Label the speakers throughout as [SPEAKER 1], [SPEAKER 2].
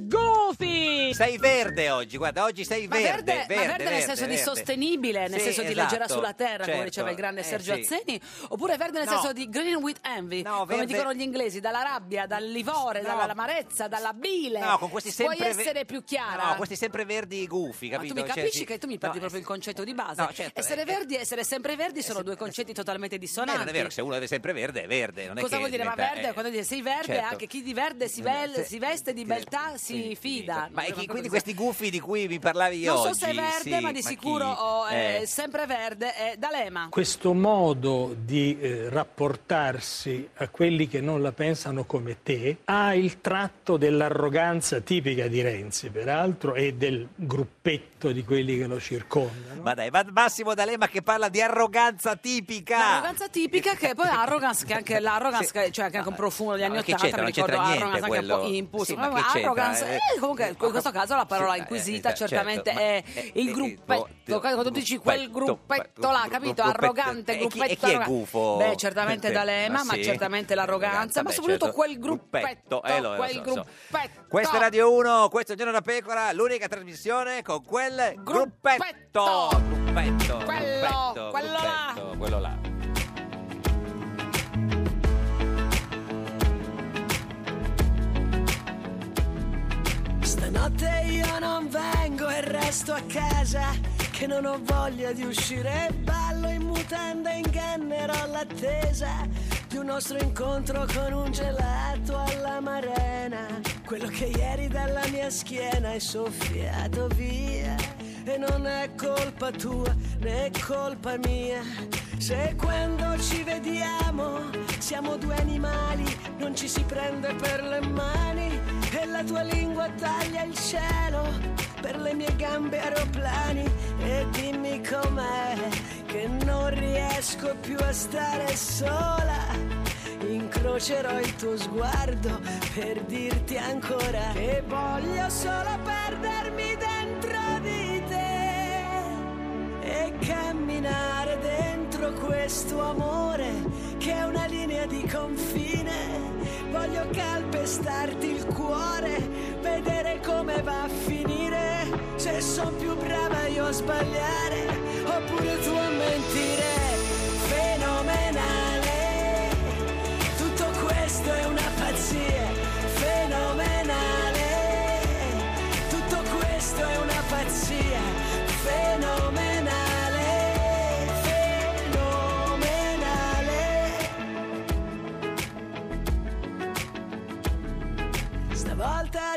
[SPEAKER 1] Goofy!
[SPEAKER 2] Sei verde oggi, guarda, oggi sei
[SPEAKER 1] Ma
[SPEAKER 2] verde.
[SPEAKER 1] verde, ma verde nel senso di
[SPEAKER 2] verde.
[SPEAKER 1] sostenibile, nel
[SPEAKER 2] Sì,
[SPEAKER 1] senso di
[SPEAKER 2] esatto,
[SPEAKER 1] leggera sulla terra,
[SPEAKER 2] certo.
[SPEAKER 1] come diceva il grande
[SPEAKER 2] Eh,
[SPEAKER 1] Sergio
[SPEAKER 2] sì.
[SPEAKER 1] Azzeni, oppure verde nel
[SPEAKER 2] No.
[SPEAKER 1] senso di green with envy, come
[SPEAKER 2] verde-
[SPEAKER 1] dicono gli inglesi, dalla rabbia, dall'ivore,
[SPEAKER 2] No.
[SPEAKER 1] dall'amarezza, dalla bile.
[SPEAKER 2] No, con questi sempre
[SPEAKER 1] Puoi
[SPEAKER 2] ve-
[SPEAKER 1] essere più chiara.
[SPEAKER 2] No, questi sempre verdi gufi,
[SPEAKER 1] Ma tu
[SPEAKER 2] capito?
[SPEAKER 1] mi
[SPEAKER 2] Cioè,
[SPEAKER 1] capisci
[SPEAKER 2] sì.
[SPEAKER 1] che tu mi
[SPEAKER 2] No,
[SPEAKER 1] parli
[SPEAKER 2] eh,
[SPEAKER 1] proprio il concetto di base.
[SPEAKER 2] No, certo,
[SPEAKER 1] essere
[SPEAKER 2] eh,
[SPEAKER 1] verdi e essere sempre verdi sono due concetti totalmente
[SPEAKER 2] eh,
[SPEAKER 1] dissonanti.
[SPEAKER 2] non è vero, se uno deve sempre verde è verde. Non è
[SPEAKER 1] Cosa
[SPEAKER 2] che
[SPEAKER 1] vuol dire? Ma
[SPEAKER 2] diventa-
[SPEAKER 1] verde,
[SPEAKER 2] eh,
[SPEAKER 1] quando dice sei verde,
[SPEAKER 2] certo.
[SPEAKER 1] anche chi di verde si, vel- si veste di beltà si fida.
[SPEAKER 2] Ma e chi-
[SPEAKER 1] Non so
[SPEAKER 2] eh, quindi
[SPEAKER 1] cosa-
[SPEAKER 2] questi gufi di cui vi parlavi io
[SPEAKER 1] non so
[SPEAKER 2] oggi,
[SPEAKER 1] se è verde,
[SPEAKER 2] sì,
[SPEAKER 1] ma di
[SPEAKER 2] chi?
[SPEAKER 1] sicuro oh, è
[SPEAKER 2] Eh.
[SPEAKER 1] sempre verde è D'Alema.
[SPEAKER 3] Questo modo di eh, rapportarsi a quelli che non la pensano come te ha il tratto dell'arroganza tipica di Renzi, peraltro, e del gruppetto di quelli che lo circondano.
[SPEAKER 2] Ma dai, ma- Massimo D'Alema che parla di arroganza tipica.
[SPEAKER 1] L'arroganza tipica che poi arrogance, che anche l'arrogance,
[SPEAKER 2] Sì.
[SPEAKER 1] che- cioè anche un profumo degli
[SPEAKER 2] no,
[SPEAKER 1] anni
[SPEAKER 2] che
[SPEAKER 1] Ottanta,
[SPEAKER 2] c'entra?
[SPEAKER 1] mi
[SPEAKER 2] Non
[SPEAKER 1] ricordo
[SPEAKER 2] c'entra niente
[SPEAKER 1] arrogance, anche un po'
[SPEAKER 2] quello.
[SPEAKER 1] impulse.
[SPEAKER 2] Sì, ma
[SPEAKER 1] proprio
[SPEAKER 2] che c'entra?
[SPEAKER 1] arrogance,
[SPEAKER 2] Eh,
[SPEAKER 1] eh, comunque in questo caso la parola inquisita
[SPEAKER 2] eh,
[SPEAKER 1] certamente
[SPEAKER 2] certo,
[SPEAKER 1] è
[SPEAKER 2] ma- eh,
[SPEAKER 1] il
[SPEAKER 2] eh,
[SPEAKER 1] gruppetto,
[SPEAKER 2] gruppetto,
[SPEAKER 1] quando tu dici quel gruppetto là, capito?
[SPEAKER 2] gruppetto,
[SPEAKER 1] Arrogante,
[SPEAKER 2] eh, chi- e
[SPEAKER 1] gruppetto.
[SPEAKER 2] chi è
[SPEAKER 1] arrogante.
[SPEAKER 2] gufo?
[SPEAKER 1] Beh, certamente
[SPEAKER 2] Eh,
[SPEAKER 1] D'Alema,
[SPEAKER 2] ma
[SPEAKER 1] ma
[SPEAKER 2] sì.
[SPEAKER 1] certamente l'arroganza, ma
[SPEAKER 2] beh,
[SPEAKER 1] soprattutto
[SPEAKER 2] certo.
[SPEAKER 1] quel gruppetto,
[SPEAKER 2] Gruppetto, eh, lo- lo
[SPEAKER 1] quel
[SPEAKER 2] so, lo so.
[SPEAKER 1] gruppetto.
[SPEAKER 2] Questa è Radio 1, questo è Giorno da Pecora, l'unica trasmissione con quel gruppetto. Gruppetto, gruppetto,
[SPEAKER 1] quello là.
[SPEAKER 2] gruppetto, quello là.
[SPEAKER 4] Stanotte io non vengo e resto a casa Che non ho voglia di uscire Ballo in mutanda e ingannerò l'attesa Di un nostro incontro con un gelato alla marena Quello che ieri dalla mia schiena hai soffiato via E non è colpa tua né colpa mia Se quando ci vediamo siamo due animali Non ci si prende per le mani e la tua lingua taglia il cielo per le mie gambe aeroplani e dimmi com'è che non riesco più a stare sola incrocerò il tuo sguardo per dirti ancora che voglio solo perdermi dentro di te e camminare dentro questo amore che è una linea di confine Voglio calpestarti il cuore, vedere come va a finire. Se sono più brava io a sbagliare, oppure tu a mentire. Fenomenale, tutto questo è una pazzia. Fenomenale, tutto questo è una pazzia. Fenomenale, fenomenale. Stavolta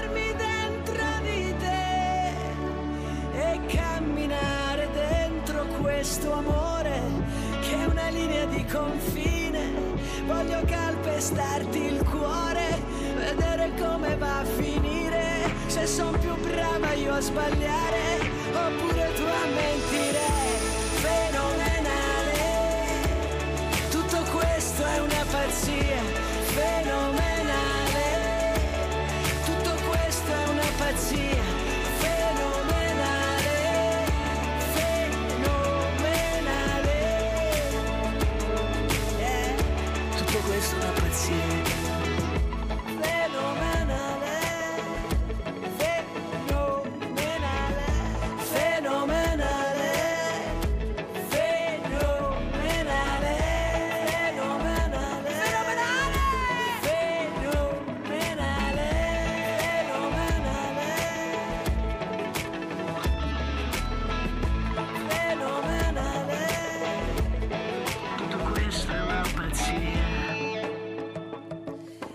[SPEAKER 4] dentro di te e camminare dentro questo amore che è una linea di confine. Voglio calpestarti il cuore, vedere come va a finire. Se sono più brava io a sbagliare, oppure tu a mentire. Fenomenale, tutto questo è una pazzia. Fenomenale, tutto questo è una pazzia. Fenomenale, fenomenale. Eh, Tutto questo è una pazzia. Fenomenale, fenomenale, fenomenale, fenomenale, fenomenale, fenomenale.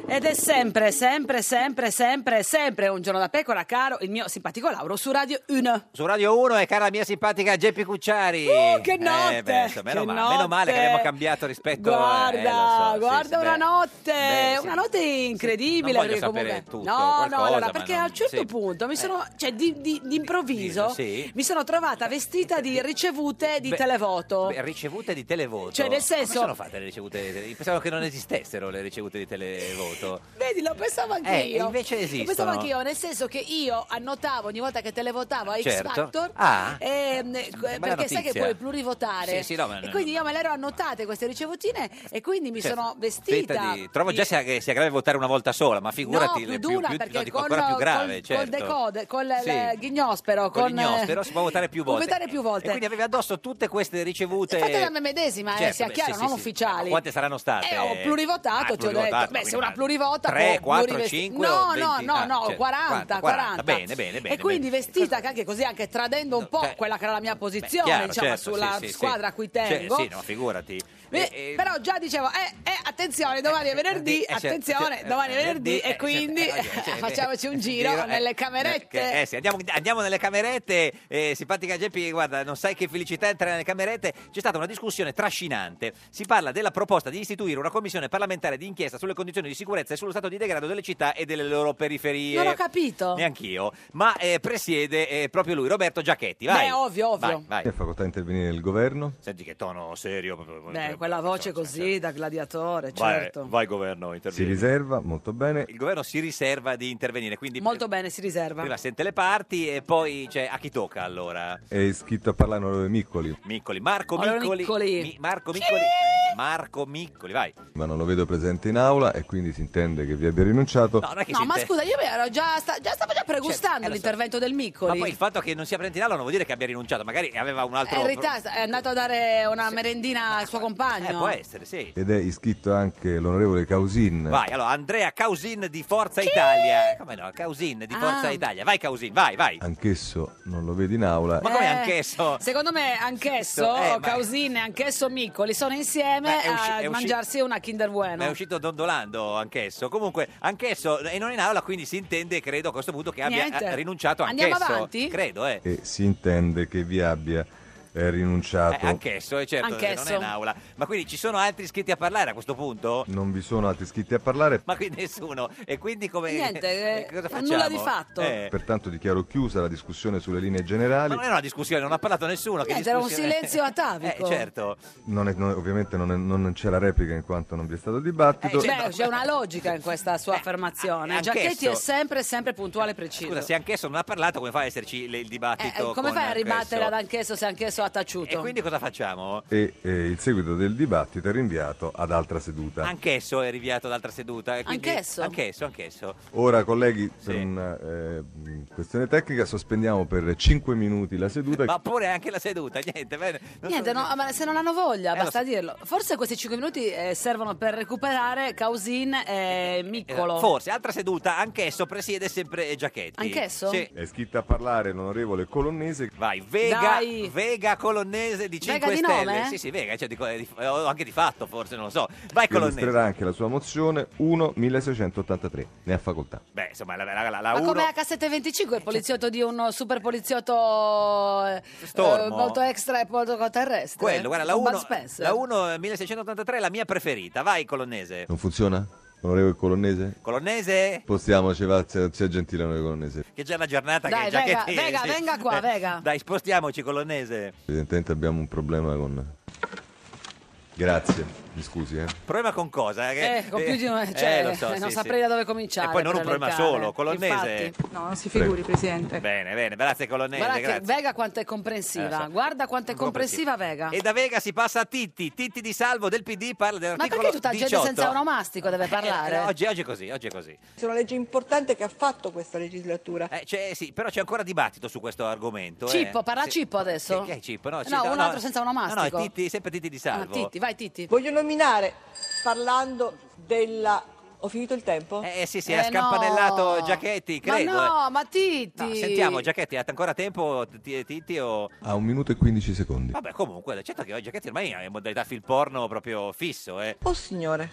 [SPEAKER 1] Ed è sempre, sempre, sempre, sempre, sempre un giorno da pecora, caro il mio simpatico Lauro su Radio 1.
[SPEAKER 2] Su Radio 1 e cara mia simpatica Geppi Cucciari.
[SPEAKER 1] Uh, che notte,
[SPEAKER 2] Eh, beh, insomma, meno,
[SPEAKER 1] che
[SPEAKER 2] ma- meno male che
[SPEAKER 1] notte.
[SPEAKER 2] abbiamo cambiato rispetto a... eh,
[SPEAKER 1] Guarda,
[SPEAKER 2] lo so,
[SPEAKER 1] guarda
[SPEAKER 2] sì, sì,
[SPEAKER 1] una
[SPEAKER 2] beh.
[SPEAKER 1] notte,
[SPEAKER 2] Beh, sì.
[SPEAKER 1] una notte incredibile.
[SPEAKER 2] Non voglio
[SPEAKER 1] perché
[SPEAKER 2] sapere
[SPEAKER 1] comunque...
[SPEAKER 2] tutto,
[SPEAKER 1] no, no,
[SPEAKER 2] qualcosa,
[SPEAKER 1] allora,
[SPEAKER 2] ma
[SPEAKER 1] perché
[SPEAKER 2] non-
[SPEAKER 1] a un certo
[SPEAKER 2] sì. Eh.
[SPEAKER 1] punto mi sono, cioè, di- di- d'improvviso,
[SPEAKER 2] Sì.
[SPEAKER 1] mi sono trovata vestita di ricevute di
[SPEAKER 2] Beh,
[SPEAKER 1] televoto.
[SPEAKER 2] Beh, ricevute di televoto.
[SPEAKER 1] Cioè, nel senso-
[SPEAKER 2] Come sono fatte le ricevute di televoto? Pensavo che non esistessero le ricevute di televoto.
[SPEAKER 1] Vedi, lo pensavo anch'io.
[SPEAKER 2] Eh, invece
[SPEAKER 1] Lo
[SPEAKER 2] esistono.
[SPEAKER 1] pensavo anch'io, nel senso che io annotavo ogni volta che televotavo a X
[SPEAKER 2] Certo.
[SPEAKER 1] Factor.
[SPEAKER 2] Ah.
[SPEAKER 1] ehm, eh, perché sai che
[SPEAKER 2] notizia.
[SPEAKER 1] puoi plurivotare.
[SPEAKER 2] Sì, sì, no, ma-
[SPEAKER 1] e quindi io me le ero annotate queste ricevutine e quindi mi
[SPEAKER 2] Cioè,
[SPEAKER 1] sono
[SPEAKER 2] fetta
[SPEAKER 1] vestita.
[SPEAKER 2] di- Trovo
[SPEAKER 1] di-
[SPEAKER 2] già sia, che sia grave votare una volta sola, ma figurati
[SPEAKER 1] no,
[SPEAKER 2] le
[SPEAKER 1] più dura
[SPEAKER 2] più,
[SPEAKER 1] perché
[SPEAKER 2] no, dico
[SPEAKER 1] col,
[SPEAKER 2] ancora più grave,
[SPEAKER 1] col,
[SPEAKER 2] certo.
[SPEAKER 1] col decode, col eh,
[SPEAKER 2] Sì.
[SPEAKER 1] ghignospero,
[SPEAKER 2] Con
[SPEAKER 1] con,
[SPEAKER 2] l'ignospero
[SPEAKER 1] eh,
[SPEAKER 2] si può votare più
[SPEAKER 1] può
[SPEAKER 2] volte.
[SPEAKER 1] votare più volte.
[SPEAKER 2] E quindi avevi addosso tutte queste ricevute.
[SPEAKER 1] Fatte da me medesima, eh,
[SPEAKER 2] Certo,
[SPEAKER 1] sia
[SPEAKER 2] beh,
[SPEAKER 1] chiaro,
[SPEAKER 2] sì,
[SPEAKER 1] non
[SPEAKER 2] sì, sì.
[SPEAKER 1] ufficiali.
[SPEAKER 2] Quante saranno state?
[SPEAKER 1] Eh, ho plurivotato,
[SPEAKER 2] Ah,
[SPEAKER 1] ti ho
[SPEAKER 2] plurivotato,
[SPEAKER 1] detto. Beh,
[SPEAKER 2] quindi
[SPEAKER 1] se una
[SPEAKER 2] ma-
[SPEAKER 1] plurivota
[SPEAKER 2] 3,
[SPEAKER 1] può
[SPEAKER 2] 4,
[SPEAKER 1] plurivesti-
[SPEAKER 2] 5
[SPEAKER 1] No, no,
[SPEAKER 2] ah,
[SPEAKER 1] no, no, 40,
[SPEAKER 2] 40,
[SPEAKER 1] 40.
[SPEAKER 2] cioè, Bene, bene, bene. cioè,
[SPEAKER 1] E quindi vestita che anche così, anche tradendo un po' quella che era la mia posizione,
[SPEAKER 2] Chiaro,
[SPEAKER 1] diciamo,
[SPEAKER 2] certo,
[SPEAKER 1] sulla
[SPEAKER 2] sì, sì, sì.
[SPEAKER 1] squadra a cui
[SPEAKER 2] Cioè,
[SPEAKER 1] tengo.
[SPEAKER 2] sì, no, figurati.
[SPEAKER 1] Eh, però già dicevo, eh, eh, attenzione, domani è venerdì,
[SPEAKER 2] eh, certo,
[SPEAKER 1] attenzione,
[SPEAKER 2] certo,
[SPEAKER 1] domani è
[SPEAKER 2] eh,
[SPEAKER 1] venerdì,
[SPEAKER 2] venerdì,
[SPEAKER 1] e quindi facciamoci un giro
[SPEAKER 2] Giro, eh,
[SPEAKER 1] nelle
[SPEAKER 2] Che-
[SPEAKER 1] camerette.
[SPEAKER 2] eh sì, andiamo, andiamo nelle camerette. eh, simpatica Geppi, guarda, non sai che felicità entrare nelle camerette. C'è stata una discussione trascinante. Si parla della proposta di istituire una commissione parlamentare di inchiesta sulle condizioni di sicurezza e sullo stato di degrado delle città e delle loro periferie.
[SPEAKER 1] Non ho capito.
[SPEAKER 2] Neanch'io, ma eh, presiede eh, proprio lui, Roberto Giachetti. Vai.
[SPEAKER 1] Beh, oh ovvio, ovvio.
[SPEAKER 2] Vai, vai.
[SPEAKER 5] Che facoltà intervenire il governo?
[SPEAKER 2] Senti che tono serio. proprio-
[SPEAKER 1] Beh, quella voce così da gladiatore, certo.
[SPEAKER 2] Vai, vai governo,
[SPEAKER 5] Si
[SPEAKER 2] intervieni.
[SPEAKER 5] riserva, molto bene.
[SPEAKER 2] Il governo si riserva di intervenire, quindi
[SPEAKER 1] Molto bene, si riserva.
[SPEAKER 2] prima sente le parti e poi cioè, a chi tocca allora?
[SPEAKER 5] È iscritto a parlare Onorevole Miccoli,
[SPEAKER 2] Miccoli, Marco
[SPEAKER 1] Allora,
[SPEAKER 2] Miccoli,
[SPEAKER 1] Miccoli.
[SPEAKER 2] Mi- Marco Miccoli, Marco Miccoli, vai.
[SPEAKER 5] ma non lo vedo presente in aula e quindi si intende che vi abbia rinunciato.
[SPEAKER 2] No, non è che
[SPEAKER 1] No,
[SPEAKER 2] si
[SPEAKER 1] ma
[SPEAKER 2] inter-
[SPEAKER 1] scusa, io ero già, sta- già stavo già pregustando
[SPEAKER 2] eh, lo so.
[SPEAKER 1] l'intervento del Miccoli.
[SPEAKER 2] Ma poi il fatto che non sia presente in aula non vuol dire che abbia rinunciato, magari aveva un altro
[SPEAKER 1] È in realtà è andato a dare una merendina al suo
[SPEAKER 2] Eh,
[SPEAKER 1] compagno.
[SPEAKER 2] può essere, sì.
[SPEAKER 5] Ed è iscritto anche l'onorevole Causin.
[SPEAKER 2] Vai, allora Andrea Causin di Forza Italia. Come no? Causin di
[SPEAKER 1] Ah.
[SPEAKER 2] Forza Italia. Vai Causin, vai, vai.
[SPEAKER 5] Anch'esso non lo vedi in aula.
[SPEAKER 2] Ma- come
[SPEAKER 1] Eh.
[SPEAKER 2] anch'esso?
[SPEAKER 1] Secondo me anch'esso,
[SPEAKER 2] Eh, ma-
[SPEAKER 1] Causin e anch'esso Miccoli sono insieme
[SPEAKER 2] Ma è usci-
[SPEAKER 1] a
[SPEAKER 2] è usci-
[SPEAKER 1] mangiarsi una Kinder Bueno.
[SPEAKER 2] Ma è uscito dondolando anch'esso. Comunque, anch'esso e non in aula, quindi si intende, credo, a questo punto che abbia
[SPEAKER 1] Niente.
[SPEAKER 2] eh, rinunciato anch'esso.
[SPEAKER 1] Andiamo avanti?
[SPEAKER 2] Credo, eh.
[SPEAKER 5] E si intende che vi abbia eh,
[SPEAKER 2] Eh,
[SPEAKER 5] rinunciato.
[SPEAKER 2] anch'esso, eh, certo, se non
[SPEAKER 1] Anch'esso.
[SPEAKER 2] è in aula. Ma quindi ci sono altri iscritti a parlare a questo punto?
[SPEAKER 5] Non vi sono altri iscritti a parlare,
[SPEAKER 2] Ma qui nessuno. E quindi come...
[SPEAKER 1] Niente, eh,
[SPEAKER 2] e cosa
[SPEAKER 1] nulla
[SPEAKER 2] facciamo?
[SPEAKER 1] di fatto.
[SPEAKER 2] Eh,
[SPEAKER 5] pertanto dichiaro chiusa la discussione sulle linee
[SPEAKER 2] Ma
[SPEAKER 5] generali.
[SPEAKER 2] non era una discussione, non ha parlato nessuno. che
[SPEAKER 1] Niente, era un
[SPEAKER 2] discussione-
[SPEAKER 1] silenzio atavico.
[SPEAKER 2] Eh, certo.
[SPEAKER 5] Non è- non- ovviamente non, è- non c'è la replica in quanto non vi è stato dibattito.
[SPEAKER 2] Eh, certo.
[SPEAKER 1] Beh, c'è una logica in questa sua affermazione.
[SPEAKER 2] anch'esso.
[SPEAKER 1] Giacchetti è sempre, sempre puntuale e preciso.
[SPEAKER 2] Scusa, se anch'esso non ha parlato, come fa ad esserci le- il
[SPEAKER 1] Eh, eh,
[SPEAKER 2] dibattito?
[SPEAKER 1] come
[SPEAKER 2] con
[SPEAKER 1] fai a
[SPEAKER 2] anch'esso?
[SPEAKER 1] ribattere ad anch'esso se anch'esso ha taciuto?
[SPEAKER 2] E quindi cosa facciamo?
[SPEAKER 5] E eh, il seguito del dibattito è rinviato ad altra seduta.
[SPEAKER 2] Anch'esso è rinviato ad altra seduta. e quindi-
[SPEAKER 1] Anch'esso?
[SPEAKER 2] Anch'esso, anch'esso.
[SPEAKER 5] Ora colleghi,
[SPEAKER 2] Sì.
[SPEAKER 5] per una eh, mh, questione tecnica sospendiamo per 5 minuti la seduta.
[SPEAKER 2] Ma pure anche la seduta, niente. bene. Non
[SPEAKER 1] Niente,
[SPEAKER 2] so-
[SPEAKER 1] no, ma se non hanno voglia,
[SPEAKER 2] Eh,
[SPEAKER 1] basta
[SPEAKER 2] lo so.
[SPEAKER 1] dirlo. Forse questi 5 minuti eh, servono per recuperare Causin e Miccolo.
[SPEAKER 2] Eh, Forse, altra seduta, anch'esso presiede sempre Giacchetti.
[SPEAKER 1] Anch'esso?
[SPEAKER 2] Sì.
[SPEAKER 5] È iscritta a parlare l'onorevole Colonnese.
[SPEAKER 2] Vai, Vega,
[SPEAKER 1] Dai.
[SPEAKER 2] Vega Colonnese di 5
[SPEAKER 1] Vega di
[SPEAKER 2] Stelle.
[SPEAKER 1] nome?
[SPEAKER 2] Sì, sì, Vega, cioè, di co- di- eh, o anche di fatto, forse, non lo so. Vai,
[SPEAKER 5] che
[SPEAKER 2] Colonnese.
[SPEAKER 5] Illustrerà anche la sua mozione 1-1683. Ne ha facoltà.
[SPEAKER 2] Beh, insomma, la, la, la, la
[SPEAKER 1] Ma
[SPEAKER 2] uno-
[SPEAKER 1] come H725, il poliziotto di un super poliziotto eh,
[SPEAKER 2] Stormo.
[SPEAKER 1] eh, molto extra e molto terrestre.
[SPEAKER 2] Quello, guarda, la
[SPEAKER 1] Con Bud
[SPEAKER 2] 1,
[SPEAKER 1] Spencer.
[SPEAKER 2] la 1 1683 è la mia preferita. Vai, Colonnese.
[SPEAKER 5] Non funziona? Onorevole Colonnese?
[SPEAKER 2] Colonnese,
[SPEAKER 5] Postiamoci, va, sia sia gentile onorevole Colonnese.
[SPEAKER 2] che già è la giornata
[SPEAKER 1] Dai,
[SPEAKER 2] che già
[SPEAKER 1] Vega,
[SPEAKER 2] che
[SPEAKER 1] Vega, venga qua, Vega.
[SPEAKER 2] Dai, spostiamoci, Colonnese.
[SPEAKER 5] Evidentemente abbiamo un problema con... Grazie, mi scusi eh.
[SPEAKER 2] Problema con cosa? Che-
[SPEAKER 1] Eh, con più di una-
[SPEAKER 2] eh,
[SPEAKER 1] cioè,
[SPEAKER 2] lo so,
[SPEAKER 1] non
[SPEAKER 2] sì,
[SPEAKER 1] saprei
[SPEAKER 2] sì.
[SPEAKER 1] da dove cominciare
[SPEAKER 2] E poi non
[SPEAKER 1] per
[SPEAKER 2] un problema
[SPEAKER 1] elencare.
[SPEAKER 2] solo, colonnese.
[SPEAKER 1] Infatti.
[SPEAKER 6] No, non si figuri, Presidente.
[SPEAKER 2] Bene, bene, grazie colonnese,
[SPEAKER 1] Guarda che
[SPEAKER 2] grazie.
[SPEAKER 1] Vega quanto è comprensiva,
[SPEAKER 2] Eh, so.
[SPEAKER 1] guarda quanto è comprensiva Vega.
[SPEAKER 2] E da Vega si passa a Titti, Titti di Salvo del PD parla
[SPEAKER 1] Ma
[SPEAKER 2] dell'articolo
[SPEAKER 1] perché tutta
[SPEAKER 2] 18.
[SPEAKER 1] gente senza onomastico deve
[SPEAKER 2] Eh,
[SPEAKER 1] parlare?
[SPEAKER 2] eh, oggi, oggi è così, oggi è così.
[SPEAKER 6] È una legge importante che ha fatto questa legislatura.
[SPEAKER 2] Eh, c'è- sì, però c'è ancora dibattito su questo argomento. eh.
[SPEAKER 1] Cippo, parla
[SPEAKER 2] Sì.
[SPEAKER 1] Cippo adesso?
[SPEAKER 2] Che, che è Cippo? No, sì,
[SPEAKER 1] No, un altro senza onomastico.
[SPEAKER 2] No, no, è Titti, sempre Titti di
[SPEAKER 1] Ah,
[SPEAKER 2] Salvo.
[SPEAKER 1] Titti, vai Titti.
[SPEAKER 6] Voglio nominare, parlando della Ho finito il tempo?
[SPEAKER 2] Eh sì, si è scampanellato Giachetti, credo.
[SPEAKER 1] Ma
[SPEAKER 2] eh.
[SPEAKER 1] no, ma Titti.
[SPEAKER 2] No, sentiamo, Giachetti, ha ancora tempo? Ti- Titti o...
[SPEAKER 5] A un minuto e 15 secondi.
[SPEAKER 2] Vabbè, comunque, certo che oggi Giachetti ormai è in modalità film porno proprio fisso, eh.
[SPEAKER 6] Oh signore,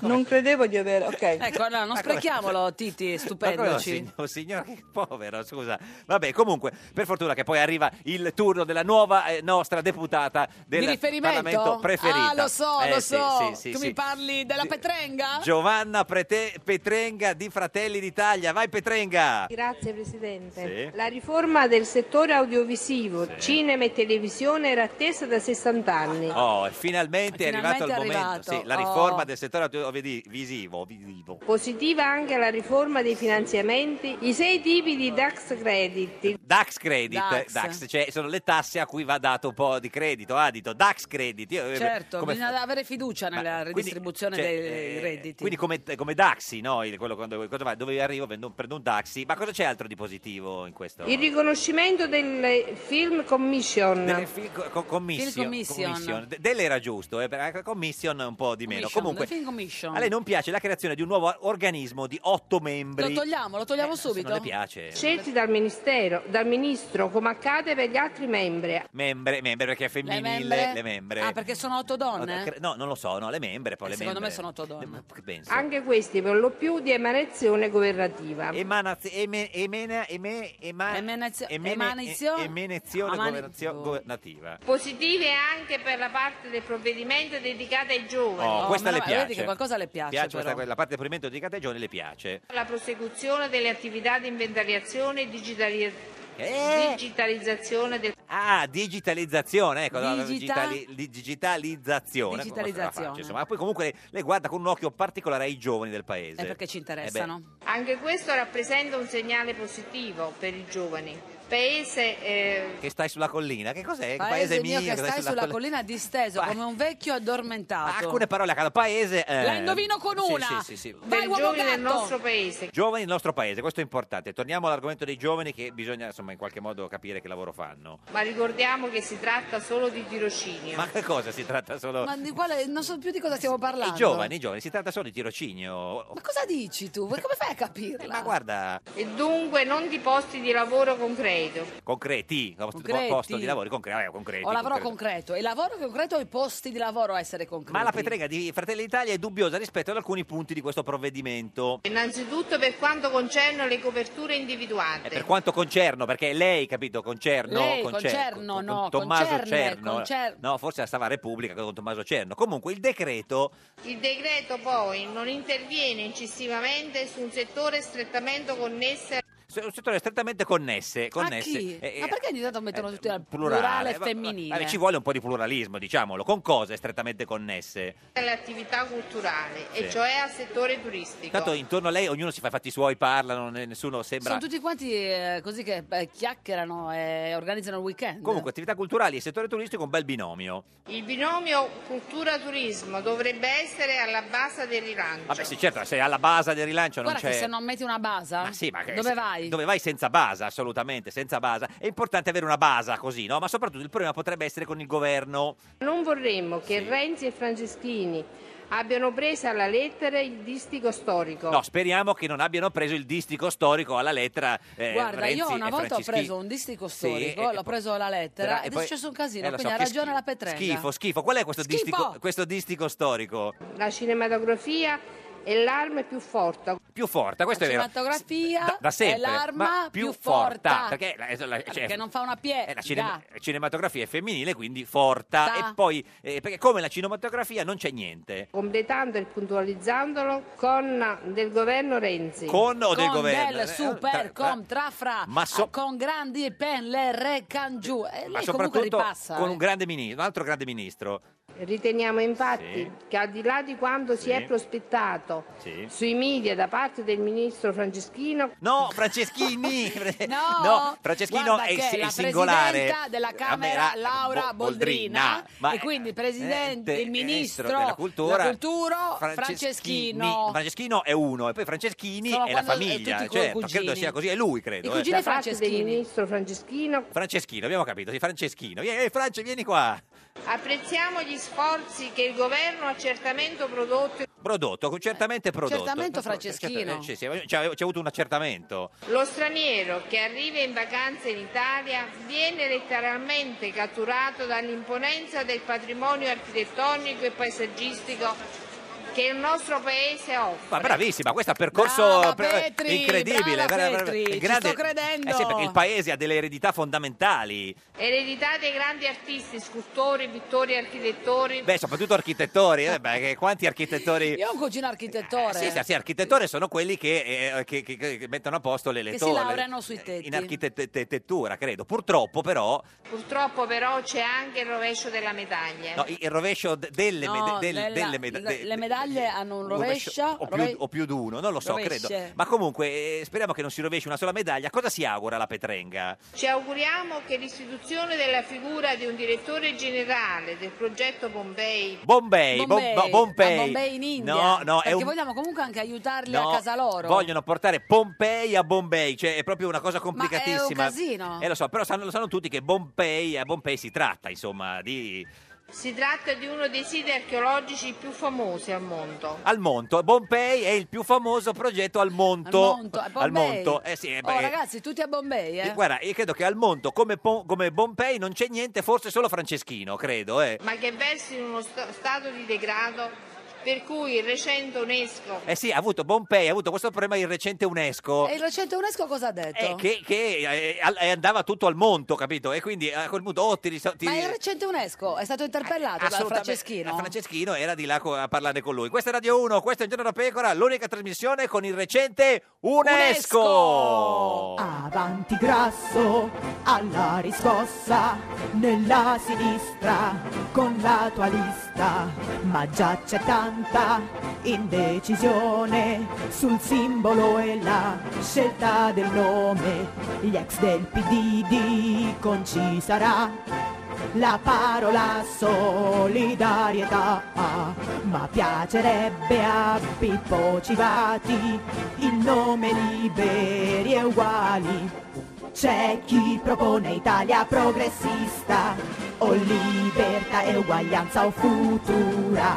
[SPEAKER 6] non credevo di avere... Ok.
[SPEAKER 1] Ecco, no, non sprechiamolo, Titi, stupendoci.
[SPEAKER 2] Ma come un signor, un signor che povero, scusa. Vabbè, comunque, per fortuna che poi arriva il turno della nuova eh, nostra deputata del
[SPEAKER 1] Di riferimento?
[SPEAKER 2] Parlamento preferita.
[SPEAKER 1] Ah, lo so,
[SPEAKER 2] Eh,
[SPEAKER 1] lo
[SPEAKER 2] sì,
[SPEAKER 1] so.
[SPEAKER 2] sì, sì,
[SPEAKER 1] tu
[SPEAKER 2] sì.
[SPEAKER 1] mi parli della Petrenga?
[SPEAKER 2] Giovanna Prete- Petrenga di Fratelli d'Italia. Vai Petrenga!
[SPEAKER 7] Grazie Presidente.
[SPEAKER 2] Sì.
[SPEAKER 7] La riforma del settore audiovisivo, cinema e televisione era attesa da 60 anni.
[SPEAKER 2] Oh, e finalmente è
[SPEAKER 7] Finalmente
[SPEAKER 2] arrivato il
[SPEAKER 7] è
[SPEAKER 2] momento,
[SPEAKER 7] arrivato.
[SPEAKER 2] sì, la
[SPEAKER 7] Oh.
[SPEAKER 2] riforma del settore audiovisivo. visivo.
[SPEAKER 7] Positiva anche la riforma dei finanziamenti, i sei tipi di DAX credit,
[SPEAKER 2] Dax Credit,
[SPEAKER 7] Dax.
[SPEAKER 2] Dax. cioè sono le tasse a cui va dato un po' di credito, adito. Dax Credit. Io, eh,
[SPEAKER 1] Certo,
[SPEAKER 2] come-
[SPEAKER 1] bisogna avere fiducia nella
[SPEAKER 2] quindi,
[SPEAKER 1] redistribuzione
[SPEAKER 2] cioè,
[SPEAKER 1] dei
[SPEAKER 2] eh,
[SPEAKER 1] redditi.
[SPEAKER 2] Quindi come, come Daxi, no? Il- quello quando- cosa vai? dove arrivo vendo un- prendo un Daxi, ma cosa c'è altro di positivo in questo?
[SPEAKER 7] il riconoscimento del Film Commission.
[SPEAKER 2] Delle fil- co- co- commission,
[SPEAKER 7] Film commission.
[SPEAKER 2] De- delle era giusto, eh, per- commission un po' di meno.
[SPEAKER 1] Commission,
[SPEAKER 2] Comunque,
[SPEAKER 1] the Film Commission.
[SPEAKER 2] a lei non piace la creazione di un nuovo organismo di otto membri.
[SPEAKER 7] Lo togliamo, lo togliamo subito.
[SPEAKER 2] Eh, Non le piace.
[SPEAKER 7] Scelti dal Ministero, dal Ministro, come accade per gli altri membri.
[SPEAKER 2] Membre, membre perché è femminile,
[SPEAKER 7] membre?
[SPEAKER 2] le membre.
[SPEAKER 1] Ah, perché sono otto donne? Eh,
[SPEAKER 2] No, cre- No, non lo so, no, le membre, poi le
[SPEAKER 1] Secondo me
[SPEAKER 2] membre.
[SPEAKER 1] sono otto donne.
[SPEAKER 2] Che pensi?
[SPEAKER 7] Anche questi per lo più di emanazione governativa.
[SPEAKER 2] Eme- emena- eme- ema- emene-
[SPEAKER 7] emanizio-
[SPEAKER 2] e- emenezione
[SPEAKER 7] amani-
[SPEAKER 2] governazio- governativa.
[SPEAKER 7] Positive anche per la parte del provvedimento dedicata ai giovani.
[SPEAKER 2] Oh, questa le piace.
[SPEAKER 1] vedi che qualcosa le piace,
[SPEAKER 2] questa-
[SPEAKER 1] però.
[SPEAKER 2] la parte del provvedimento di Categione le piace.
[SPEAKER 7] La prosecuzione delle attività di inventariazione e digitali-
[SPEAKER 2] Eh,
[SPEAKER 7] digitalizzazione del...
[SPEAKER 2] Ah, digitalizzazione, ecco, no,
[SPEAKER 7] Digita-
[SPEAKER 2] digitali- di- digitalizzazione. ecco, questa è la
[SPEAKER 1] Digitalizzazione.
[SPEAKER 2] faccia, insomma. Ma poi comunque le, le guarda con un occhio particolare ai giovani del paese.
[SPEAKER 1] È perché ci interessano.
[SPEAKER 2] Eh beh,
[SPEAKER 7] Anche questo rappresenta un segnale positivo per i giovani. Paese... eh,
[SPEAKER 2] che stai sulla collina, che cos'è?
[SPEAKER 1] Paese, mio che stai sulla collina disteso come un vecchio addormentato.
[SPEAKER 2] Alcune parole a caso, paese... eh,
[SPEAKER 1] La indovino con
[SPEAKER 2] sì,
[SPEAKER 1] una.
[SPEAKER 2] Sì, sì, sì.
[SPEAKER 1] Vai,
[SPEAKER 7] Per
[SPEAKER 1] uomo
[SPEAKER 7] giovani del
[SPEAKER 1] gatto!
[SPEAKER 7] nostro paese.
[SPEAKER 2] Giovani del nostro paese, questo è importante. Torniamo all'argomento dei giovani che bisogna insomma in qualche modo capire che lavoro fanno.
[SPEAKER 7] Ma ricordiamo che si tratta solo di tirocinio.
[SPEAKER 2] Ma che cosa si tratta solo?
[SPEAKER 1] Ma di quale non so più di cosa stiamo parlando.
[SPEAKER 2] I giovani, i giovani, si tratta solo di tirocinio.
[SPEAKER 1] Ma cosa dici tu? Come fai a capirla?
[SPEAKER 2] Ma guarda,
[SPEAKER 7] E dunque non di posti di lavoro concreto.
[SPEAKER 2] concreti, costo-
[SPEAKER 1] Concreti.
[SPEAKER 2] costo di lavoro, concre- eh, concreti.
[SPEAKER 1] Ho lavoro
[SPEAKER 2] concreti.
[SPEAKER 1] concreto. E lavoro concreto o i posti di lavoro a essere concreti?
[SPEAKER 2] Ma la Petrega di Fratelli d'Italia è dubbiosa rispetto ad alcuni punti di questo provvedimento.
[SPEAKER 7] Innanzitutto per quanto concerne le coperture
[SPEAKER 2] E
[SPEAKER 7] individuate.
[SPEAKER 2] Eh, per quanto concerno, perché lei, capito, concerno,
[SPEAKER 7] Lei,
[SPEAKER 2] concer-
[SPEAKER 7] concerno,
[SPEAKER 2] con-
[SPEAKER 7] no,
[SPEAKER 2] Tommaso
[SPEAKER 7] concerne,
[SPEAKER 2] Cerno,
[SPEAKER 7] concer-
[SPEAKER 2] no, forse la stava a Repubblica con Tommaso Cerno. Comunque il decreto
[SPEAKER 7] Il decreto poi non interviene incisivamente su un settore strettamente connesso
[SPEAKER 2] Se- un settore strettamente connesse, connesse.
[SPEAKER 1] A chi?
[SPEAKER 2] Eh, eh,
[SPEAKER 1] Ma perché ogni tanto mettono tutti al
[SPEAKER 2] plurale,
[SPEAKER 1] plurale,
[SPEAKER 2] va- va-
[SPEAKER 1] femminile?
[SPEAKER 2] vabbè, ci vuole un po' di pluralismo, diciamolo, con cose strettamente connesse.
[SPEAKER 7] alle attività culturali,
[SPEAKER 2] Sì.
[SPEAKER 7] e cioè al settore turistico.
[SPEAKER 2] Tanto intorno a lei ognuno si fa i fatti suoi, parlano, ne- nessuno sembra
[SPEAKER 1] Sono tutti quanti eh, così che eh, chiacchierano e organizzano il weekend.
[SPEAKER 2] Comunque attività culturali e settore turistico è un bel binomio.
[SPEAKER 7] Il binomio cultura-turismo dovrebbe essere alla base del rilancio.
[SPEAKER 2] Vabbè, sì, certo, se alla base del rilancio
[SPEAKER 1] Guarda
[SPEAKER 2] non
[SPEAKER 1] che
[SPEAKER 2] c'è
[SPEAKER 1] se non metti una basa,
[SPEAKER 2] Ma sì, ma che-
[SPEAKER 1] dove
[SPEAKER 2] se-
[SPEAKER 1] vai?
[SPEAKER 2] Dove vai senza basa, assolutamente, senza basa. È importante avere una basa così, no? Ma soprattutto il problema potrebbe essere con il governo.
[SPEAKER 7] Non vorremmo che Renzi e Franceschini abbiano preso alla lettera il distico storico.
[SPEAKER 2] No, speriamo che non abbiano preso il distico storico alla lettera eh,
[SPEAKER 1] Guarda, io
[SPEAKER 2] Renzi
[SPEAKER 1] una
[SPEAKER 2] e
[SPEAKER 1] volta ho
[SPEAKER 2] Francischi.
[SPEAKER 1] preso un distico
[SPEAKER 2] Sì,
[SPEAKER 1] storico,
[SPEAKER 2] e-
[SPEAKER 1] l'ho preso la lettera
[SPEAKER 2] e
[SPEAKER 1] ed è
[SPEAKER 2] poi-
[SPEAKER 1] successo un
[SPEAKER 2] eh,
[SPEAKER 1] casino,
[SPEAKER 2] lo so,
[SPEAKER 1] quindi ha
[SPEAKER 2] che
[SPEAKER 1] ragione la Petrenga.
[SPEAKER 2] Schifo, schifo. Qual è questo,
[SPEAKER 1] Schifo!
[SPEAKER 2] Distico, questo distico storico?
[SPEAKER 7] La cinematografia è l'arma più forte.
[SPEAKER 2] Più forte, questo
[SPEAKER 1] La
[SPEAKER 2] è vero.
[SPEAKER 1] cinematografia
[SPEAKER 2] Da, da sempre.
[SPEAKER 1] è l'arma
[SPEAKER 2] ma
[SPEAKER 1] più
[SPEAKER 2] forte.
[SPEAKER 1] forta.
[SPEAKER 2] Perché, la, la- cioè,
[SPEAKER 1] Perché non fa una piega.
[SPEAKER 2] la cinema- eh, cinematografia è femminile, quindi forta.
[SPEAKER 7] Ta.
[SPEAKER 2] E poi, eh, perché come la cinematografia non c'è niente.
[SPEAKER 1] Eh,
[SPEAKER 7] Completando e puntualizzandolo con del governo Renzi.
[SPEAKER 2] Con o del
[SPEAKER 1] Con
[SPEAKER 2] governo? Eh,
[SPEAKER 1] del super,
[SPEAKER 2] tra-
[SPEAKER 1] con, tra, fra,
[SPEAKER 2] Ma so-
[SPEAKER 1] ah, con grandi pen, le re, can giù. E
[SPEAKER 2] Ma
[SPEAKER 1] lei comunque
[SPEAKER 2] soprattutto
[SPEAKER 1] ripassa.
[SPEAKER 2] con un
[SPEAKER 1] eh.
[SPEAKER 2] grande ministro, un altro grande ministro.
[SPEAKER 7] Riteniamo infatti
[SPEAKER 2] Sì.
[SPEAKER 7] che al di là di quanto si
[SPEAKER 2] Sì.
[SPEAKER 7] è prospettato
[SPEAKER 2] Sì.
[SPEAKER 7] sui media da parte del ministro Franceschino,
[SPEAKER 2] No, Franceschini!
[SPEAKER 1] No,
[SPEAKER 2] Franceschino
[SPEAKER 1] guarda
[SPEAKER 2] è, il
[SPEAKER 1] che
[SPEAKER 2] si- il
[SPEAKER 1] la
[SPEAKER 2] singolare.
[SPEAKER 1] presidenta della Camera
[SPEAKER 2] Vabbè, la-
[SPEAKER 1] Laura
[SPEAKER 2] Bo-
[SPEAKER 1] Boldrina,
[SPEAKER 2] ma-
[SPEAKER 1] e quindi presidente,
[SPEAKER 2] eh,
[SPEAKER 1] il ministro
[SPEAKER 2] della cultura,
[SPEAKER 1] della cultura, Franceschino.
[SPEAKER 2] Franceschino è uno, e poi Franceschini
[SPEAKER 1] Sono
[SPEAKER 2] è la
[SPEAKER 1] quando- eh,
[SPEAKER 2] famiglia.
[SPEAKER 1] tutti co-
[SPEAKER 2] certo,
[SPEAKER 1] cugini.
[SPEAKER 2] credo sia così, è lui, credo. eh.
[SPEAKER 7] da parte del ministro Franceschino,
[SPEAKER 2] Franceschino, abbiamo capito, sì, Franceschino. Vieni, eh, France, vieni qua.
[SPEAKER 7] apprezziamo gli sforzi che il governo ha certamente prodotto
[SPEAKER 1] Eh,
[SPEAKER 2] Prodotto, certamente prodotto.
[SPEAKER 1] accertamento
[SPEAKER 2] Certamente,
[SPEAKER 1] franceschino.
[SPEAKER 2] Sì, sì, c'è, c'è avuto un accertamento.
[SPEAKER 7] Lo straniero che arriva in vacanza in Italia viene letteralmente catturato dall'imponenza del patrimonio architettonico e paesaggistico che il nostro paese offre.
[SPEAKER 2] Ma bravissima, questo ha percorso
[SPEAKER 1] Brava,
[SPEAKER 2] pre-
[SPEAKER 1] Petri,
[SPEAKER 2] incredibile.
[SPEAKER 1] brava, Petri, ci sto credendo.
[SPEAKER 2] Eh sì, perché il paese ha delle eredità fondamentali.
[SPEAKER 7] Eredità dei grandi artisti, scultori, pittori, architettori.
[SPEAKER 2] Beh, soprattutto architettori, eh, beh, che quanti architettori...
[SPEAKER 1] Io ho un cugino architettore.
[SPEAKER 2] Eh, Sì, sì, sì, architettori sono quelli che, eh, che- che- che mettono a posto le, le
[SPEAKER 1] Che si
[SPEAKER 2] tole, le-
[SPEAKER 1] laureano sui tetti.
[SPEAKER 2] in architettura, credo. Purtroppo però
[SPEAKER 7] Purtroppo però c'è anche il rovescio della medaglia.
[SPEAKER 2] no, il rovescio de- delle,
[SPEAKER 1] No,
[SPEAKER 2] meda- del-
[SPEAKER 1] della-
[SPEAKER 2] delle meda- de-
[SPEAKER 1] le medaglie hanno un rovescia.
[SPEAKER 2] o più, o più di uno, non lo so,
[SPEAKER 1] Rovesce.
[SPEAKER 2] credo. Ma comunque eh, speriamo che non si rovesci una sola medaglia. Cosa si augura la Petrenga?
[SPEAKER 7] Ci auguriamo che l'istituzione della figura di un direttore generale del progetto Bombay
[SPEAKER 2] Bombay, Bom-
[SPEAKER 1] Bombay,
[SPEAKER 2] no, Pompei.
[SPEAKER 1] a Bombay in India.
[SPEAKER 2] No, no, è
[SPEAKER 1] perché
[SPEAKER 2] un...
[SPEAKER 1] vogliamo comunque anche aiutarli
[SPEAKER 2] no,
[SPEAKER 1] a casa loro.
[SPEAKER 2] Vogliono portare Pompei a Bombay, cioè è proprio una cosa
[SPEAKER 1] Ma è
[SPEAKER 2] complicatissima.
[SPEAKER 1] un casino.
[SPEAKER 2] Eh, lo so, però sanno, lo sanno tutti che Pompei, a Pompei si tratta, insomma, di...
[SPEAKER 7] Si tratta di uno dei siti archeologici più famosi al mondo.
[SPEAKER 2] Al Monto. Pompei è il più famoso progetto al Monto.
[SPEAKER 1] Al Monto, a
[SPEAKER 2] Al
[SPEAKER 1] Bombay.
[SPEAKER 2] Monto. Eh sì, eh,
[SPEAKER 1] oh,
[SPEAKER 2] beh,
[SPEAKER 1] ragazzi, tutti a Bombay, eh?
[SPEAKER 2] eh, Guarda, io credo che al Monto, come, Po- come Pompei, non c'è niente, forse solo Franceschino, credo, eh.
[SPEAKER 7] ma che versa in uno sta- stato di degrado per cui il recente UNESCO
[SPEAKER 2] Eh sì, ha avuto Pompei, ha avuto questo problema il recente UNESCO.
[SPEAKER 1] E il recente UNESCO cosa ha detto?
[SPEAKER 2] Eh, che, che, eh, al- eh, andava tutto al monto, capito? E quindi a quel punto oh, ti, riso- ti-
[SPEAKER 1] Ma il recente UNESCO è stato interpellato da
[SPEAKER 2] assolutamente-
[SPEAKER 1] Franceschino?
[SPEAKER 2] eh, Franceschino era di là co- a parlare con lui. Questa è Radio 1, questo è il giorno da pecora, l'unica trasmissione con il recente UNESCO.
[SPEAKER 1] UNESCO! Ah,
[SPEAKER 8] Avanti grasso alla riscossa nella sinistra con la tua lista, ma già c'è tanta indecisione sul simbolo e la scelta del nome. Gli ex del PD dicono ci sarà la parola solidarietà, ma piacerebbe a Pippo Civati il nome liberi e uguali. C'è chi propone Italia progressista, o libertà e uguaglianza o futura,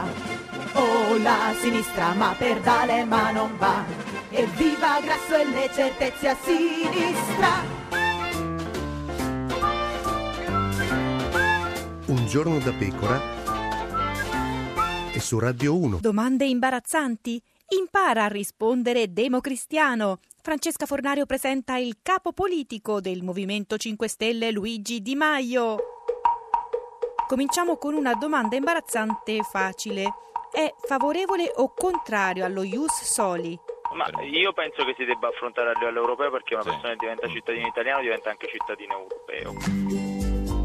[SPEAKER 8] o la sinistra ma per D'Alema non va, e viva Grasso e le certezze a sinistra.
[SPEAKER 9] Un giorno da pecora e su Radio 1.
[SPEAKER 10] Domande imbarazzanti? Impara a rispondere democristiano. Francesca Fornario presenta il capo politico del Movimento 5 Stelle Luigi Di Maio. Cominciamo con una domanda imbarazzante e facile. È favorevole o contrario allo Ius Soli?
[SPEAKER 11] Ma io penso che si debba affrontare a livello europeo perché una persona che diventa cittadino italiano diventa anche cittadino europeo.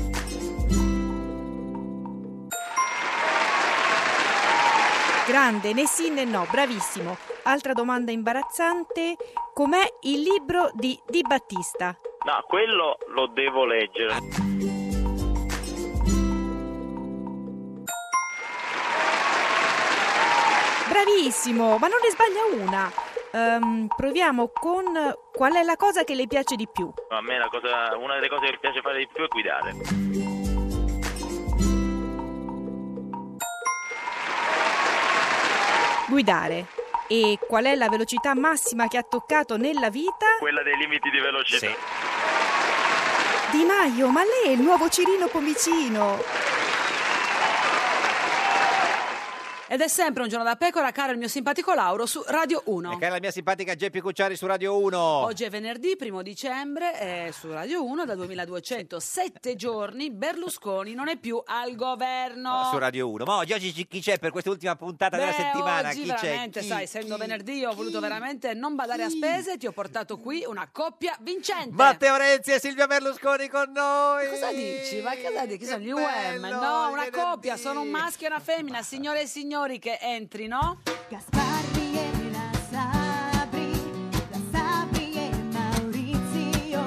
[SPEAKER 10] Grande, né sì né no, bravissimo. Altra domanda imbarazzante. Com'è il libro di Di Battista?
[SPEAKER 11] No, quello lo devo leggere.
[SPEAKER 10] Bravissimo, ma non ne sbaglia una. Ehm, proviamo con qual è la cosa che le piace di più.
[SPEAKER 11] A me la cosa, una delle cose che mi piace fare di più è guidare.
[SPEAKER 10] Guidare. E qual è la velocità massima che ha toccato nella vita?
[SPEAKER 11] Quella dei limiti di velocità.
[SPEAKER 10] Di Maio, ma lei è il nuovo Cirino Pomicino.
[SPEAKER 1] Ed è sempre un giorno da pecora, caro il mio simpatico Lauro, su Radio 1.
[SPEAKER 2] E cara la mia simpatica Geppi Cucciari su Radio 1.
[SPEAKER 1] Oggi è venerdì, primo dicembre, eh, su Radio 1, da 2207 giorni, Berlusconi non è più al governo.
[SPEAKER 2] Su Radio 1. Ma oggi, oggi chi c'è per quest'ultima puntata della
[SPEAKER 1] Oh. Beh,
[SPEAKER 2] settimana?
[SPEAKER 1] oggi
[SPEAKER 2] chi c'è?
[SPEAKER 1] veramente,
[SPEAKER 2] Chi?
[SPEAKER 1] sai, essendo venerdì io ho voluto veramente non badare a spese, ti ho portato qui una coppia vincente.
[SPEAKER 2] Matteo Renzi e Silvia Berlusconi con noi.
[SPEAKER 1] Cosa dici? Ma cosa dici? Chi sono gli
[SPEAKER 2] Che
[SPEAKER 1] UM?
[SPEAKER 2] bello,
[SPEAKER 1] No, una
[SPEAKER 2] venerdì.
[SPEAKER 1] coppia, sono un maschio e una femmina, signore e signori che entrino.
[SPEAKER 8] Gasparri e la Sabri, la Sabri e Maurizio,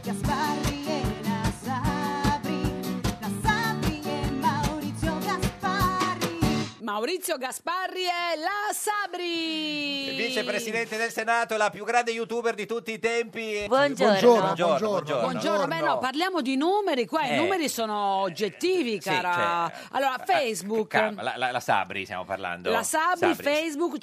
[SPEAKER 8] Gasparri e la Sabri, la Sabri e Maurizio Gasparri.
[SPEAKER 1] Maurizio Gasparri e la Sabri.
[SPEAKER 2] Il vicepresidente del Senato, la più grande youtuber di tutti i tempi.
[SPEAKER 1] Buongiorno. Buongiorno,
[SPEAKER 2] buongiorno.
[SPEAKER 1] Buongiorno, beh no, parliamo di numeri, qua
[SPEAKER 2] Eh.
[SPEAKER 1] i numeri sono oggettivi,
[SPEAKER 2] sì,
[SPEAKER 1] cara.
[SPEAKER 2] cioè,
[SPEAKER 1] allora, Facebook,
[SPEAKER 2] Calma, la, la- la Sabri stiamo parlando.
[SPEAKER 1] la Sabri, Facebook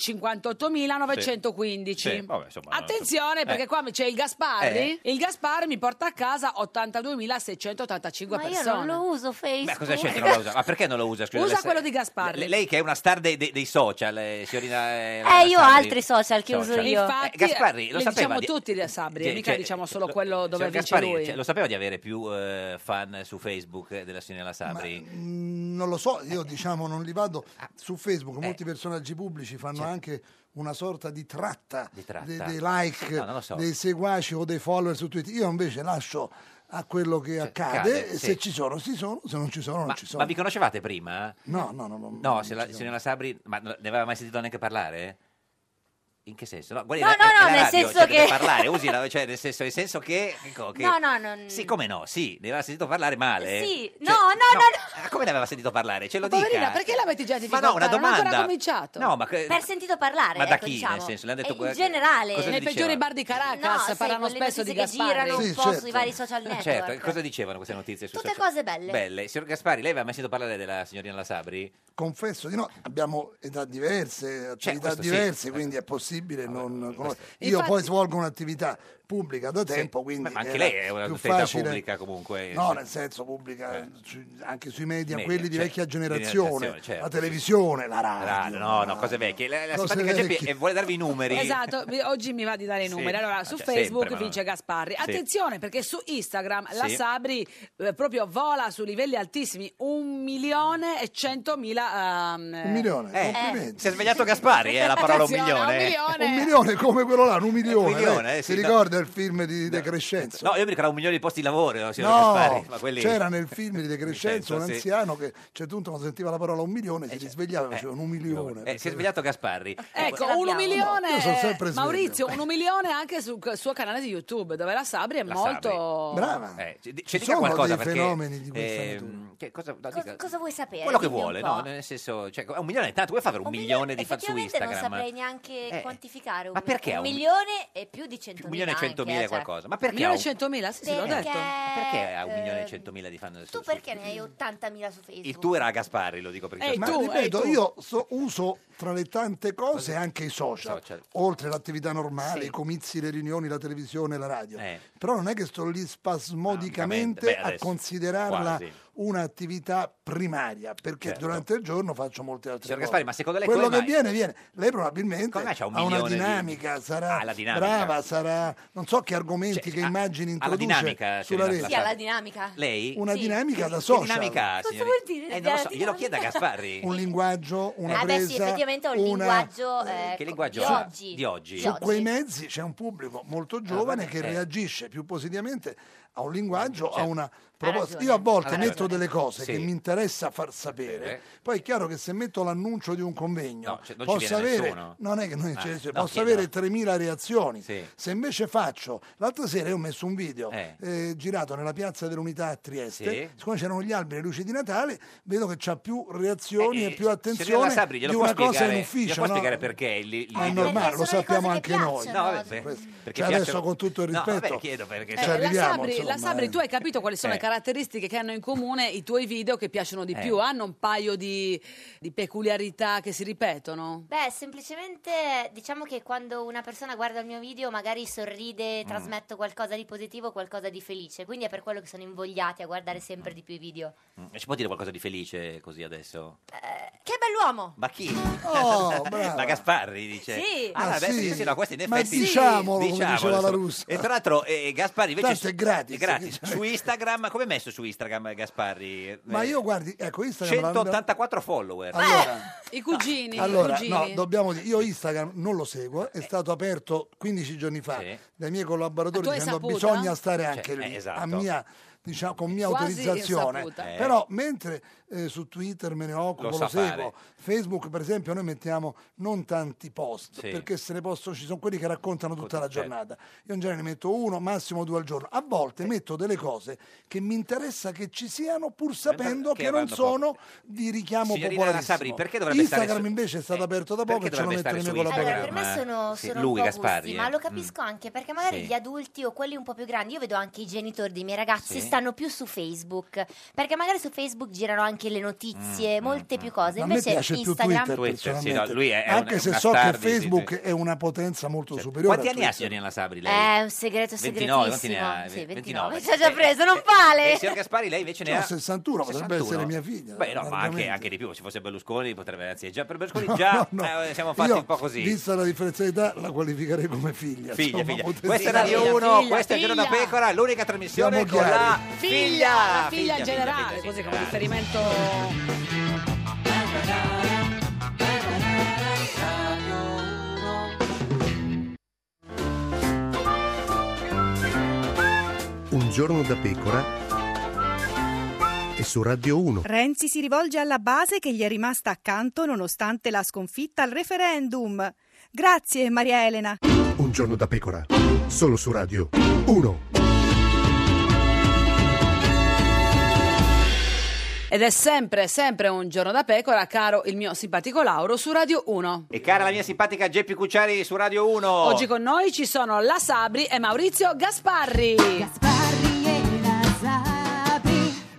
[SPEAKER 1] 58.915.
[SPEAKER 2] Sì, sì, vabbè, insomma,
[SPEAKER 1] Attenzione
[SPEAKER 2] eh.
[SPEAKER 1] perché qua c'è il Gasparri,
[SPEAKER 2] Eh.
[SPEAKER 1] il Gasparri mi porta a casa 82.685
[SPEAKER 12] Ma io
[SPEAKER 1] persone.
[SPEAKER 12] non lo uso Facebook.
[SPEAKER 2] Ma cosa c'è che non la usa? Ma perché non la usa? Scusa,
[SPEAKER 1] Usa
[SPEAKER 2] la-
[SPEAKER 1] quello di Gasparri.
[SPEAKER 2] le- Lei che è una star dei, dei- dei social, eh, signorina...
[SPEAKER 12] Eh, io ho altri social che uso io.
[SPEAKER 1] Infatti,
[SPEAKER 2] Eh, Gasparri,
[SPEAKER 1] eh,
[SPEAKER 2] lo
[SPEAKER 1] le
[SPEAKER 2] sapeva
[SPEAKER 1] diciamo
[SPEAKER 2] di-
[SPEAKER 1] tutti le Sabri,
[SPEAKER 2] Cioè,
[SPEAKER 1] mica
[SPEAKER 2] cioè,
[SPEAKER 1] diciamo solo quello dove
[SPEAKER 2] Signor
[SPEAKER 1] vince
[SPEAKER 2] Gasparri,
[SPEAKER 1] lui.
[SPEAKER 2] cioè, lo sapeva di avere più eh, fan su Facebook eh, della signora Sabri?
[SPEAKER 13] Mm, Non lo so,
[SPEAKER 2] Eh.
[SPEAKER 13] io diciamo non li vado
[SPEAKER 2] Ah.
[SPEAKER 13] su Facebook, molti personaggi pubblici fanno anche una sorta di tratta,
[SPEAKER 2] Di tratta.
[SPEAKER 13] de- dei like,
[SPEAKER 2] No, non lo so.
[SPEAKER 13] dei seguaci o dei follower su Twitter. Io invece lascio a quello che accade,
[SPEAKER 2] accade,
[SPEAKER 13] e
[SPEAKER 2] sì.
[SPEAKER 13] se ci sono ci sono, se non ci sono non ci sono.
[SPEAKER 2] Ma vi conoscevate prima?
[SPEAKER 13] No, no, no, no.
[SPEAKER 2] No, se la signora Sabri, ma no- ne aveva mai sentito neanche parlare? In che senso? No, guardi,
[SPEAKER 12] No,
[SPEAKER 2] la-
[SPEAKER 12] no,
[SPEAKER 2] è- è
[SPEAKER 12] no,
[SPEAKER 2] la
[SPEAKER 12] nel
[SPEAKER 2] radio,
[SPEAKER 12] senso
[SPEAKER 2] cioè, deve
[SPEAKER 12] che-
[SPEAKER 2] parlare, usi la- cioè, nel senso, nel senso che, ecco, che-
[SPEAKER 12] No, no, non...
[SPEAKER 2] Sì, come no? Sì, ne aveva sentito parlare male.
[SPEAKER 12] Sì,
[SPEAKER 2] Cioè,
[SPEAKER 12] no, no, no,
[SPEAKER 2] ah, come ne aveva sentito parlare? Ce lo
[SPEAKER 1] Poverina,
[SPEAKER 2] dica.
[SPEAKER 1] perché l'avete già
[SPEAKER 2] Ma no,
[SPEAKER 1] Non
[SPEAKER 2] una
[SPEAKER 1] è
[SPEAKER 2] domanda.
[SPEAKER 1] ancora cominciato.
[SPEAKER 2] No, ma che-
[SPEAKER 12] Per sentito parlare,
[SPEAKER 2] Ma da
[SPEAKER 12] ecco,
[SPEAKER 2] chi,
[SPEAKER 12] diciamo.
[SPEAKER 2] nel senso? Le hanno
[SPEAKER 12] Eh,
[SPEAKER 2] detto que-
[SPEAKER 12] in generale.
[SPEAKER 2] cosa le
[SPEAKER 1] Nei
[SPEAKER 2] diceva?
[SPEAKER 1] peggiori bar di
[SPEAKER 2] Ah,
[SPEAKER 1] Caracas
[SPEAKER 12] No, sì,
[SPEAKER 1] parlano
[SPEAKER 12] quelle
[SPEAKER 1] spesso di
[SPEAKER 12] notizie che
[SPEAKER 1] Gasparri.
[SPEAKER 12] girano un Sì, po' certo. sui vari social network.
[SPEAKER 2] Certo, e cosa dicevano queste notizie? Su
[SPEAKER 12] Tutte
[SPEAKER 2] social?
[SPEAKER 12] cose belle.
[SPEAKER 2] Belle. Signor Gaspari, lei aveva mai sentito parlare della signorina La Sabri?
[SPEAKER 13] Confesso di no, abbiamo età diverse, attività
[SPEAKER 2] Cioè, questo sì.
[SPEAKER 13] diverse, quindi è possibile non conoscere. Io
[SPEAKER 2] Infatti-
[SPEAKER 13] poi svolgo un'attività pubblica da
[SPEAKER 2] Sì.
[SPEAKER 13] tempo, quindi
[SPEAKER 2] Ma anche
[SPEAKER 13] era
[SPEAKER 2] lei è una
[SPEAKER 13] più
[SPEAKER 2] autorità
[SPEAKER 13] facile-
[SPEAKER 2] pubblica comunque.
[SPEAKER 13] No, nel senso pubblica su- anche sui
[SPEAKER 2] Eh,
[SPEAKER 13] media,
[SPEAKER 2] Media,
[SPEAKER 13] quelli di
[SPEAKER 2] certo,
[SPEAKER 13] vecchia
[SPEAKER 2] di
[SPEAKER 13] generazione,
[SPEAKER 2] generazione, certo,
[SPEAKER 13] la
[SPEAKER 2] sì.
[SPEAKER 13] televisione, la radio.
[SPEAKER 2] no, no, cose vecchie. La, la
[SPEAKER 13] Cose
[SPEAKER 2] simpatica Geppi,
[SPEAKER 13] vecchie.
[SPEAKER 2] eh, vuole darvi i numeri.
[SPEAKER 1] Esatto, vi- oggi mi va di dare i
[SPEAKER 2] Sì.
[SPEAKER 1] numeri. Allora,
[SPEAKER 2] Ah,
[SPEAKER 1] su
[SPEAKER 2] cioè,
[SPEAKER 1] Facebook
[SPEAKER 2] sempre, ma no.
[SPEAKER 1] vince Gasparri.
[SPEAKER 2] Sì.
[SPEAKER 1] Attenzione perché su Instagram la
[SPEAKER 2] Sì.
[SPEAKER 1] Sabri eh, proprio vola su livelli altissimi, un milione e centomila. ehm, eh,
[SPEAKER 13] Un milione,
[SPEAKER 1] eh,
[SPEAKER 13] complimenti.
[SPEAKER 2] Si è svegliato Gaspari, eh, la parola un
[SPEAKER 1] Attenzione,
[SPEAKER 2] milione. eh.
[SPEAKER 1] un milione.
[SPEAKER 13] Un milione come quello là, un milione.
[SPEAKER 2] Un milione,
[SPEAKER 13] eh.
[SPEAKER 2] eh,
[SPEAKER 13] si
[SPEAKER 2] sì, no.
[SPEAKER 13] ricorda il film di De Crescenzo?
[SPEAKER 2] No, io mi ricordo un milione di posti di lavoro, no, signor
[SPEAKER 13] No,
[SPEAKER 2] Gaspari, ma quelli-
[SPEAKER 13] c'era nel film di De Crescenzo un
[SPEAKER 2] Vincenzo, sì.
[SPEAKER 13] anziano che a un certo punto quando sentiva la parola un milione si risvegliava e faceva un milione.
[SPEAKER 2] Eh, si è svegliato Gasparri.
[SPEAKER 1] Ecco,
[SPEAKER 13] Ce
[SPEAKER 1] un
[SPEAKER 13] l'abbiamo.
[SPEAKER 1] milione,
[SPEAKER 13] Io sono
[SPEAKER 1] eh,
[SPEAKER 13] sempre sveglio.
[SPEAKER 1] Maurizio, un milione anche sul c- suo canale di YouTube, dove la Sabri è
[SPEAKER 2] La
[SPEAKER 1] molto...
[SPEAKER 2] Sabri. Eh, ci, ci dica
[SPEAKER 13] sono
[SPEAKER 2] qualcosa
[SPEAKER 13] dei
[SPEAKER 2] perché,
[SPEAKER 13] fenomeni di questa
[SPEAKER 2] ehm, che cosa, no, dica-
[SPEAKER 12] Cosa, cosa vuoi sapere?
[SPEAKER 2] quello che
[SPEAKER 12] Dimmi un
[SPEAKER 2] vuole,
[SPEAKER 12] po'.
[SPEAKER 2] no? Nel senso, cioè, un milione è tanto, vuoi far avere un, milione di fan su
[SPEAKER 12] Effettivamente
[SPEAKER 2] Instagram?
[SPEAKER 12] non saprei neanche
[SPEAKER 2] Eh,
[SPEAKER 12] quantificare. Un,
[SPEAKER 2] ma perché
[SPEAKER 12] un,
[SPEAKER 2] un-
[SPEAKER 12] milione e più di 100.000
[SPEAKER 2] Un milione e centomila è qualcosa. Ma perché? ha
[SPEAKER 1] Milione
[SPEAKER 2] un-
[SPEAKER 1] e centomila, sì, sì, l'ho
[SPEAKER 12] cioè. Perché-
[SPEAKER 1] detto.
[SPEAKER 2] Perché ha un milione e
[SPEAKER 12] eh,
[SPEAKER 2] centomila di fan su
[SPEAKER 12] Tu perché ne hai 80.000 su Facebook?
[SPEAKER 2] Il tuo era a Gasparri, lo dico perché...
[SPEAKER 13] Ma ripeto, io so- uso tra le tante cose anche i social,
[SPEAKER 2] Social.
[SPEAKER 13] oltre all'attività normale,
[SPEAKER 2] Sì.
[SPEAKER 13] i comizi, le riunioni, la televisione, la radio.
[SPEAKER 2] Eh.
[SPEAKER 13] Però non è che sto lì spasmodicamente
[SPEAKER 2] Beh,
[SPEAKER 13] a
[SPEAKER 2] adesso,
[SPEAKER 13] considerarla
[SPEAKER 2] quasi.
[SPEAKER 13] un'attività primaria, perché
[SPEAKER 2] Certo.
[SPEAKER 13] durante il giorno faccio molte altre
[SPEAKER 2] Signor
[SPEAKER 13] cose.
[SPEAKER 2] Gaspari, ma secondo lei
[SPEAKER 13] quello
[SPEAKER 2] come
[SPEAKER 13] che
[SPEAKER 2] mai-
[SPEAKER 13] viene viene. Lei probabilmente
[SPEAKER 2] Come mai c'ha un
[SPEAKER 13] ha una
[SPEAKER 2] milione di-
[SPEAKER 13] dinamica, sarà
[SPEAKER 2] Ah, la dinamica. Cioè,
[SPEAKER 13] brava, sarà non so che argomenti, che immagini
[SPEAKER 2] alla
[SPEAKER 13] introduce
[SPEAKER 2] dinamica,
[SPEAKER 13] sulla
[SPEAKER 2] signorina
[SPEAKER 13] rete.
[SPEAKER 12] Sì, alla dinamica.
[SPEAKER 2] Lei?
[SPEAKER 13] Una
[SPEAKER 12] Sì.
[SPEAKER 13] dinamica da
[SPEAKER 2] Che
[SPEAKER 13] social.
[SPEAKER 2] dinamica ha, signori?
[SPEAKER 12] vuol dire
[SPEAKER 2] Eh, non lo so,
[SPEAKER 12] dinamica?
[SPEAKER 2] glielo chieda Gasparri.
[SPEAKER 13] un linguaggio, una
[SPEAKER 12] Ah, beh, sì,
[SPEAKER 13] presa,
[SPEAKER 12] effettivamente ho il
[SPEAKER 13] una-
[SPEAKER 12] linguaggio, eh,
[SPEAKER 2] Che linguaggio
[SPEAKER 12] di
[SPEAKER 2] ha?
[SPEAKER 12] oggi.
[SPEAKER 2] Di oggi.
[SPEAKER 13] Su quei mezzi c'è un pubblico molto giovane
[SPEAKER 2] vabbè,
[SPEAKER 13] che
[SPEAKER 2] eh.
[SPEAKER 13] reagisce più positivamente a un linguaggio, a una proposta.
[SPEAKER 2] ragione.
[SPEAKER 13] Io a volte
[SPEAKER 2] Ha
[SPEAKER 13] metto
[SPEAKER 2] ragione.
[SPEAKER 13] delle cose
[SPEAKER 2] Sì. Eh.
[SPEAKER 13] che mi interessa far sapere, poi è chiaro che se metto l'annuncio di un convegno
[SPEAKER 2] No, cioè, non ci
[SPEAKER 13] posso
[SPEAKER 2] viene
[SPEAKER 13] avere,
[SPEAKER 2] nessuno.
[SPEAKER 13] non è che non
[SPEAKER 2] Ah,
[SPEAKER 13] ci- cioè,
[SPEAKER 2] no,
[SPEAKER 13] posso
[SPEAKER 2] chiedo.
[SPEAKER 13] avere 3.000 reazioni.
[SPEAKER 2] Sì.
[SPEAKER 13] Se invece faccio, l'altra sera io ho messo un video
[SPEAKER 2] Eh.
[SPEAKER 13] eh, girato nella piazza dell'Unità a Trieste,
[SPEAKER 2] Sì.
[SPEAKER 13] siccome c'erano gli alberi e le luci di Natale, vedo che c'ha più reazioni e più
[SPEAKER 2] Signorina
[SPEAKER 13] attenzione
[SPEAKER 2] Eh, Sabri,
[SPEAKER 13] di
[SPEAKER 2] glielo può
[SPEAKER 13] una cosa in
[SPEAKER 2] spiegare- glielo
[SPEAKER 13] ufficio.
[SPEAKER 2] può
[SPEAKER 13] no?
[SPEAKER 2] spiegare perché il, il
[SPEAKER 13] Ma è
[SPEAKER 2] video-
[SPEAKER 1] Eh,
[SPEAKER 13] normale, lo sappiamo anche noi.
[SPEAKER 2] No, vabbè, perché
[SPEAKER 13] Cioè,
[SPEAKER 2] piacciono-
[SPEAKER 13] adesso con tutto il
[SPEAKER 2] No,
[SPEAKER 13] rispetto
[SPEAKER 2] vabbè, chiedo perché
[SPEAKER 13] ci
[SPEAKER 1] Eh, la,
[SPEAKER 13] arriviamo,
[SPEAKER 1] Sabri, la
[SPEAKER 13] insomma,
[SPEAKER 1] Sabri,
[SPEAKER 13] eh.
[SPEAKER 1] tu hai capito quali sono
[SPEAKER 13] Eh.
[SPEAKER 1] le caratteristiche che hanno in comune i tuoi video che piacciono di
[SPEAKER 13] Eh.
[SPEAKER 1] più? Hanno un paio di, di peculiarità che si ripetono?
[SPEAKER 12] Beh, semplicemente diciamo che quando una persona guarda il mio video magari
[SPEAKER 2] Mm.
[SPEAKER 12] sorride, trasmetto qualcosa di positivo, qualcosa di felice, quindi è per quello che sono invogliati a guardare sempre di più i video.
[SPEAKER 2] Mm, Ci può dire qualcosa di felice così adesso?
[SPEAKER 12] Che bell'uomo!
[SPEAKER 2] Ma chi? Eh,
[SPEAKER 13] Oh,
[SPEAKER 2] Ma Gasparri dice.
[SPEAKER 12] Sì.
[SPEAKER 2] Ah,
[SPEAKER 13] Ma
[SPEAKER 2] beh, sì,
[SPEAKER 13] sì.
[SPEAKER 2] sì, no, questo in
[SPEAKER 13] Ma
[SPEAKER 2] effetti.
[SPEAKER 13] diciamolo, come diceva la
[SPEAKER 2] insomma.
[SPEAKER 13] Russa.
[SPEAKER 2] E tra l'altro, eh, Gasparri invece.
[SPEAKER 13] Tanto è gratis.
[SPEAKER 2] Su Instagram, come è messo su Instagram Gasparri? Eh,
[SPEAKER 13] Ma io guardi, ecco Instagram... l'hanno-
[SPEAKER 2] 184 follower.
[SPEAKER 13] Allora,
[SPEAKER 1] I cugini, i
[SPEAKER 13] allora
[SPEAKER 1] cugini.
[SPEAKER 13] no, dobbiamo dire, io Instagram non lo seguo,
[SPEAKER 1] Eh.
[SPEAKER 13] è stato aperto 15 giorni fa dai miei
[SPEAKER 1] Ah, tu
[SPEAKER 13] collaboratori
[SPEAKER 1] Ah, hai
[SPEAKER 13] dicendo
[SPEAKER 1] saputo?
[SPEAKER 13] bisogna stare anche
[SPEAKER 2] Cioè,
[SPEAKER 13] lì,
[SPEAKER 2] eh, esatto.
[SPEAKER 13] a mia diciamo, con mia
[SPEAKER 14] Quasi
[SPEAKER 13] autorizzazione.
[SPEAKER 14] insaputa. Eh.
[SPEAKER 13] Però mentre eh, su Twitter me ne occupo,
[SPEAKER 14] Lo
[SPEAKER 13] lo,
[SPEAKER 14] sa
[SPEAKER 13] seguo,
[SPEAKER 14] fare.
[SPEAKER 13] Facebook per esempio noi mettiamo non tanti post,
[SPEAKER 14] Sì.
[SPEAKER 13] perché se ne possono, ci sono quelli che raccontano tutta la
[SPEAKER 14] Certo.
[SPEAKER 13] giornata. Io in genere ne metto uno, massimo due al giorno. A volte metto delle cose che mi interessa che ci siano pur sapendo
[SPEAKER 2] che
[SPEAKER 13] che non
[SPEAKER 2] avranno poco.
[SPEAKER 13] sono di richiamo
[SPEAKER 2] Signorina
[SPEAKER 13] popolare.
[SPEAKER 2] Sabri, perché dovrebbe stare
[SPEAKER 13] Instagram
[SPEAKER 2] su-
[SPEAKER 13] invece è stato aperto da poco e
[SPEAKER 2] Eh, perché
[SPEAKER 13] ci hanno
[SPEAKER 2] dovrebbe
[SPEAKER 13] messo le
[SPEAKER 2] stare
[SPEAKER 13] mie
[SPEAKER 2] su
[SPEAKER 12] Allora, per me
[SPEAKER 2] Ma-
[SPEAKER 12] sono,
[SPEAKER 2] sì,
[SPEAKER 12] sono
[SPEAKER 2] lui,
[SPEAKER 12] un po'
[SPEAKER 2] Gasparri,
[SPEAKER 12] gusti,
[SPEAKER 2] eh.
[SPEAKER 12] ma lo capisco anche perché magari
[SPEAKER 2] Sì.
[SPEAKER 12] gli adulti o quelli un po' più grandi, io vedo anche i genitori dei miei ragazzi
[SPEAKER 2] Sì.
[SPEAKER 12] stanno più su Facebook, perché magari su Facebook girano anche le notizie,
[SPEAKER 2] Mm,
[SPEAKER 12] molte più cose,
[SPEAKER 13] A me
[SPEAKER 12] invece
[SPEAKER 13] piace più
[SPEAKER 12] Instagram
[SPEAKER 13] Twitter,
[SPEAKER 2] Twitter, sì,
[SPEAKER 13] personalmente.
[SPEAKER 2] no, lui è- è
[SPEAKER 13] anche
[SPEAKER 2] una-
[SPEAKER 13] se
[SPEAKER 2] una
[SPEAKER 13] so
[SPEAKER 2] star
[SPEAKER 13] che
[SPEAKER 2] di- di-
[SPEAKER 13] Facebook è una potenza molto superiore.
[SPEAKER 2] Cioè, Quanti anni
[SPEAKER 13] a
[SPEAKER 2] ha
[SPEAKER 13] Twitter.
[SPEAKER 2] signorina La Sabri? Lei?
[SPEAKER 12] Eh,
[SPEAKER 1] Eh.
[SPEAKER 12] è un segreto
[SPEAKER 2] 29,
[SPEAKER 12] segretissimo.
[SPEAKER 2] quanti ne Eh, ha?
[SPEAKER 12] Sì,
[SPEAKER 2] 29.
[SPEAKER 12] 29. Ci ha già preso, non vale.
[SPEAKER 2] E signor Gaspari, lei invece ne
[SPEAKER 1] Cioè,
[SPEAKER 13] No,
[SPEAKER 2] ha
[SPEAKER 13] 61, Cioè, potrebbe
[SPEAKER 2] 61.
[SPEAKER 13] essere mia figlia.
[SPEAKER 2] Beh, no, ma anche,
[SPEAKER 13] largamente.
[SPEAKER 2] anche di più. Se fosse Berlusconi, potrebbe anzi, già per Berlusconi già eh, siamo fatti
[SPEAKER 13] Io,
[SPEAKER 2] un po' così.
[SPEAKER 13] Vista la differenza di età, la qualificherei come figlia.
[SPEAKER 2] Figlia,
[SPEAKER 13] insomma,
[SPEAKER 2] figlia.
[SPEAKER 13] potenza-
[SPEAKER 2] Questa è Radio 1, questa è Il Giorno da Pecora, l'unica trasmissione
[SPEAKER 13] Siamo
[SPEAKER 2] con la
[SPEAKER 13] chiari.
[SPEAKER 1] Figlia,
[SPEAKER 2] figlia,
[SPEAKER 1] la figlia in generale,
[SPEAKER 2] figlia,
[SPEAKER 1] così
[SPEAKER 2] figlia.
[SPEAKER 1] come riferimento.
[SPEAKER 9] Un giorno da pecora e su Radio 1.
[SPEAKER 10] Renzi si rivolge alla base che gli è rimasta accanto nonostante la sconfitta al referendum. Grazie Maria Elena.
[SPEAKER 9] Un giorno da pecora, solo su Radio 1.
[SPEAKER 1] Ed è sempre, sempre un giorno da pecora, caro il mio simpatico Lauro su Radio 1.
[SPEAKER 2] E cara la mia simpatica Geppi Cucciari su Radio 1.
[SPEAKER 1] Oggi con noi ci sono la Sabri e Maurizio Gasparri.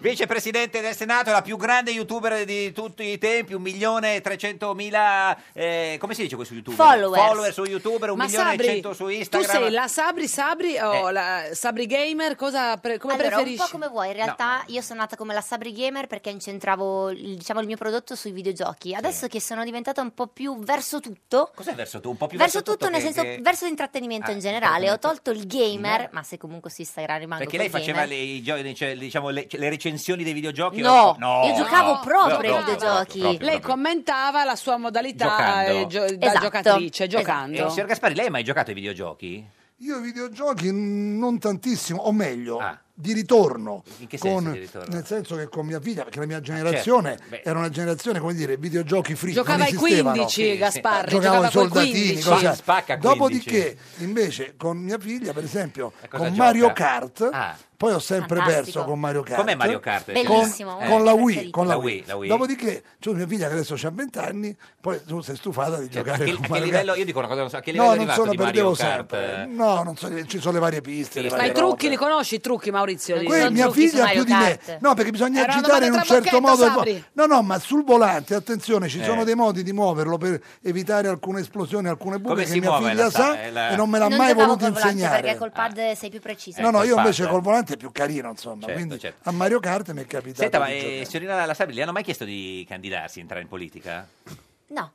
[SPEAKER 2] Vicepresidente del Senato, la più grande youtuber di tutti i tempi, 1.300.000, eh, come si dice questo YouTube?
[SPEAKER 1] Followers.
[SPEAKER 2] su YouTube,
[SPEAKER 1] Ma
[SPEAKER 2] 1.100.000 su Instagram. Eh.
[SPEAKER 1] tu sei la Sabri Sabri o la Sabri Gamer? Cosa pre- come
[SPEAKER 12] allora,
[SPEAKER 1] preferisci?
[SPEAKER 12] un po' come vuoi. In realtà io sono nata come la Sabri Gamer perché incentravo il, diciamo, il mio prodotto sui videogiochi. Adesso che sono diventata un po' più verso tutto.
[SPEAKER 2] Cos'è verso tu? Un po' più
[SPEAKER 12] verso, tutto, nel
[SPEAKER 2] che-
[SPEAKER 12] senso
[SPEAKER 2] che-
[SPEAKER 12] verso l'intrattenimento
[SPEAKER 2] Ah,
[SPEAKER 12] in generale. Ho tolto il gamer,
[SPEAKER 2] Gamer.
[SPEAKER 12] ma se comunque su Instagram rimango
[SPEAKER 2] Perché lei
[SPEAKER 12] col
[SPEAKER 2] faceva
[SPEAKER 12] gamer.
[SPEAKER 2] le, i gio- cioè, diciamo, le, le recensioni dei videogiochi?
[SPEAKER 12] No,
[SPEAKER 2] No,
[SPEAKER 12] io giocavo
[SPEAKER 2] no,
[SPEAKER 12] proprio
[SPEAKER 2] proprio,
[SPEAKER 12] ai videogiochi.
[SPEAKER 2] proprio, proprio.
[SPEAKER 1] Lei commentava la sua modalità
[SPEAKER 2] Giocando.
[SPEAKER 1] eh, gio- da
[SPEAKER 12] Esatto.
[SPEAKER 1] giocatrice, giocando.
[SPEAKER 2] Eh, signor Gaspari, lei ha mai giocato ai videogiochi?
[SPEAKER 13] Io i videogiochi n- non tantissimo, o meglio, di ritorno.
[SPEAKER 2] Ah. In che senso
[SPEAKER 13] con-
[SPEAKER 2] di ritorno?
[SPEAKER 13] Nel senso che con mia figlia, perché la mia generazione
[SPEAKER 2] certo, beh.
[SPEAKER 13] era una generazione, come dire, videogiochi free.
[SPEAKER 1] Giocava
[SPEAKER 13] non
[SPEAKER 1] ai
[SPEAKER 13] esistevano.
[SPEAKER 1] 15, Sì, sì. Gasparri,
[SPEAKER 13] Giocavo
[SPEAKER 1] giocava
[SPEAKER 13] ai
[SPEAKER 1] coi
[SPEAKER 13] soldatini,
[SPEAKER 1] 15.
[SPEAKER 13] cose-
[SPEAKER 1] Spacca 15.
[SPEAKER 13] Dopodiché, invece, con mia figlia, per esempio,
[SPEAKER 2] A cosa
[SPEAKER 13] con
[SPEAKER 2] gioca?
[SPEAKER 13] Mario Kart,
[SPEAKER 2] Ah.
[SPEAKER 13] poi ho sempre
[SPEAKER 2] Fantastico.
[SPEAKER 13] perso con Mario Kart.
[SPEAKER 2] Com'è Mario Kart?
[SPEAKER 13] Con-
[SPEAKER 2] Bellissimo, uno
[SPEAKER 13] Esatto. Con,
[SPEAKER 2] dei
[SPEAKER 13] la,
[SPEAKER 2] miei
[SPEAKER 13] Wii,
[SPEAKER 2] preferiti.
[SPEAKER 13] con la,
[SPEAKER 2] La
[SPEAKER 13] Wii.
[SPEAKER 2] Wii, la Wii.
[SPEAKER 13] Dopodiché, c'è mia figlia che adesso ha 20 anni, poi tu sei stufata di
[SPEAKER 2] Cioè, a
[SPEAKER 13] giocare
[SPEAKER 2] che,
[SPEAKER 13] con
[SPEAKER 2] a che
[SPEAKER 13] Mario Kart.
[SPEAKER 2] livello, io dico una cosa, non so, a che
[SPEAKER 13] No,
[SPEAKER 2] livello è
[SPEAKER 13] non
[SPEAKER 2] arrivato
[SPEAKER 13] sono,
[SPEAKER 2] di Mario
[SPEAKER 13] perdevo
[SPEAKER 2] Kart?
[SPEAKER 13] sempre. No, non so, ci sono le varie piste. le
[SPEAKER 1] Ma
[SPEAKER 13] varie
[SPEAKER 1] i trucchi li conosci, i trucchi Maurizio? Di-
[SPEAKER 13] Que- cioè. mia figlia più di me. Eh, No, perché bisogna
[SPEAKER 1] Era una
[SPEAKER 13] agitare in un
[SPEAKER 1] domanda
[SPEAKER 13] certo modo.
[SPEAKER 1] trabocchetto,
[SPEAKER 13] il vo-
[SPEAKER 1] Sabri.
[SPEAKER 13] No, no, ma sul volante, attenzione, ci
[SPEAKER 2] Eh.
[SPEAKER 13] sono dei modi di muoverlo per evitare alcune esplosioni, alcune
[SPEAKER 2] Come
[SPEAKER 13] buche
[SPEAKER 2] si
[SPEAKER 13] che mia
[SPEAKER 2] muove
[SPEAKER 13] figlia
[SPEAKER 2] la sa-
[SPEAKER 13] sa
[SPEAKER 2] eh, la-
[SPEAKER 13] e non me l'ha
[SPEAKER 12] non
[SPEAKER 13] mai
[SPEAKER 12] giocavo
[SPEAKER 13] voluto
[SPEAKER 12] col volante,
[SPEAKER 13] insegnare.
[SPEAKER 12] Perché col pad sei più preciso.
[SPEAKER 13] No, no,
[SPEAKER 2] Ah. col
[SPEAKER 13] io invece
[SPEAKER 2] pad.
[SPEAKER 13] col volante è più carino, insomma.
[SPEAKER 2] Certo,
[SPEAKER 13] Quindi
[SPEAKER 2] certo.
[SPEAKER 13] a Mario Kart mi è capitato.
[SPEAKER 2] Senta, ma
[SPEAKER 13] di
[SPEAKER 2] eh,
[SPEAKER 13] giocare.
[SPEAKER 2] signorina La Sabri, le hanno mai chiesto di candidarsi, entrare in politica?
[SPEAKER 12] No.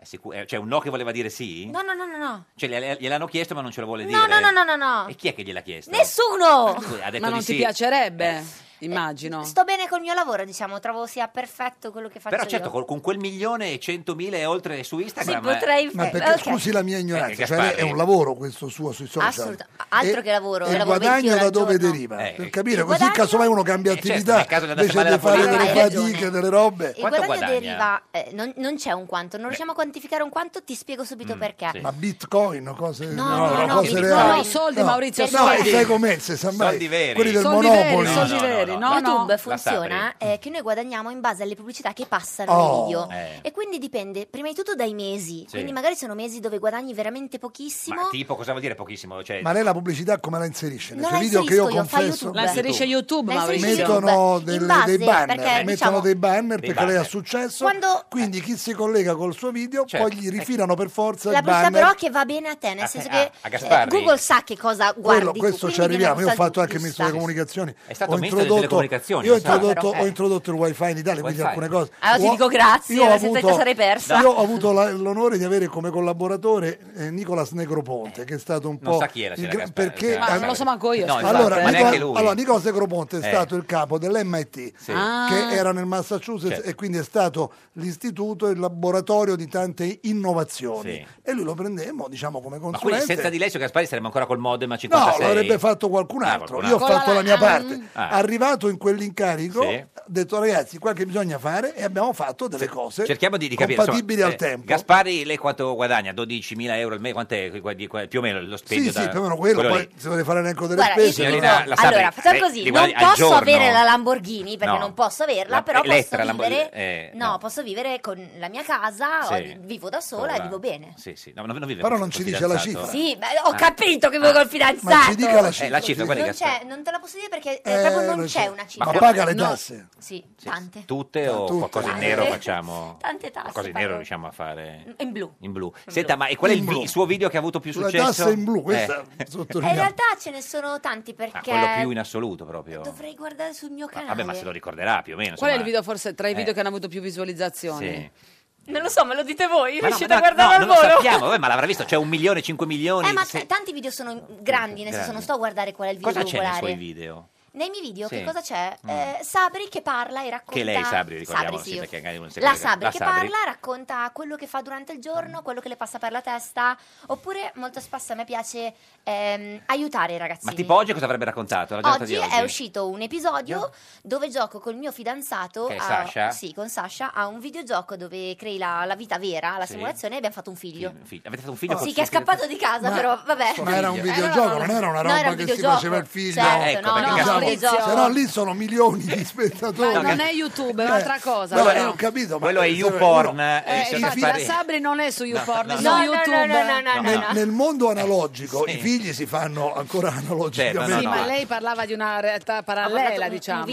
[SPEAKER 2] È sicu- eh, cioè un no che voleva dire sì?
[SPEAKER 12] No, no, no, no, no.
[SPEAKER 2] Cioè gliel- gliel'hanno chiesto ma non ce lo vuole
[SPEAKER 12] No,
[SPEAKER 2] dire?
[SPEAKER 12] no, no, no, no, no.
[SPEAKER 2] E chi Eh. è che gliel'ha chiesto?
[SPEAKER 12] Nessuno!
[SPEAKER 2] Scusi, Ha detto
[SPEAKER 1] Ma non
[SPEAKER 2] di
[SPEAKER 1] ti
[SPEAKER 2] sì.
[SPEAKER 1] piacerebbe, Eh, immagino.
[SPEAKER 12] Sto bene col mio lavoro, diciamo, trovo sia perfetto quello che faccio
[SPEAKER 2] Però certo,
[SPEAKER 12] io.
[SPEAKER 2] col- con quel milione e centomila e oltre su Instagram...
[SPEAKER 12] Sì, potrei-
[SPEAKER 13] Ma
[SPEAKER 12] Eh,
[SPEAKER 13] perché
[SPEAKER 12] ok.
[SPEAKER 13] scusi la mia
[SPEAKER 2] Eh,
[SPEAKER 13] ignoranza, cioè
[SPEAKER 2] Gasparri.
[SPEAKER 13] è un lavoro questo suo sui social.
[SPEAKER 12] Assoluta- altro che lavoro,
[SPEAKER 13] E il
[SPEAKER 12] lavoro
[SPEAKER 13] guadagno
[SPEAKER 12] 20 ore
[SPEAKER 13] da
[SPEAKER 12] al
[SPEAKER 13] dove
[SPEAKER 12] giorno.
[SPEAKER 13] deriva?
[SPEAKER 2] Eh,
[SPEAKER 13] per
[SPEAKER 2] il
[SPEAKER 13] capire, così
[SPEAKER 12] guadagno-
[SPEAKER 13] casomai uno cambia
[SPEAKER 2] certo,
[SPEAKER 13] attività
[SPEAKER 2] nel caso di andasse
[SPEAKER 13] invece
[SPEAKER 2] male la
[SPEAKER 13] di fare
[SPEAKER 2] politica.
[SPEAKER 13] delle
[SPEAKER 2] Hai ragione.
[SPEAKER 13] fatiche, delle robe.
[SPEAKER 2] Eh,
[SPEAKER 12] Il guadagno deriva, eh, non, non c'è un quanto, non riusciamo a quantificare un quanto, ti spiego subito
[SPEAKER 2] Mm,
[SPEAKER 12] perché.
[SPEAKER 13] Ma bitcoin, cose,
[SPEAKER 12] No,
[SPEAKER 13] no,
[SPEAKER 12] no, no,
[SPEAKER 13] cose
[SPEAKER 12] bitcoin.
[SPEAKER 13] reali.
[SPEAKER 12] No, soldi, Maurizio,
[SPEAKER 13] No,
[SPEAKER 12] soldi.
[SPEAKER 13] sai com'è, se sa mai,
[SPEAKER 2] Soldi veri.
[SPEAKER 13] quelli del
[SPEAKER 2] Soldi
[SPEAKER 13] Monopoli.
[SPEAKER 2] veri, soldi No, no, no, veri, no, no.
[SPEAKER 12] YouTube
[SPEAKER 2] La
[SPEAKER 12] funziona eh, che noi guadagniamo in base alle pubblicità che passano nei
[SPEAKER 13] Oh.
[SPEAKER 12] video.
[SPEAKER 2] Eh.
[SPEAKER 12] E quindi dipende prima di tutto dai mesi.
[SPEAKER 2] Sì.
[SPEAKER 12] Quindi magari sono mesi dove guadagni veramente pochissimo.
[SPEAKER 2] Ma tipo, cosa vuol dire pochissimo? Cioè,
[SPEAKER 13] Ma lei la pubblicità come la inserisce? Nei
[SPEAKER 12] Non
[SPEAKER 13] suoi
[SPEAKER 12] la
[SPEAKER 13] video che io
[SPEAKER 12] inserisco io, fa
[SPEAKER 13] confesso...
[SPEAKER 12] YouTube. La inserisce
[SPEAKER 1] YouTube,
[SPEAKER 12] La inserisce Maurizio.
[SPEAKER 13] Mettono
[SPEAKER 12] YouTube. In
[SPEAKER 13] delle-
[SPEAKER 12] base,
[SPEAKER 13] dei banner,
[SPEAKER 12] perché,
[SPEAKER 13] mettono
[SPEAKER 12] diciamo-
[SPEAKER 13] dei banner
[SPEAKER 12] Dei
[SPEAKER 13] perché lei ha
[SPEAKER 12] banner.
[SPEAKER 13] successo.
[SPEAKER 12] Quando-
[SPEAKER 13] Quindi chi si collega col suo video,
[SPEAKER 12] Certo.
[SPEAKER 13] poi gli rifilano per forza
[SPEAKER 12] La
[SPEAKER 13] il
[SPEAKER 12] pubblicità
[SPEAKER 13] banner.
[SPEAKER 12] però che va bene a te, nel
[SPEAKER 13] A-
[SPEAKER 12] senso
[SPEAKER 13] a-
[SPEAKER 12] che
[SPEAKER 13] a
[SPEAKER 12] eh,
[SPEAKER 13] Gasparri?
[SPEAKER 12] Google sa che cosa guardi
[SPEAKER 13] Quello,
[SPEAKER 12] tu,
[SPEAKER 13] questo
[SPEAKER 12] quindi
[SPEAKER 13] ci
[SPEAKER 12] viene
[SPEAKER 13] arriviamo. Io ho
[SPEAKER 12] una cosa
[SPEAKER 13] fatto anche il
[SPEAKER 12] giusta.
[SPEAKER 13] ministro delle comunicazioni.
[SPEAKER 2] È stato
[SPEAKER 13] ho
[SPEAKER 2] ministro delle
[SPEAKER 13] introdotto
[SPEAKER 2] telecomunicazioni,
[SPEAKER 13] io ho
[SPEAKER 2] lo sa.
[SPEAKER 13] introdotto,
[SPEAKER 2] Eh.
[SPEAKER 13] ho introdotto il wifi in Italia, quindi
[SPEAKER 2] Wifi.
[SPEAKER 13] alcune cose.
[SPEAKER 12] Allora ti
[SPEAKER 13] Ho-
[SPEAKER 12] dico grazie,
[SPEAKER 13] io ho
[SPEAKER 12] perché senza te sarei persa.
[SPEAKER 13] Io ho avuto la- l'onore di avere come collaboratore eh, Nicolas
[SPEAKER 12] Eh.
[SPEAKER 13] Negroponte, che è stato un po'.
[SPEAKER 2] Non sa chi era, eh,
[SPEAKER 13] il
[SPEAKER 2] c'era
[SPEAKER 13] gra-
[SPEAKER 2] Gaspare,
[SPEAKER 13] perché-
[SPEAKER 2] c'era
[SPEAKER 1] Ma non lo so manco io, No, scusate.
[SPEAKER 13] allora,
[SPEAKER 1] infatti, ma
[SPEAKER 13] Nicola-
[SPEAKER 1] neanche lui.
[SPEAKER 13] allora, Nicolas Negroponte è
[SPEAKER 2] Eh.
[SPEAKER 13] stato il capo dell'MIT,
[SPEAKER 2] Sì.
[SPEAKER 1] Ah.
[SPEAKER 13] che era nel Massachusetts,
[SPEAKER 2] Certo.
[SPEAKER 13] e quindi è stato l'istituto, il laboratorio di tante innovazioni.
[SPEAKER 2] Sì.
[SPEAKER 13] E lui lo prendemmo, diciamo, come
[SPEAKER 2] Ma quindi senza
[SPEAKER 13] consulente.
[SPEAKER 2] di lei, signor Gaspari, saremmo ancora col modem a
[SPEAKER 13] No,
[SPEAKER 2] 56?
[SPEAKER 13] l'avrebbe fatto qualcun
[SPEAKER 2] Ah,
[SPEAKER 13] altro.
[SPEAKER 2] qualcun
[SPEAKER 13] Io ho
[SPEAKER 2] altro.
[SPEAKER 13] fatto la mia parte.
[SPEAKER 2] Ah.
[SPEAKER 13] Arrivato in quell'incarico,
[SPEAKER 2] Sì.
[SPEAKER 13] ho detto ragazzi, qua che bisogna fare e abbiamo fatto delle cose
[SPEAKER 2] Cerchiamo di, di capire.
[SPEAKER 13] compatibili
[SPEAKER 2] insomma,
[SPEAKER 13] al
[SPEAKER 2] eh,
[SPEAKER 13] tempo.
[SPEAKER 2] Gaspari, lei quanto guadagna? 12.000 euro al mese? Quant'è? Qua- di- qua- Più o meno lo
[SPEAKER 13] Sì,
[SPEAKER 2] stipendio
[SPEAKER 13] sì,
[SPEAKER 2] da...
[SPEAKER 13] più o meno quello,
[SPEAKER 2] quello
[SPEAKER 13] poi
[SPEAKER 2] lì.
[SPEAKER 13] se deve fare l'elenco delle
[SPEAKER 12] Guarda,
[SPEAKER 13] spese.
[SPEAKER 2] io ti dico- Signorina, Eh, la sa-
[SPEAKER 12] allora, facciamo
[SPEAKER 2] lei- li
[SPEAKER 12] così, non
[SPEAKER 2] guardi al
[SPEAKER 12] posso
[SPEAKER 2] giorno?
[SPEAKER 12] avere la Lamborghini perché
[SPEAKER 2] No.
[SPEAKER 12] non posso averla,
[SPEAKER 2] La-
[SPEAKER 12] però
[SPEAKER 2] l'elettera,
[SPEAKER 12] posso
[SPEAKER 2] la-
[SPEAKER 12] vivere
[SPEAKER 2] eh,
[SPEAKER 12] no, posso vivere con la mia casa,
[SPEAKER 2] Sì.
[SPEAKER 12] ho- vivo da sola e
[SPEAKER 2] Ora-
[SPEAKER 12] vivo bene.
[SPEAKER 2] Sì, sì. No, non vive
[SPEAKER 13] Però
[SPEAKER 2] col-
[SPEAKER 13] non
[SPEAKER 2] col
[SPEAKER 13] ci dice la
[SPEAKER 2] fidanzato.
[SPEAKER 13] cifra.
[SPEAKER 12] Sì, beh, ho capito che voi
[SPEAKER 2] Ah.
[SPEAKER 12] col fidanzato.
[SPEAKER 13] Ma ci dica la
[SPEAKER 2] Eh, la cifra, quella di
[SPEAKER 12] non,
[SPEAKER 2] Gaspari.
[SPEAKER 12] c'è, non te la posso dire perché eh,
[SPEAKER 13] Eh,
[SPEAKER 12] proprio
[SPEAKER 13] lo
[SPEAKER 12] non c'è
[SPEAKER 13] so.
[SPEAKER 12] una
[SPEAKER 13] Ma
[SPEAKER 12] cifra.
[SPEAKER 13] paga le
[SPEAKER 12] No.
[SPEAKER 13] tasse?
[SPEAKER 12] Sì, tante.
[SPEAKER 2] Tutte o
[SPEAKER 13] Tutte.
[SPEAKER 2] qualcosa in
[SPEAKER 13] Tante.
[SPEAKER 2] nero facciamo?
[SPEAKER 12] Tante tasse,
[SPEAKER 2] Qualcosa in
[SPEAKER 12] paga.
[SPEAKER 2] nero diciamo. riusciamo a fare?
[SPEAKER 12] In blu.
[SPEAKER 2] In blu. Senta, ma e qual è il,
[SPEAKER 13] In
[SPEAKER 2] vi-
[SPEAKER 13] blu.
[SPEAKER 2] il suo video che ha avuto più
[SPEAKER 13] Sulla
[SPEAKER 2] successo?
[SPEAKER 13] tassa in blu, questa
[SPEAKER 2] Eh.
[SPEAKER 12] Eh, in realtà ce ne sono tanti
[SPEAKER 2] Ah,
[SPEAKER 12] perché
[SPEAKER 2] quello più in assoluto proprio.
[SPEAKER 12] dovrei guardare sul mio canale.
[SPEAKER 2] Vabbè, ma se lo ricorderà più o meno.
[SPEAKER 1] Qual è il
[SPEAKER 2] insomma.
[SPEAKER 1] video forse tra i video
[SPEAKER 2] Eh.
[SPEAKER 1] che hanno avuto più visualizzazioni?
[SPEAKER 2] Sì.
[SPEAKER 12] Non lo so, me lo dite voi,
[SPEAKER 2] Ma no,
[SPEAKER 12] riuscite
[SPEAKER 2] no,
[SPEAKER 12] a guardarlo
[SPEAKER 2] no,
[SPEAKER 12] al
[SPEAKER 2] Non
[SPEAKER 12] volo?
[SPEAKER 2] lo sappiamo, vabbè, ma l'avrà visto, c'è un milione, cinque milioni.
[SPEAKER 12] Eh, ma
[SPEAKER 2] se-
[SPEAKER 12] t- tanti video sono grandi, nel senso
[SPEAKER 2] Grandi.
[SPEAKER 12] non sto a guardare qual è il video
[SPEAKER 2] Cosa c'è nei
[SPEAKER 12] popolare.
[SPEAKER 2] suoi video?
[SPEAKER 12] Nei miei video
[SPEAKER 2] Sì.
[SPEAKER 12] che cosa c'è?
[SPEAKER 2] Mm.
[SPEAKER 12] Eh, Sabri che parla e racconta...
[SPEAKER 2] Che lei, Sabri, ricordiamo,
[SPEAKER 12] Sabri, sì,
[SPEAKER 2] sì,
[SPEAKER 12] io.
[SPEAKER 2] perché magari non si
[SPEAKER 12] La
[SPEAKER 2] ricorda.
[SPEAKER 12] Sabri
[SPEAKER 2] La
[SPEAKER 12] che
[SPEAKER 2] Sabri. Mm.
[SPEAKER 12] parla, racconta quello che fa durante il giorno, quello che le passa per la testa, oppure molto spesso a me piace ehm, aiutare i ragazzini.
[SPEAKER 2] Ma tipo oggi cosa avrebbe raccontato? La giornata
[SPEAKER 12] Oggi,
[SPEAKER 2] di oggi
[SPEAKER 12] è uscito un episodio dove gioco col mio fidanzato
[SPEAKER 2] Che è
[SPEAKER 12] a-
[SPEAKER 2] Sasha?
[SPEAKER 12] Sì, con Sasha a un videogioco dove crei la, la vita vera, la
[SPEAKER 2] Sì.
[SPEAKER 12] simulazione e abbiamo fatto un figlio.
[SPEAKER 2] Fi- Avete fatto un figlio
[SPEAKER 12] Sì, che è scappato di casa,
[SPEAKER 13] Ma-
[SPEAKER 12] però vabbè.
[SPEAKER 13] Ma era un
[SPEAKER 2] Eh,
[SPEAKER 13] videogioco,
[SPEAKER 12] no, no,
[SPEAKER 13] non era una
[SPEAKER 12] no,
[SPEAKER 13] roba
[SPEAKER 12] era un
[SPEAKER 13] che si
[SPEAKER 12] videogioco.
[SPEAKER 13] faceva il figlio.
[SPEAKER 12] Certo, Eh, ecco, no, perché no, era un videogioco.
[SPEAKER 13] se no lì sono milioni di spettatori.
[SPEAKER 1] Ma non è YouTube, è
[SPEAKER 13] Eh,
[SPEAKER 1] un'altra cosa.
[SPEAKER 13] No,
[SPEAKER 1] però.
[SPEAKER 13] eh, ho capito, ma
[SPEAKER 2] Quello è
[SPEAKER 13] se-
[SPEAKER 2] YouPorn,
[SPEAKER 13] uno-
[SPEAKER 2] eh,
[SPEAKER 1] Eh,
[SPEAKER 2] signor
[SPEAKER 1] infatti, la
[SPEAKER 2] Gaspari.
[SPEAKER 1] Sabri non è su YouPorn,
[SPEAKER 2] no,
[SPEAKER 1] è su
[SPEAKER 12] no. No, no,
[SPEAKER 1] YouTube.
[SPEAKER 12] no, no, no,
[SPEAKER 13] nel,
[SPEAKER 12] no.
[SPEAKER 13] nel mondo analogico i figli si fanno ancora
[SPEAKER 2] Certo,
[SPEAKER 13] Eh, analogicamente.
[SPEAKER 1] Sì, ma lei parlava di una realtà parallela, diciamo.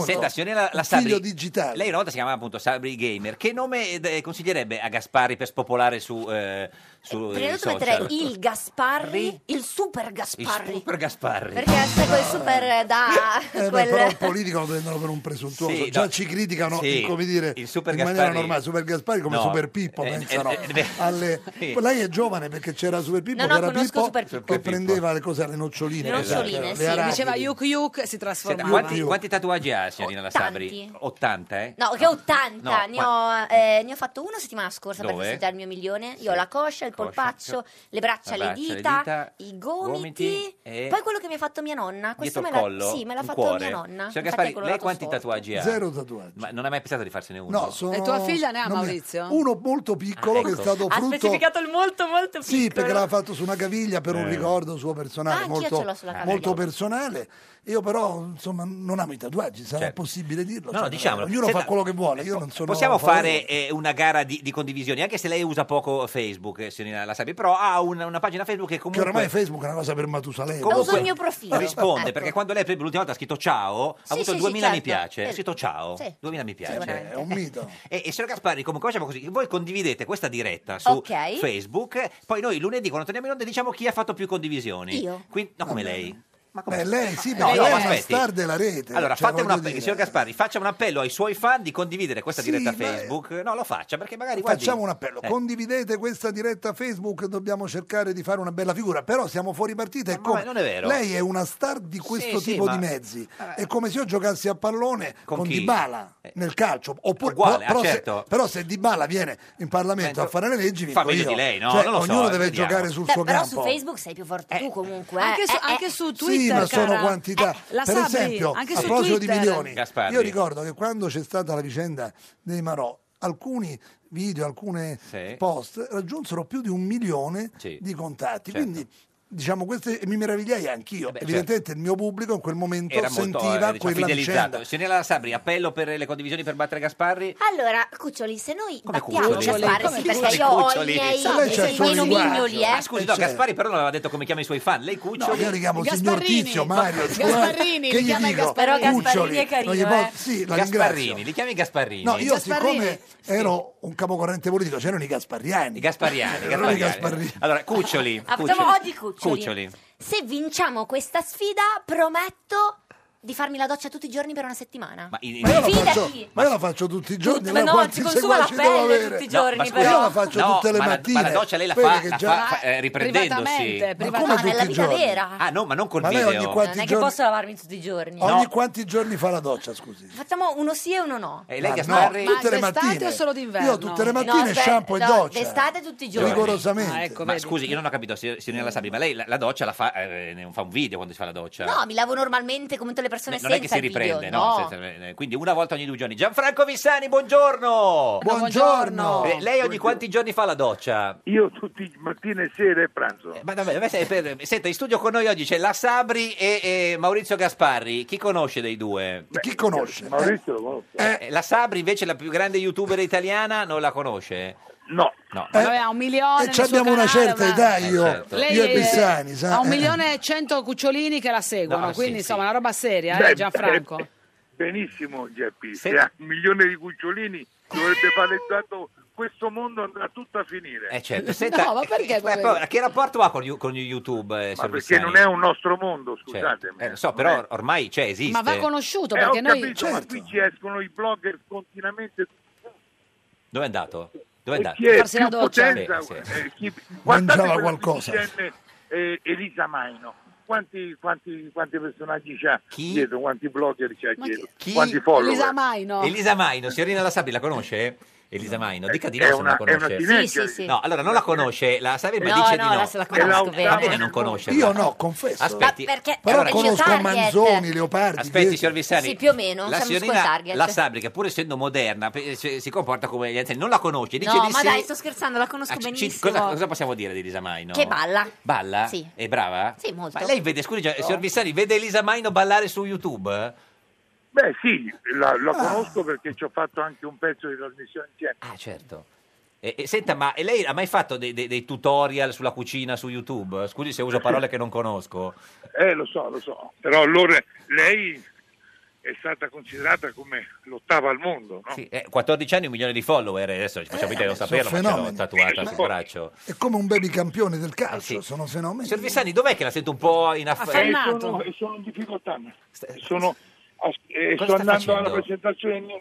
[SPEAKER 2] Senta, signorina la Sabri, Lei una volta si chiamava appunto Sabri Gamer. Che nome eh, consiglierebbe a Gaspari per spopolare su, eh, su
[SPEAKER 12] Prima
[SPEAKER 2] eh,
[SPEAKER 12] di
[SPEAKER 2] i
[SPEAKER 12] tutto
[SPEAKER 2] social?
[SPEAKER 12] metterei il Gasparri, il super
[SPEAKER 2] Il
[SPEAKER 12] Gasparri.
[SPEAKER 2] super Gasparri.
[SPEAKER 12] Perché sai quel super eh, da
[SPEAKER 13] Eh, beh,
[SPEAKER 12] quel
[SPEAKER 13] però il politico lo prendono per un presuntuoso,
[SPEAKER 2] Sì,
[SPEAKER 13] già
[SPEAKER 2] no.
[SPEAKER 13] ci criticano
[SPEAKER 2] Sì,
[SPEAKER 13] in, come dire,
[SPEAKER 2] il Super
[SPEAKER 13] in
[SPEAKER 2] Gaspari-
[SPEAKER 13] maniera normale, Super Gaspari come
[SPEAKER 2] No.
[SPEAKER 13] Super Pippo,
[SPEAKER 2] Eh,
[SPEAKER 13] pensano
[SPEAKER 2] eh, eh, beh.
[SPEAKER 13] alle-
[SPEAKER 2] Sì.
[SPEAKER 13] Lei è giovane perché c'era Super Pippo,
[SPEAKER 1] No, no,
[SPEAKER 13] che era
[SPEAKER 1] conosco
[SPEAKER 13] Pippo,
[SPEAKER 1] Super Pippo.
[SPEAKER 13] che
[SPEAKER 2] Super Pippo.
[SPEAKER 13] prendeva le cose alle noccioline,
[SPEAKER 1] Non
[SPEAKER 13] esatto,
[SPEAKER 1] soline,
[SPEAKER 13] le
[SPEAKER 1] Eh, sì.
[SPEAKER 13] arachidi.
[SPEAKER 1] Diceva yuk yuk e si
[SPEAKER 2] Senta,
[SPEAKER 1] trasformava.
[SPEAKER 2] quanti, quanti tatuaggi ha, signorina la Sabri?
[SPEAKER 12] Tanti.
[SPEAKER 2] 80, eh?
[SPEAKER 12] No, che 80,
[SPEAKER 2] No,
[SPEAKER 12] ne, ho, eh, ne ho fatto uno settimana scorsa per
[SPEAKER 2] Dove?
[SPEAKER 12] festeggiare il mio milione. Io ho la coscia, il
[SPEAKER 2] Coscia,
[SPEAKER 12] polpaccio,
[SPEAKER 2] co-
[SPEAKER 12] le braccia,
[SPEAKER 2] la
[SPEAKER 12] le
[SPEAKER 2] braccia, le
[SPEAKER 12] dita,
[SPEAKER 2] dita,
[SPEAKER 12] i gomiti,
[SPEAKER 2] gomiti e-
[SPEAKER 12] poi quello che mi ha fatto mia nonna. Questo
[SPEAKER 2] Dietro
[SPEAKER 12] me
[SPEAKER 2] il
[SPEAKER 12] l'ha,
[SPEAKER 2] collo?
[SPEAKER 12] sì, me l'ha
[SPEAKER 2] un
[SPEAKER 12] fatto
[SPEAKER 2] cuore.
[SPEAKER 12] mia nonna.
[SPEAKER 2] Signor
[SPEAKER 12] Infatti è
[SPEAKER 2] Gaspari, lei
[SPEAKER 12] colorato
[SPEAKER 2] quanti
[SPEAKER 12] storto.
[SPEAKER 2] tatuaggi ha?
[SPEAKER 13] Zero tatuaggi.
[SPEAKER 2] Ma non ha mai pensato di farsene uno?
[SPEAKER 13] No, sono-
[SPEAKER 1] E tua figlia ne ha,
[SPEAKER 13] non mi-
[SPEAKER 1] Maurizio?
[SPEAKER 13] Uno molto piccolo
[SPEAKER 2] Ah,
[SPEAKER 13] che è
[SPEAKER 2] ecco.
[SPEAKER 13] stato
[SPEAKER 12] Ha
[SPEAKER 13] frutto...
[SPEAKER 12] specificato il molto, molto piccolo.
[SPEAKER 13] Sì, perché l'ha fatto su una caviglia per un
[SPEAKER 2] Eh.
[SPEAKER 13] ricordo suo
[SPEAKER 12] Ah,
[SPEAKER 13] personale,
[SPEAKER 12] anch'io ce
[SPEAKER 13] molto,
[SPEAKER 12] l'ho sulla caviglia.
[SPEAKER 13] molto personale. Io però, insomma, non amo i taggi, sarà
[SPEAKER 2] Certo.
[SPEAKER 13] possibile dirlo?
[SPEAKER 2] No, no,
[SPEAKER 13] Cioè,
[SPEAKER 2] diciamolo.
[SPEAKER 13] Ognuno
[SPEAKER 2] Senta,
[SPEAKER 13] fa quello che vuole, io non sono...
[SPEAKER 2] Possiamo
[SPEAKER 13] favorevole.
[SPEAKER 2] fare eh, una gara di, di condivisioni, anche se lei usa poco Facebook, eh, signorina La Sabri, però ha una, una pagina Facebook che
[SPEAKER 13] Che
[SPEAKER 2] comunque...
[SPEAKER 13] oramai Facebook è una cosa per Matusalemme.
[SPEAKER 2] comunque
[SPEAKER 12] Uso il mio profilo.
[SPEAKER 2] Risponde,
[SPEAKER 12] Ecco.
[SPEAKER 2] perché quando lei per esempio, l'ultima volta ha scritto ciao,
[SPEAKER 12] Sì,
[SPEAKER 2] ha avuto
[SPEAKER 12] sì, sì,
[SPEAKER 2] 2000 mi
[SPEAKER 12] certo.
[SPEAKER 2] piace, ha
[SPEAKER 12] Eh.
[SPEAKER 2] scritto ciao,
[SPEAKER 12] Sì.
[SPEAKER 2] 2000 mi
[SPEAKER 12] Sì,
[SPEAKER 2] piace.
[SPEAKER 12] veramente.
[SPEAKER 13] cioè, È un mito.
[SPEAKER 2] E, e signor Gasparri, comunque facciamo così, voi condividete questa diretta su
[SPEAKER 12] Ok.
[SPEAKER 2] Facebook, eh, poi noi lunedì quando torniamo in onda diciamo chi ha fatto più condivisioni.
[SPEAKER 12] Io?
[SPEAKER 2] Quindi- no, come lei. Ma come
[SPEAKER 13] Beh, Eh, lei sì,
[SPEAKER 2] No,
[SPEAKER 13] perché
[SPEAKER 2] no,
[SPEAKER 13] lei è una
[SPEAKER 2] aspetti.
[SPEAKER 13] star della rete.
[SPEAKER 2] Allora,
[SPEAKER 13] cioè,
[SPEAKER 2] fate un
[SPEAKER 13] voglio
[SPEAKER 2] appello,
[SPEAKER 13] dire,
[SPEAKER 2] signor Gasparri, faccia un appello ai suoi fan di condividere questa
[SPEAKER 13] Sì,
[SPEAKER 2] diretta
[SPEAKER 13] ma-
[SPEAKER 2] Facebook. No, lo faccia perché magari guardi-
[SPEAKER 13] Facciamo un appello,
[SPEAKER 2] Eh.
[SPEAKER 13] condividete questa diretta Facebook, dobbiamo cercare di fare una bella figura, però siamo fuori partita e
[SPEAKER 2] Ma
[SPEAKER 13] come
[SPEAKER 2] non è vero.
[SPEAKER 13] lei è una star di questo
[SPEAKER 2] Sì, sì,
[SPEAKER 13] tipo
[SPEAKER 2] ma-
[SPEAKER 13] di mezzi, è come se io giocassi a pallone
[SPEAKER 2] Con
[SPEAKER 13] con,
[SPEAKER 2] chi? Eh.
[SPEAKER 13] Dybala nel calcio, oppure,
[SPEAKER 2] Uguale,
[SPEAKER 13] però,
[SPEAKER 2] ah,
[SPEAKER 13] però
[SPEAKER 2] certo.
[SPEAKER 13] se, però se Dybala viene in Parlamento a fare le leggi,
[SPEAKER 2] Fa
[SPEAKER 13] vinco
[SPEAKER 2] meglio
[SPEAKER 13] io.
[SPEAKER 2] di lei, no?
[SPEAKER 13] Cioè,
[SPEAKER 2] Non lo so,
[SPEAKER 13] ognuno
[SPEAKER 2] eh,
[SPEAKER 13] deve
[SPEAKER 2] vediamo.
[SPEAKER 13] giocare sul
[SPEAKER 12] Beh,
[SPEAKER 13] suo
[SPEAKER 12] però
[SPEAKER 13] campo.
[SPEAKER 12] su Facebook sei più forte tu comunque. eh.
[SPEAKER 1] Anche su,
[SPEAKER 12] Eh, eh,
[SPEAKER 1] anche su
[SPEAKER 13] Sì,
[SPEAKER 1] Twitter,
[SPEAKER 13] ma sono
[SPEAKER 1] cara.
[SPEAKER 13] quantità.
[SPEAKER 1] Eh, la
[SPEAKER 13] per
[SPEAKER 1] Sabri,
[SPEAKER 13] esempio,
[SPEAKER 1] anche
[SPEAKER 13] a
[SPEAKER 1] su
[SPEAKER 13] proposito
[SPEAKER 1] Twitter.
[SPEAKER 13] di milioni,
[SPEAKER 2] Gasparri.
[SPEAKER 13] io ricordo che quando c'è stata la vicenda dei Marò, alcuni video, alcune
[SPEAKER 2] Sì.
[SPEAKER 13] post raggiunsero più di un milione
[SPEAKER 2] Sì.
[SPEAKER 13] di contatti.
[SPEAKER 2] Certo. Eh
[SPEAKER 13] Quindi diciamo queste e mi meravigliai anch'io.
[SPEAKER 2] beh, certo.
[SPEAKER 13] Evidentemente il mio pubblico in quel momento
[SPEAKER 2] Era molto
[SPEAKER 13] sentiva
[SPEAKER 2] eh, diciamo,
[SPEAKER 13] quella
[SPEAKER 2] fidelizzato.
[SPEAKER 13] vicenda.
[SPEAKER 2] Signorina La Sabri, appello per le condivisioni per battere Gasparri.
[SPEAKER 12] Allora, Cuccioli, se noi
[SPEAKER 2] Come
[SPEAKER 12] battiamo
[SPEAKER 2] Cuccioli?
[SPEAKER 12] Gaspare,
[SPEAKER 2] Come
[SPEAKER 12] sì,
[SPEAKER 2] Cuccioli?
[SPEAKER 12] perché io ho
[SPEAKER 2] Cuccioli? Cioè,
[SPEAKER 12] i miei,
[SPEAKER 13] Se lei c'ha il
[SPEAKER 12] i
[SPEAKER 13] suo
[SPEAKER 12] miei
[SPEAKER 13] linguaggio.
[SPEAKER 12] nomignoli, eh.
[SPEAKER 2] Ah, scusi, no,
[SPEAKER 13] Eh, certo.
[SPEAKER 2] Gaspari però non aveva detto come chiama i suoi fan. Lei Cuccioli.
[SPEAKER 13] No, io li chiamo signor
[SPEAKER 1] Gasparrini.
[SPEAKER 13] Tizio, Mario, cioè,
[SPEAKER 1] Gasparrini,
[SPEAKER 13] che
[SPEAKER 1] li
[SPEAKER 13] gli
[SPEAKER 1] chiama
[SPEAKER 13] dico?
[SPEAKER 1] Gasparrini.
[SPEAKER 12] Però Gasparrini
[SPEAKER 13] Cuccioli,
[SPEAKER 12] è carino,
[SPEAKER 13] non gli posso-
[SPEAKER 12] eh.
[SPEAKER 13] Sì, la ringrazio.
[SPEAKER 2] Gasparrini, li chiami Gasparrini?
[SPEAKER 13] No, io
[SPEAKER 1] Gasparrini.
[SPEAKER 13] siccome ero un capocorrente politico, c'erano i Gasparriani.
[SPEAKER 2] I Gaspariani, i
[SPEAKER 13] Erano i
[SPEAKER 2] Gaspariani.
[SPEAKER 13] Gasparrini.
[SPEAKER 2] Allora, Cuccioli.
[SPEAKER 12] Ah, facciamo
[SPEAKER 2] Cuccioli.
[SPEAKER 12] oggi Cuccioli.
[SPEAKER 2] Cuccioli.
[SPEAKER 12] Se vinciamo questa sfida, prometto di farmi la doccia tutti i giorni per una settimana.
[SPEAKER 2] Ma in-
[SPEAKER 13] Ma io, la
[SPEAKER 12] Fidati!
[SPEAKER 13] faccio, ma io la faccio tutti i giorni,
[SPEAKER 12] ma
[SPEAKER 13] ma
[SPEAKER 12] no,
[SPEAKER 13] quanti
[SPEAKER 12] si consuma la
[SPEAKER 13] seguaci devo
[SPEAKER 12] pelle
[SPEAKER 13] avere?
[SPEAKER 12] tutti i No, giorni, ma scusa,
[SPEAKER 13] Io
[SPEAKER 12] però.
[SPEAKER 13] la faccio
[SPEAKER 2] no,
[SPEAKER 13] tutte le
[SPEAKER 2] ma la- ma la
[SPEAKER 13] mattine.
[SPEAKER 2] doccia lei la
[SPEAKER 13] Quelle
[SPEAKER 2] fa-
[SPEAKER 13] che
[SPEAKER 2] la
[SPEAKER 13] già-
[SPEAKER 2] fa, eh, riprendendosi. Privatamente,
[SPEAKER 13] Ma come
[SPEAKER 12] ma nella
[SPEAKER 13] tutti i
[SPEAKER 12] vita
[SPEAKER 13] giorni?
[SPEAKER 12] vera.
[SPEAKER 2] Ah, no, ma non col
[SPEAKER 13] Ma lei
[SPEAKER 2] video.
[SPEAKER 13] ogni quattro
[SPEAKER 12] Non è che
[SPEAKER 13] giorni-
[SPEAKER 12] posso lavarmi tutti i giorni.
[SPEAKER 13] Ogni quanti giorni fa la doccia, scusi?
[SPEAKER 12] Facciamo uno sì e uno no.
[SPEAKER 2] E
[SPEAKER 13] Ma
[SPEAKER 2] Eh, lei che
[SPEAKER 13] no, tutte le mattine. Io tutte le mattine
[SPEAKER 12] Eh, No,
[SPEAKER 13] shampoo e
[SPEAKER 12] aspetta, no,
[SPEAKER 13] doccia.
[SPEAKER 12] D'estate tutti i giorni.
[SPEAKER 13] Rigorosamente.
[SPEAKER 2] ma scusi, io non ho capito, si- signorina La Sabri, ma lei la, la doccia la fa, eh, ne- fa un video quando si fa la doccia?
[SPEAKER 12] No, mi lavo normalmente come tutte le persone
[SPEAKER 2] Ne- non
[SPEAKER 12] senza
[SPEAKER 2] è che si
[SPEAKER 12] il video,
[SPEAKER 2] riprende,
[SPEAKER 12] no.
[SPEAKER 2] senza- eh, quindi una volta ogni due giorni. Gianfranco Vissani, buongiorno!
[SPEAKER 12] Buongiorno.
[SPEAKER 2] Eh, lei ogni quanti giorni fa la doccia? Eh,
[SPEAKER 14] Io tutti i mattina e sera e pranzo.
[SPEAKER 2] Ma davvero, ma sei per- senta, in studio con noi oggi c'è La Sabri e, e Maurizio Gasparri. Chi conosce dei due?
[SPEAKER 13] Chi conosce?
[SPEAKER 14] Maurizio lo conosco.
[SPEAKER 2] Eh, la Sabri invece la più grande youtuber italiana non la conosce?
[SPEAKER 14] No. Eh.
[SPEAKER 1] Vabbè, ha un milione.
[SPEAKER 13] E
[SPEAKER 1] nel
[SPEAKER 13] ci abbiamo
[SPEAKER 1] suo
[SPEAKER 13] una
[SPEAKER 1] canale,
[SPEAKER 13] certa
[SPEAKER 1] ma-
[SPEAKER 13] età io,
[SPEAKER 2] Eh, certo.
[SPEAKER 1] Lei
[SPEAKER 13] io e
[SPEAKER 1] è-
[SPEAKER 13] Bissani, sa?
[SPEAKER 1] Ha un milione e cento cucciolini che la seguono,
[SPEAKER 14] No,
[SPEAKER 1] quindi
[SPEAKER 14] sì,
[SPEAKER 1] insomma una roba seria,
[SPEAKER 14] Beh,
[SPEAKER 1] eh, Gianfranco.
[SPEAKER 14] beh, Benissimo, Geppi.
[SPEAKER 2] Se-
[SPEAKER 14] Se ha un milione di cucciolini, dovrebbe fare tanto. Questo mondo andrà tutto a finire.
[SPEAKER 2] Eh certo, senta,
[SPEAKER 1] ma perché
[SPEAKER 2] eh, però, che rapporto ha con, you- con YouTube? eh,
[SPEAKER 14] Ma
[SPEAKER 2] signor
[SPEAKER 14] perché
[SPEAKER 2] Vissani?
[SPEAKER 14] non è un nostro mondo,
[SPEAKER 2] Cioè,
[SPEAKER 14] scusatemi.
[SPEAKER 2] eh, lo so, però or- ormai cioè, esiste.
[SPEAKER 1] Ma va conosciuto
[SPEAKER 14] Eh,
[SPEAKER 1] perché
[SPEAKER 14] ho
[SPEAKER 1] noi Certo.
[SPEAKER 14] capito, ma qui ci escono i blogger continuamente.
[SPEAKER 2] Dove è andato? Dove è andato?
[SPEAKER 14] Chi è più potenza?
[SPEAKER 2] Eh, sì.
[SPEAKER 14] eh, chi-
[SPEAKER 13] Mangiava
[SPEAKER 14] guardate quella
[SPEAKER 13] qualcosa.
[SPEAKER 14] sedicenne, eh, Elisa Maino. Quanti, quanti, quanti personaggi c'ha dietro? Quanti blogger c'ha dietro?
[SPEAKER 2] chi?
[SPEAKER 14] Quanti follower?
[SPEAKER 1] Elisa Maino.
[SPEAKER 2] Elisa Maino, signorina La Sabri, la conosce? Elisa Maino, dica di
[SPEAKER 14] è
[SPEAKER 2] no se non la
[SPEAKER 14] una- è una
[SPEAKER 2] conosce.
[SPEAKER 14] tineggia. Sì, sì, sì.
[SPEAKER 2] No, allora non la conosce, la Sabri ma
[SPEAKER 12] No, no,
[SPEAKER 2] dice di no.
[SPEAKER 12] la- la conosco,
[SPEAKER 2] Va
[SPEAKER 12] vero.
[SPEAKER 2] bene non conoscerla.
[SPEAKER 13] Io no, confesso.
[SPEAKER 2] Aspetti. Ecco,
[SPEAKER 12] Ma perché-
[SPEAKER 13] Però
[SPEAKER 12] Allora,
[SPEAKER 13] conosco
[SPEAKER 12] target.
[SPEAKER 13] Manzoni, Leopardi.
[SPEAKER 2] Aspetti, signor Vissani.
[SPEAKER 12] Sì, più o meno,
[SPEAKER 2] La
[SPEAKER 12] siamo sul
[SPEAKER 2] signorina
[SPEAKER 12] target.
[SPEAKER 2] La Sabri, che pur essendo moderna, pe- si si comporta come gli anziani, non la conosce, dice
[SPEAKER 12] No,
[SPEAKER 2] di
[SPEAKER 12] ma
[SPEAKER 2] sì.
[SPEAKER 12] dai, sto scherzando, la conosco
[SPEAKER 2] Ah, ci- ci-
[SPEAKER 12] benissimo.
[SPEAKER 2] cosa, cosa possiamo dire di Elisa Maino?
[SPEAKER 12] Che balla.
[SPEAKER 2] Balla?
[SPEAKER 12] Sì.
[SPEAKER 2] È brava?
[SPEAKER 12] Sì, molto.
[SPEAKER 2] Ma lei vede, scusi, già, signor Vissani, vede Elisa Maino ballare su YouTube?
[SPEAKER 14] Beh, sì, la, la conosco perché ci ho fatto anche un pezzo di trasmissione insieme.
[SPEAKER 2] Ah, certo. E, e senta, ma e lei ha mai fatto dei, dei- dei tutorial sulla cucina su YouTube? Scusi se uso parole che non conosco.
[SPEAKER 14] Eh, lo so, lo so. Però allora lei è stata considerata come l'ottava al mondo, no?
[SPEAKER 2] Sì, eh, 14 anni, un milione di follower, eh, adesso ci
[SPEAKER 14] Eh,
[SPEAKER 2] facciamo finta di non saperlo, ma
[SPEAKER 13] sono
[SPEAKER 2] ce l'ho
[SPEAKER 13] fenomeni.
[SPEAKER 2] tatuata sul braccio.
[SPEAKER 13] È come un baby campione del
[SPEAKER 2] Ah,
[SPEAKER 13] calcio, sono fenomeni.
[SPEAKER 2] Signor Vissani, dov'è che la sento un po' in
[SPEAKER 14] Eh,
[SPEAKER 2] affare?
[SPEAKER 14] sono, sono in difficoltà. ma Sono, as-
[SPEAKER 2] Cosa
[SPEAKER 14] eh, sto
[SPEAKER 2] sta
[SPEAKER 14] andando
[SPEAKER 2] facendo?
[SPEAKER 14] alla presentazione del mio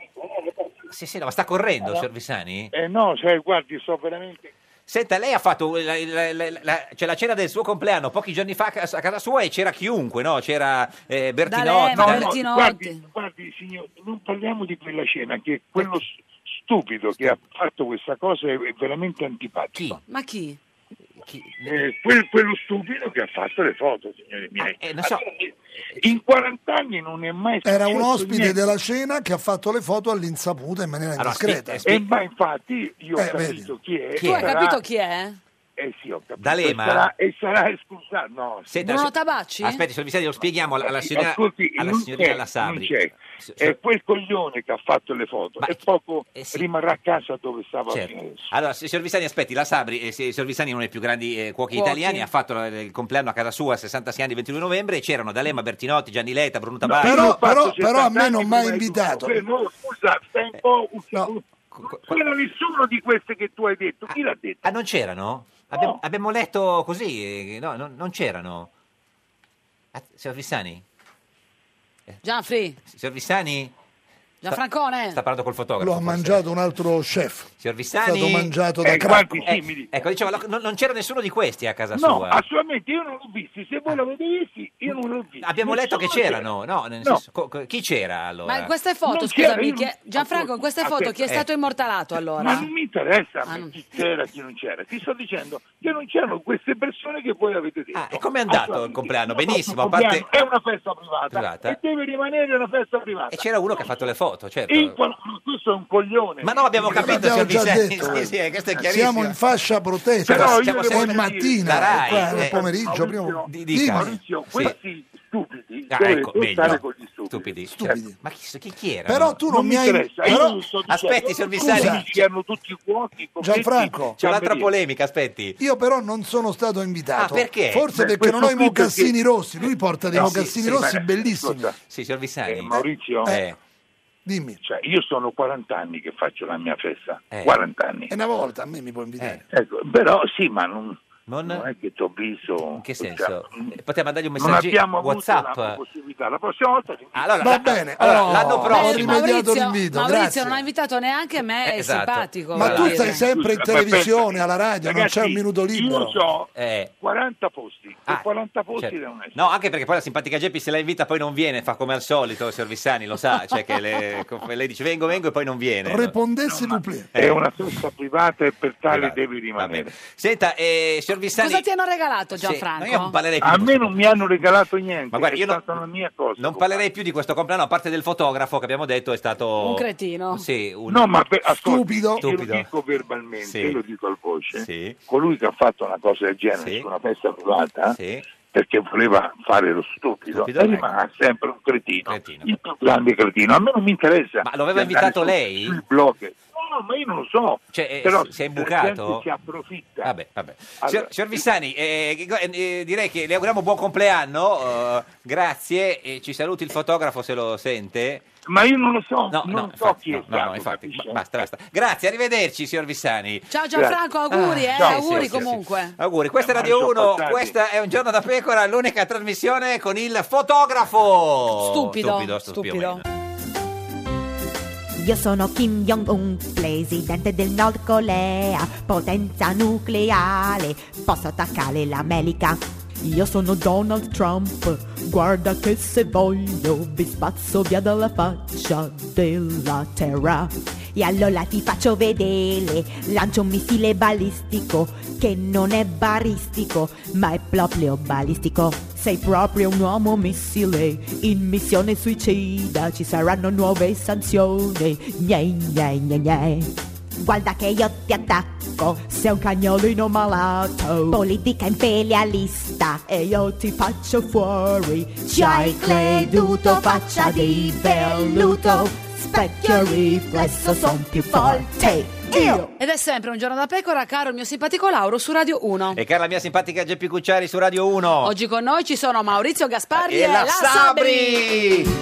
[SPEAKER 2] Sì, sì, no, ma sta correndo,
[SPEAKER 14] Allora-
[SPEAKER 2] signor Vissani?
[SPEAKER 14] Eh no, cioè, guardi, sto veramente...
[SPEAKER 2] Senta, lei ha fatto la, la- la- la- cioè, la cena del suo compleanno pochi giorni fa a casa- a casa sua e c'era chiunque, no? C'era eh, Bertinotti.
[SPEAKER 14] No, no,
[SPEAKER 2] da-
[SPEAKER 14] guardi, guardi, signor, non parliamo di quella cena, che quello s- stupido che ha fatto questa cosa è, è veramente antipatico.
[SPEAKER 1] Ma chi?
[SPEAKER 14] Eh, quel- quello stupido che ha fatto le foto, signori miei.
[SPEAKER 2] non Ah, eh, so.
[SPEAKER 14] Allora, In 40 anni non è mai
[SPEAKER 13] Era
[SPEAKER 14] successo
[SPEAKER 13] un ospite
[SPEAKER 14] niente.
[SPEAKER 13] della cena che ha fatto le foto all'insaputa in maniera
[SPEAKER 14] Allora,
[SPEAKER 13] indiscreta.
[SPEAKER 14] aspetta, aspetta. Eh, ma infatti io ho
[SPEAKER 13] Eh, vedi.
[SPEAKER 14] capito chi è.
[SPEAKER 1] Tu hai
[SPEAKER 14] sarà-
[SPEAKER 1] capito chi è?
[SPEAKER 14] Eh sì, ho capito.
[SPEAKER 2] D'Alema?
[SPEAKER 14] E sarà, e sarà scusato. No, eh,
[SPEAKER 2] Senta,
[SPEAKER 1] Bruno
[SPEAKER 2] si-
[SPEAKER 1] Tabacci?
[SPEAKER 2] Aspetti, signor Vissani, lo spieghiamo alla, alla signora,
[SPEAKER 14] Ascolti,
[SPEAKER 2] alla
[SPEAKER 14] non
[SPEAKER 2] signorina
[SPEAKER 14] c'è,
[SPEAKER 2] La Sabri.
[SPEAKER 14] non c'è. è quel coglione che ha fatto le foto e poco rimarrà a casa dove stava
[SPEAKER 2] eh, Certo.
[SPEAKER 14] finendo.
[SPEAKER 2] Allora, si- signor Vissani, aspetti, la Sabri, eh, si- signor Vissani è uno dei più grandi eh, cuochi,
[SPEAKER 14] Cuochi.
[SPEAKER 2] italiani, ha fatto la- il compleanno a casa sua, 66 anni, 22 novembre, e c'erano D'Alema, Bertinotti, Gianni Letta, Bruno Tabacchi.
[SPEAKER 13] Però, però, però a me non mi ha invitato.
[SPEAKER 14] No, scusa, stai un po'.
[SPEAKER 2] Eh,
[SPEAKER 14] un secondo. Non c'era nessuno di queste che tu hai detto. Chi l'ha detto?
[SPEAKER 2] Ah, non c'erano? Abbiam- abbiamo letto così, eh, no, non, non c'erano. Ah, signor Vissani?
[SPEAKER 1] Gianfri,
[SPEAKER 2] Signor Vissani?
[SPEAKER 1] Gianfrancone.
[SPEAKER 2] Sta parlando col fotografo.
[SPEAKER 13] Lo ha mangiato un altro chef.
[SPEAKER 2] Signor
[SPEAKER 13] È
[SPEAKER 2] Vissani?
[SPEAKER 13] stato mangiato da Cracco.
[SPEAKER 2] Eh, ecco, dicevo, la- non, non c'era nessuno di questi a casa
[SPEAKER 14] No,
[SPEAKER 2] sua. Ah.
[SPEAKER 14] assolutamente io non l'ho visto. Se voi l'avete visti, io non l'ho visto.
[SPEAKER 2] Abbiamo letto che
[SPEAKER 14] Nessuno
[SPEAKER 2] c'erano, no, nel
[SPEAKER 14] No.
[SPEAKER 2] senso, co- co- chi c'era allora? Ah,
[SPEAKER 1] Ma in queste foto,
[SPEAKER 14] Non c'era,
[SPEAKER 1] scusami,
[SPEAKER 14] io
[SPEAKER 1] chi è-
[SPEAKER 14] non-
[SPEAKER 1] Gianfranco, in queste
[SPEAKER 14] Aspetta,
[SPEAKER 1] foto chi è
[SPEAKER 14] eh.
[SPEAKER 1] stato immortalato
[SPEAKER 14] Ma
[SPEAKER 1] allora?
[SPEAKER 14] non mi interessa
[SPEAKER 1] Ah,
[SPEAKER 14] a me chi c'era, chi non c'era. Ti sto dicendo che non c'erano queste persone che voi avete detto.
[SPEAKER 2] Ah, E com'è andato il compleanno? Benissimo, a parte...
[SPEAKER 14] È una festa privata,
[SPEAKER 2] Privata.
[SPEAKER 14] e deve rimanere una festa privata.
[SPEAKER 2] E c'era uno che ha fatto le foto, certo.
[SPEAKER 14] In qual- Eh, ma questo è un coglione.
[SPEAKER 2] Ma no, abbiamo capito,
[SPEAKER 13] L'abbiamo
[SPEAKER 2] signor
[SPEAKER 13] già
[SPEAKER 2] Vicenti.
[SPEAKER 13] detto.
[SPEAKER 2] Sì, sì, questo è chiarissimo.
[SPEAKER 13] Eh, Siamo in fascia protetta.
[SPEAKER 2] Però io devo
[SPEAKER 13] è
[SPEAKER 2] dire-
[SPEAKER 13] mattina,
[SPEAKER 2] Darai,
[SPEAKER 13] è qua,
[SPEAKER 2] eh,
[SPEAKER 13] è pomeriggio. prima-
[SPEAKER 2] Di-
[SPEAKER 13] Dimmi.
[SPEAKER 2] dica.
[SPEAKER 14] Maurizio,
[SPEAKER 2] Sì.
[SPEAKER 14] questi stupidi
[SPEAKER 2] Ah,
[SPEAKER 14] dovete
[SPEAKER 2] ecco,
[SPEAKER 14] stare
[SPEAKER 2] meglio.
[SPEAKER 14] con gli stupidi.
[SPEAKER 2] Stupidi. Cioè,
[SPEAKER 14] Stupidi.
[SPEAKER 2] Ma chi, chi, chi era?
[SPEAKER 13] Però tu non, mi hai...
[SPEAKER 14] interessa, io
[SPEAKER 13] Però...
[SPEAKER 14] non sto dicendo-
[SPEAKER 2] Aspetti, signor
[SPEAKER 13] Scusa.
[SPEAKER 2] Vissani.
[SPEAKER 14] C'erano tutti i cuochi.
[SPEAKER 13] Gianfranco.
[SPEAKER 2] C'è un'altra
[SPEAKER 13] Cameriere.
[SPEAKER 2] polemica, aspetti.
[SPEAKER 13] Io però non sono stato invitato.
[SPEAKER 2] Ah, perché?
[SPEAKER 13] Forse
[SPEAKER 2] Beh,
[SPEAKER 13] perché non ho i
[SPEAKER 2] questo qui perché-
[SPEAKER 13] mocassini rossi. Lui porta dei
[SPEAKER 2] No, Eh, sì,
[SPEAKER 13] mocassini
[SPEAKER 2] sì,
[SPEAKER 13] rossi
[SPEAKER 2] ma-
[SPEAKER 13] bellissimi.
[SPEAKER 2] Sì, signor Vissani.
[SPEAKER 14] Eh, Maurizio,
[SPEAKER 2] Eh.
[SPEAKER 13] Dimmi. Eh.
[SPEAKER 14] Cioè, io sono 40 anni che faccio la mia festa. 40 anni.
[SPEAKER 13] E una volta a me mi puoi invitare.
[SPEAKER 14] Ecco, però sì, ma non,
[SPEAKER 2] Non,
[SPEAKER 14] è che ti ho visto. Cioè,
[SPEAKER 2] In che senso? Eh, Potremmo mandargli un
[SPEAKER 14] Non
[SPEAKER 2] messaggio
[SPEAKER 14] abbiamo avuto
[SPEAKER 2] WhatsApp.
[SPEAKER 14] la possibilità. La prossima volta ti invito.
[SPEAKER 2] Allora,
[SPEAKER 13] Va
[SPEAKER 2] la-
[SPEAKER 13] bene,
[SPEAKER 2] allora,
[SPEAKER 13] oh,
[SPEAKER 2] l'anno
[SPEAKER 13] beh,
[SPEAKER 2] prossimo.
[SPEAKER 13] rimediato
[SPEAKER 1] Maurizio,
[SPEAKER 13] l'invito,
[SPEAKER 1] Maurizio
[SPEAKER 13] grazie.
[SPEAKER 1] non ha invitato neanche me,
[SPEAKER 2] Eh,
[SPEAKER 1] è
[SPEAKER 2] esatto.
[SPEAKER 1] simpatico.
[SPEAKER 13] Ma tu
[SPEAKER 1] guarda.
[SPEAKER 13] stai sempre in
[SPEAKER 14] Scusa, aspetta.
[SPEAKER 13] televisione, alla radio,
[SPEAKER 14] Ragazzi,
[SPEAKER 13] non c'è un minuto libero.
[SPEAKER 14] Io so
[SPEAKER 2] Eh.
[SPEAKER 14] 40 posti.
[SPEAKER 2] Ah,
[SPEAKER 14] e 40 posti
[SPEAKER 2] certo.
[SPEAKER 14] devono essere.
[SPEAKER 2] No, anche perché poi la simpatica Geppi se la invita poi non viene, fa come al solito Servissani, lo sa, cioè che le- lei dice vengo, vengo e poi non viene.
[SPEAKER 13] Repondesse vous plaît.
[SPEAKER 2] Eh.
[SPEAKER 14] È una festa privata e per tale devi rimanere.
[SPEAKER 2] Senta, eh, signor Vissani...
[SPEAKER 1] Cosa ti hanno regalato
[SPEAKER 2] Sì,
[SPEAKER 1] Gianfranco?
[SPEAKER 2] ma io non parlerei più
[SPEAKER 14] A
[SPEAKER 2] di
[SPEAKER 14] me non mi hanno regalato niente.
[SPEAKER 2] Ma guarda,
[SPEAKER 14] è
[SPEAKER 2] io non-
[SPEAKER 14] stata la mia cosa.
[SPEAKER 2] Non parlerei più di questo compleanno, a parte del fotografo che abbiamo detto è stato...
[SPEAKER 1] Un cretino.
[SPEAKER 2] Sì, un...
[SPEAKER 14] No, ma per- ascolti,
[SPEAKER 2] Stupido.
[SPEAKER 14] Io
[SPEAKER 2] Stupido.
[SPEAKER 14] lo dico verbalmente,
[SPEAKER 2] Sì.
[SPEAKER 14] io lo dico al voce.
[SPEAKER 2] Sì.
[SPEAKER 14] Colui che ha fatto una cosa del genere su una festa privata perché voleva fare lo stupido,
[SPEAKER 2] Stupido,
[SPEAKER 14] e
[SPEAKER 2] ecco.
[SPEAKER 14] rimane sempre un cretino, il più grande cretino. A me non mi interessa.
[SPEAKER 2] Ma lo aveva
[SPEAKER 14] di andare
[SPEAKER 2] invitato
[SPEAKER 14] su-
[SPEAKER 2] lei?
[SPEAKER 14] Sul blog. No, no, ma io non lo so.
[SPEAKER 2] Cioè, eh,
[SPEAKER 14] Però
[SPEAKER 2] si è
[SPEAKER 14] la
[SPEAKER 2] imbucato?
[SPEAKER 14] gente Si approfitta.
[SPEAKER 2] Vabbè, vabbè.
[SPEAKER 14] Allora-
[SPEAKER 2] Signor, signor Vissani, eh, che co- eh, direi che le auguriamo buon compleanno, eh, grazie, e ci saluti il fotografo se lo sente.
[SPEAKER 14] Ma io non lo so,
[SPEAKER 2] No,
[SPEAKER 14] non
[SPEAKER 2] no,
[SPEAKER 14] so
[SPEAKER 2] infatti,
[SPEAKER 14] chi è
[SPEAKER 2] no, no,
[SPEAKER 14] stato.
[SPEAKER 2] no, infatti, ba- basta, basta. Grazie, arrivederci, signor Vissani.
[SPEAKER 1] Ciao Gianfranco, auguri,
[SPEAKER 14] Ah,
[SPEAKER 1] eh,
[SPEAKER 2] Ciao. Ah, Sì,
[SPEAKER 1] auguri
[SPEAKER 2] sì, sì,
[SPEAKER 1] comunque.
[SPEAKER 2] Auguri, questa è
[SPEAKER 14] Ormai
[SPEAKER 2] Radio
[SPEAKER 14] sono
[SPEAKER 2] 1,
[SPEAKER 14] passati.
[SPEAKER 2] questa è Un giorno da pecora, l'unica trasmissione con il fotografo.
[SPEAKER 1] Stupido,
[SPEAKER 2] meno.
[SPEAKER 1] stupido.
[SPEAKER 8] Io sono Kim Jong-un, presidente del Nord Corea, potenza nucleare, posso attaccare l'America. Io sono Donald Trump, guarda che se voglio vi spazzo via dalla faccia della terra. E allora ti faccio vedere, lancio un missile balistico che non è baristico, ma è proprio balistico. Sei proprio un uomo missile, in missione suicida ci saranno nuove sanzioni. Gnei, gnei, gnei, gnei. Guarda che io ti attacco, sei un cagnolino malato. Politica imperialista e io ti faccio fuori. Ci hai creduto, faccia di velluto. Specchio riflesso, son più forte. Io!
[SPEAKER 1] Ed è sempre un giorno da pecora, caro il mio simpatico Lauro su Radio 1.
[SPEAKER 2] E cara la mia simpatica Geppi Cucciari su Radio 1.
[SPEAKER 1] Oggi con noi ci sono Maurizio Gasparri e,
[SPEAKER 2] E la
[SPEAKER 1] Sabri.
[SPEAKER 2] Sabri.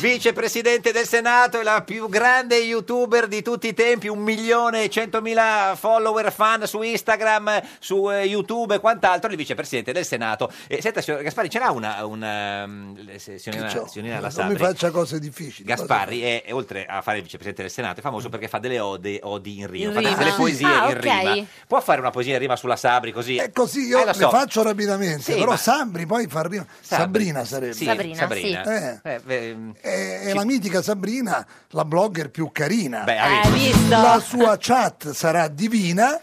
[SPEAKER 2] Vicepresidente del Senato e la più grande youtuber di tutti i tempi, un milione e centomila follower fan su Instagram, su eh, YouTube e quant'altro, il vicepresidente del Senato. E senta, signor Gasparri, ce l'ha una, una, mm, se- signorina,
[SPEAKER 13] Che c'ho?
[SPEAKER 2] signorina La
[SPEAKER 13] non
[SPEAKER 2] Sabri?
[SPEAKER 13] mi faccia cose difficili.
[SPEAKER 2] Gasparri è, è, oltre a fare il vicepresidente del Senato, è famoso perché fa delle ode, odi in rima,
[SPEAKER 13] In
[SPEAKER 2] fa
[SPEAKER 13] rima.
[SPEAKER 2] delle poesie
[SPEAKER 13] Ah,
[SPEAKER 2] in
[SPEAKER 13] ok.
[SPEAKER 2] rima. Può fare una poesia in rima sulla Sabri così?
[SPEAKER 13] È così, io
[SPEAKER 2] Eh, lo
[SPEAKER 13] le
[SPEAKER 2] so.
[SPEAKER 13] faccio rapidamente,
[SPEAKER 2] Sì,
[SPEAKER 13] però
[SPEAKER 2] ma-
[SPEAKER 13] Sabri poi fa rima.
[SPEAKER 2] Sabri.
[SPEAKER 13] Sabrina sarebbe.
[SPEAKER 2] Sì, Sabrina, Sabrina. sì.
[SPEAKER 13] Eh,
[SPEAKER 2] Eh, beh,
[SPEAKER 13] è, è la mitica Sabrina, la blogger più carina.
[SPEAKER 2] Beh, hai Eh, visto? visto?
[SPEAKER 13] La sua chat sarà divina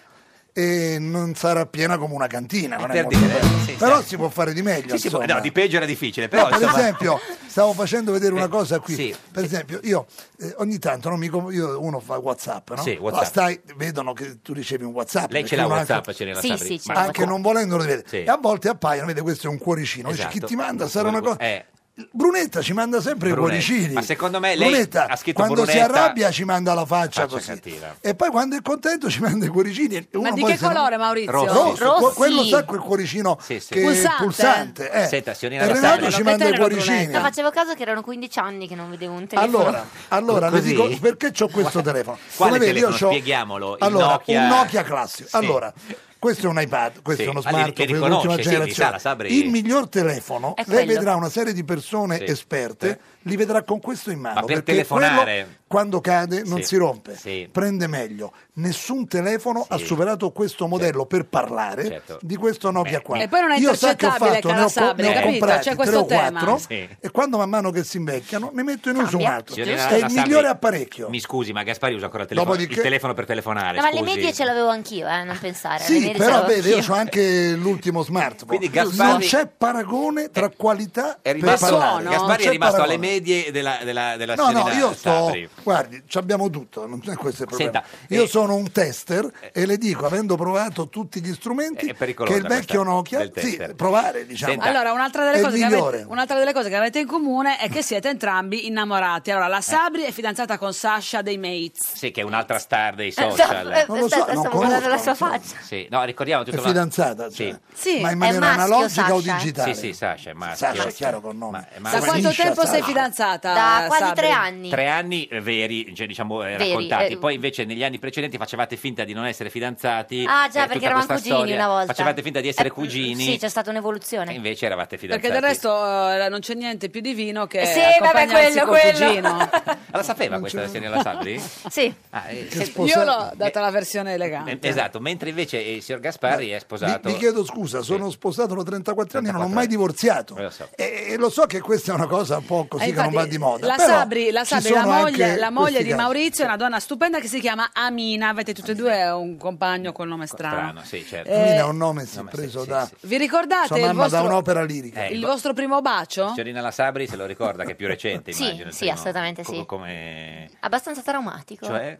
[SPEAKER 13] e non sarà piena come una cantina. non è
[SPEAKER 2] per
[SPEAKER 13] molto
[SPEAKER 2] dire,
[SPEAKER 13] bello.
[SPEAKER 2] sì,
[SPEAKER 13] però
[SPEAKER 2] sì.
[SPEAKER 13] si può fare di meglio.
[SPEAKER 2] Sì, sì,
[SPEAKER 13] insomma.
[SPEAKER 2] no, di peggio era difficile, però
[SPEAKER 13] No, per
[SPEAKER 2] insomma- Eh,
[SPEAKER 13] esempio, stavo facendo vedere una cosa qui.
[SPEAKER 2] Sì.
[SPEAKER 13] Per esempio, io eh, ogni tanto no, mi com- io- uno fa WhatsApp, no?
[SPEAKER 2] Sì,
[SPEAKER 13] Ma
[SPEAKER 2] WhatsApp.
[SPEAKER 13] stai- vedono che tu ricevi un WhatsApp.
[SPEAKER 2] Lei ce
[SPEAKER 13] perché
[SPEAKER 2] l'ha
[SPEAKER 13] uno
[SPEAKER 2] WhatsApp,
[SPEAKER 13] anche-
[SPEAKER 2] ce l'ha
[SPEAKER 13] Sì,
[SPEAKER 2] Sabri?
[SPEAKER 13] sì,
[SPEAKER 2] Ma-
[SPEAKER 13] anche non volendo lo vede.
[SPEAKER 2] Sì.
[SPEAKER 13] E a volte appaiono, vede, questo è un cuoricino. Dice,
[SPEAKER 2] Esatto.
[SPEAKER 13] chi ti manda sarà una cosa.
[SPEAKER 2] Eh,
[SPEAKER 13] Brunetta ci manda sempre
[SPEAKER 2] Brunetta.
[SPEAKER 13] i cuoricini.
[SPEAKER 2] Ma secondo me Eh, lei
[SPEAKER 13] Brunetta,
[SPEAKER 2] ha scritto
[SPEAKER 13] quando si
[SPEAKER 2] Brunetta-
[SPEAKER 13] arrabbia ci manda la faccia,
[SPEAKER 2] faccia
[SPEAKER 13] così.
[SPEAKER 2] cattiva.
[SPEAKER 13] E poi quando è contento ci manda i cuoricini. E uno
[SPEAKER 1] di
[SPEAKER 13] poi
[SPEAKER 1] che
[SPEAKER 13] se non-
[SPEAKER 1] colore, Maurizio? Rossi.
[SPEAKER 13] Rosso.
[SPEAKER 1] Rossi.
[SPEAKER 13] Que- Quello sa quel cuoricino
[SPEAKER 2] sì.
[SPEAKER 13] che
[SPEAKER 1] Pulsante.
[SPEAKER 13] è pulsante. eh.
[SPEAKER 2] Senta, signorina
[SPEAKER 13] e
[SPEAKER 2] La
[SPEAKER 13] Renato
[SPEAKER 2] Sabri-
[SPEAKER 13] ci manda i
[SPEAKER 12] No,
[SPEAKER 13] cuoricini.
[SPEAKER 12] facevo caso che erano 15 anni che non vedevo un telefono.
[SPEAKER 13] Allora, allora le
[SPEAKER 2] Così?
[SPEAKER 13] dico perché ho questo telefono?
[SPEAKER 2] Quale
[SPEAKER 13] Come vedi,
[SPEAKER 2] telefono?
[SPEAKER 13] io c'ho-
[SPEAKER 2] Spieghiamolo. Il
[SPEAKER 13] allora,
[SPEAKER 2] Nokia-
[SPEAKER 13] un Nokia classico.
[SPEAKER 2] Sì.
[SPEAKER 13] Allora, questo è un iPad, questo
[SPEAKER 2] Sì,
[SPEAKER 13] è uno
[SPEAKER 2] ma li- li
[SPEAKER 13] smartphone
[SPEAKER 2] riconosce,
[SPEAKER 13] dell'ultima
[SPEAKER 2] sì, li
[SPEAKER 13] generazione.
[SPEAKER 2] sa, la Sabri.
[SPEAKER 13] Il miglior telefono,
[SPEAKER 12] È
[SPEAKER 13] lei
[SPEAKER 12] quello.
[SPEAKER 13] vedrà una serie di persone esperte, li vedrà con questo in mano.
[SPEAKER 2] Eh. Ma per
[SPEAKER 13] perché
[SPEAKER 2] telefonare-
[SPEAKER 13] quello, quando cade non
[SPEAKER 2] Sì.
[SPEAKER 13] si rompe,
[SPEAKER 2] Sì.
[SPEAKER 13] prende meglio. Nessun telefono ha superato questo modello per parlare
[SPEAKER 2] Certo.
[SPEAKER 13] di questo Nokia qua.
[SPEAKER 1] E poi non è
[SPEAKER 13] Io sa che ho
[SPEAKER 1] intercettabile,
[SPEAKER 13] fatto, ne ho, co-
[SPEAKER 1] Carasabri,
[SPEAKER 13] ne ho
[SPEAKER 1] capito?
[SPEAKER 13] comprati
[SPEAKER 1] C'è
[SPEAKER 13] tre
[SPEAKER 1] questo
[SPEAKER 13] o
[SPEAKER 1] tema.
[SPEAKER 13] quattro
[SPEAKER 2] Sì.
[SPEAKER 13] e quando man mano che si invecchiano ne metto in uso un altro.
[SPEAKER 2] signorina
[SPEAKER 13] È
[SPEAKER 2] La
[SPEAKER 13] il
[SPEAKER 2] Sabri,
[SPEAKER 13] migliore apparecchio.
[SPEAKER 2] Mi scusi, ma Gaspari usa ancora il telefono,
[SPEAKER 13] Dopodiché-
[SPEAKER 2] il telefono per telefonare.
[SPEAKER 12] No, ma le
[SPEAKER 2] scusi.
[SPEAKER 12] medie ce l'avevo anch'io, eh, non pensare. alle
[SPEAKER 13] Sì,
[SPEAKER 12] medie ce
[SPEAKER 13] però
[SPEAKER 12] l'avevo
[SPEAKER 13] vedi, io
[SPEAKER 12] anch'io.
[SPEAKER 13] ho anche l'ultimo smartphone.
[SPEAKER 2] Quindi Gasparri-
[SPEAKER 13] Non c'è paragone tra qualità
[SPEAKER 2] È
[SPEAKER 13] e
[SPEAKER 2] rimasto,
[SPEAKER 13] parlare. Non
[SPEAKER 2] Gaspari
[SPEAKER 13] c'è
[SPEAKER 2] è rimasto
[SPEAKER 13] paragone.
[SPEAKER 2] alle medie della, della, della
[SPEAKER 13] No, no,
[SPEAKER 2] signorina
[SPEAKER 13] io sto.
[SPEAKER 2] Sabri.
[SPEAKER 13] Guardi, ci abbiamo tutto, non c'è questo il problema.
[SPEAKER 2] Senta,
[SPEAKER 13] io
[SPEAKER 2] eh,
[SPEAKER 13] sono un tester e le dico, avendo provato tutti gli strumenti,
[SPEAKER 2] È
[SPEAKER 13] che
[SPEAKER 2] pericolosa
[SPEAKER 13] il vecchio
[SPEAKER 2] questa
[SPEAKER 13] Nokia,
[SPEAKER 2] del
[SPEAKER 13] sì,
[SPEAKER 2] tester.
[SPEAKER 13] provare, diciamo.
[SPEAKER 2] Senta.
[SPEAKER 1] Allora, un'altra delle,
[SPEAKER 13] È il
[SPEAKER 1] cose che avete,
[SPEAKER 13] migliore.
[SPEAKER 1] un'altra delle cose che avete in comune è che siete entrambi innamorati. Allora, la Sabri è fidanzata con Sasha dei Mates.
[SPEAKER 2] Sì, che è un'altra star dei
[SPEAKER 12] Eh,
[SPEAKER 2] social.
[SPEAKER 13] Non lo so,
[SPEAKER 12] aspetta,
[SPEAKER 13] non
[SPEAKER 12] stavo guardando la
[SPEAKER 13] conosco,
[SPEAKER 12] sua faccia.
[SPEAKER 2] Sì, no, ricordiamo
[SPEAKER 13] È
[SPEAKER 2] tutto una-
[SPEAKER 13] fidanzata, cioè.
[SPEAKER 1] Sì.
[SPEAKER 13] ma
[SPEAKER 1] È
[SPEAKER 13] in maniera
[SPEAKER 1] maschio,
[SPEAKER 13] analogica o
[SPEAKER 1] Sasha?
[SPEAKER 13] digitale?
[SPEAKER 2] Sì, sì, Sasha è maschio.
[SPEAKER 13] Sasha è chiaro con nome.
[SPEAKER 2] Ma- ma-
[SPEAKER 1] Da
[SPEAKER 13] Come
[SPEAKER 1] quanto
[SPEAKER 13] liscia
[SPEAKER 1] tempo
[SPEAKER 13] Sasha.
[SPEAKER 1] sei fidanzata
[SPEAKER 12] Da quasi
[SPEAKER 1] Sabri.
[SPEAKER 12] tre anni.
[SPEAKER 2] Tre anni eh, veri, cioè, diciamo eh,
[SPEAKER 12] Veri,
[SPEAKER 2] raccontati.
[SPEAKER 12] eh.
[SPEAKER 2] Poi invece negli anni precedenti facevate finta di non essere fidanzati.
[SPEAKER 12] Ah, già,
[SPEAKER 2] eh,
[SPEAKER 12] perché
[SPEAKER 2] tutta
[SPEAKER 12] eravamo
[SPEAKER 2] questa
[SPEAKER 12] cugini
[SPEAKER 2] storia.
[SPEAKER 12] una volta. Eh,
[SPEAKER 2] Facevate finta di essere cugini.
[SPEAKER 12] Sì, c'è stata
[SPEAKER 2] E
[SPEAKER 12] un'evoluzione.
[SPEAKER 2] invece eravate fidanzati.
[SPEAKER 1] Perché del resto eh, non c'è niente più di vino che
[SPEAKER 12] Eh Sì, vabbè,
[SPEAKER 1] accompagnarsi
[SPEAKER 12] quello,
[SPEAKER 1] col
[SPEAKER 12] quello.
[SPEAKER 1] cugino.
[SPEAKER 2] Ah, la sapeva questa signora Sabri?
[SPEAKER 12] Sì.
[SPEAKER 2] Ah, eh,
[SPEAKER 13] Che
[SPEAKER 2] se-
[SPEAKER 1] Io l'ho data la versione elegante.
[SPEAKER 2] eh, Esatto, mentre invece eh, il signor Gasparri è
[SPEAKER 13] Vi,
[SPEAKER 2] sposato.
[SPEAKER 13] vi chiedo scusa, sono sposato da 34 anni e non ho mai divorziato.
[SPEAKER 2] Eh, lo so.
[SPEAKER 13] E, e lo so che questa è una cosa un po' così
[SPEAKER 1] Eh,
[SPEAKER 13] che non
[SPEAKER 1] infatti,
[SPEAKER 13] va di moda.
[SPEAKER 1] La
[SPEAKER 13] però
[SPEAKER 1] Sabri, la,
[SPEAKER 13] ci
[SPEAKER 1] Sabri, la
[SPEAKER 13] sono
[SPEAKER 1] moglie,
[SPEAKER 13] anche
[SPEAKER 1] la moglie
[SPEAKER 13] questi
[SPEAKER 1] di
[SPEAKER 13] casi.
[SPEAKER 1] Maurizio è una donna stupenda che si chiama Amina. Avete tutti e due un compagno col nome strano.
[SPEAKER 2] Strano, sì, certo.
[SPEAKER 1] Eh, Mina è
[SPEAKER 13] un nome si è preso da
[SPEAKER 1] Vi ricordate
[SPEAKER 13] sua
[SPEAKER 1] il
[SPEAKER 13] mamma
[SPEAKER 1] vostro-
[SPEAKER 13] da un'opera lirica.
[SPEAKER 2] Eh,
[SPEAKER 1] Il
[SPEAKER 2] il-
[SPEAKER 1] vostro primo bacio?
[SPEAKER 2] Signorina La Sabri se lo ricorda che è più recente,
[SPEAKER 12] Sì,
[SPEAKER 2] immagino. il
[SPEAKER 12] sì,
[SPEAKER 2] primo-
[SPEAKER 12] assolutamente sì.
[SPEAKER 2] co- Come...
[SPEAKER 12] Abbastanza traumatico.
[SPEAKER 2] Cioè...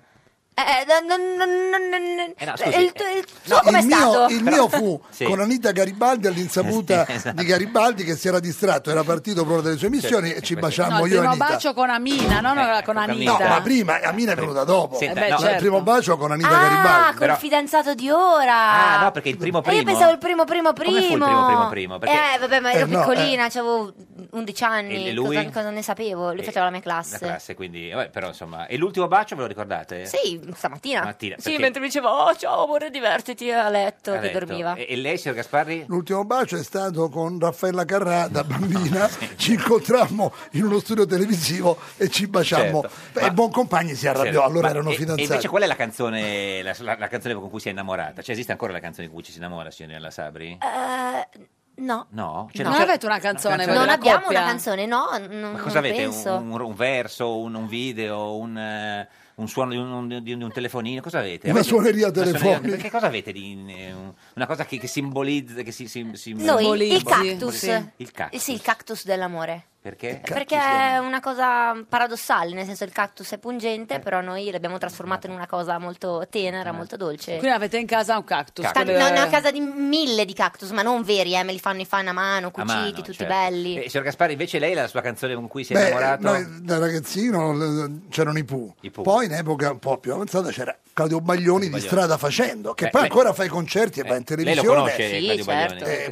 [SPEAKER 12] Eh, no, no, no, no, no, no.
[SPEAKER 2] Eh, no, scusi,
[SPEAKER 12] il, tu- il
[SPEAKER 13] No,
[SPEAKER 12] suo com'è
[SPEAKER 13] il, mio,
[SPEAKER 12] stato?
[SPEAKER 13] il mio fu
[SPEAKER 2] Sì.
[SPEAKER 13] con Anita Garibaldi all'insaputa
[SPEAKER 2] Sì, esatto.
[SPEAKER 13] di Garibaldi che si era distratto, era partito proprio dalle sue missioni
[SPEAKER 2] Certo.
[SPEAKER 13] e ci
[SPEAKER 2] Questo-
[SPEAKER 13] baciammo
[SPEAKER 1] no, il
[SPEAKER 13] io e
[SPEAKER 1] primo
[SPEAKER 13] Anita.
[SPEAKER 1] bacio con Amina, no, no,
[SPEAKER 2] Ecco,
[SPEAKER 1] con Anita.
[SPEAKER 13] No, ma prima Amina è venuta dopo.
[SPEAKER 2] Senta,
[SPEAKER 13] Cioè,
[SPEAKER 2] no.
[SPEAKER 13] Il primo bacio con Anita
[SPEAKER 12] Ah,
[SPEAKER 13] Garibaldi.
[SPEAKER 12] col fidanzato di ora.
[SPEAKER 2] Ah, no, perché il primo
[SPEAKER 12] E
[SPEAKER 2] primo...
[SPEAKER 12] io Eh, pensavo il primo primo primo.
[SPEAKER 2] Come fu il primo primo primo? Perché-
[SPEAKER 12] Eh, vabbè, ma ero
[SPEAKER 2] Eh, no,
[SPEAKER 12] piccolina, avevo 11 anni,
[SPEAKER 2] E lui?
[SPEAKER 12] Cosa, cosa ne sapevo? Lui
[SPEAKER 2] Eh,
[SPEAKER 12] faceva la mia
[SPEAKER 2] La
[SPEAKER 12] classe.
[SPEAKER 2] classe, quindi... eh, vabbè, però insomma... E l'ultimo bacio ve lo ricordate?
[SPEAKER 12] Sì, stamattina.
[SPEAKER 2] Stamattina,
[SPEAKER 12] sì,
[SPEAKER 2] perché-
[SPEAKER 12] mentre mi diceva, oh, ciao amore, divertiti a letto,
[SPEAKER 2] Ha
[SPEAKER 12] che
[SPEAKER 2] detto.
[SPEAKER 12] dormiva.
[SPEAKER 2] E, e lei, signor Gasparri?
[SPEAKER 13] L'ultimo bacio è stato con Raffaella Carrà da bambina, ci incontrammo in uno studio televisivo e ci baciammo.
[SPEAKER 2] Certo,
[SPEAKER 13] E
[SPEAKER 2] ma-
[SPEAKER 13] Boncompagni si arrabbiò,
[SPEAKER 2] Certo,
[SPEAKER 13] allora
[SPEAKER 2] ma-
[SPEAKER 13] erano
[SPEAKER 2] e-
[SPEAKER 13] fidanzati.
[SPEAKER 2] E invece qual è la canzone, la, la- la canzone con cui si è innamorata? Cioè esiste ancora la canzone con cui ci si innamora, signorina Sabri?
[SPEAKER 12] Eh, no.
[SPEAKER 2] No? Cioè,
[SPEAKER 1] Non
[SPEAKER 2] c'è-
[SPEAKER 1] avete una canzone? voi
[SPEAKER 12] Non
[SPEAKER 1] della
[SPEAKER 12] abbiamo
[SPEAKER 1] coppia?
[SPEAKER 12] una canzone, no, non,
[SPEAKER 2] Ma
[SPEAKER 12] non
[SPEAKER 2] cosa avete? Un,
[SPEAKER 12] penso.
[SPEAKER 2] un- un verso, un, un video, un, eh, un suono di un, un- di un- di un telefonino? Cosa avete?
[SPEAKER 13] Una
[SPEAKER 2] Avete-
[SPEAKER 13] suoneria telefonica.
[SPEAKER 2] Perché cosa avete di eh, un- una cosa che, che simbolizza? Che si, sim- sim-
[SPEAKER 12] Noi, il
[SPEAKER 2] simbolizza-
[SPEAKER 12] cactus.
[SPEAKER 2] Sì. Il cactus.
[SPEAKER 12] Sì, il cactus dell'amore.
[SPEAKER 2] Perché?
[SPEAKER 12] Perché è una cosa paradossale, nel senso il cactus è
[SPEAKER 2] Eh.
[SPEAKER 12] pungente, però noi l'abbiamo trasformato in una cosa molto tenera, molto dolce.
[SPEAKER 1] Quindi avete in casa un cactus.
[SPEAKER 12] Tan-
[SPEAKER 1] quello-
[SPEAKER 12] no, ne ho a casa di mille di cactus, ma non veri, eh, me li fanno i fan a mano,
[SPEAKER 2] A
[SPEAKER 12] cuciti,
[SPEAKER 2] mano,
[SPEAKER 12] tutti
[SPEAKER 2] certo.
[SPEAKER 12] belli.
[SPEAKER 2] E, signor Gasparri, invece lei la sua canzone con cui si è
[SPEAKER 13] Beh,
[SPEAKER 2] innamorato?
[SPEAKER 13] noi da ragazzino l- c'erano i Pooh. Poi in epoca un po' più avanzata c'era Claudio Baglioni di
[SPEAKER 2] Baglioni.
[SPEAKER 13] strada facendo, che
[SPEAKER 2] Beh,
[SPEAKER 13] poi
[SPEAKER 2] lei- Eh,
[SPEAKER 13] ancora fa i concerti e va in
[SPEAKER 2] Lei lo
[SPEAKER 13] televisione.
[SPEAKER 2] conosce, Claudio Baglioni?
[SPEAKER 13] diciamo Eh,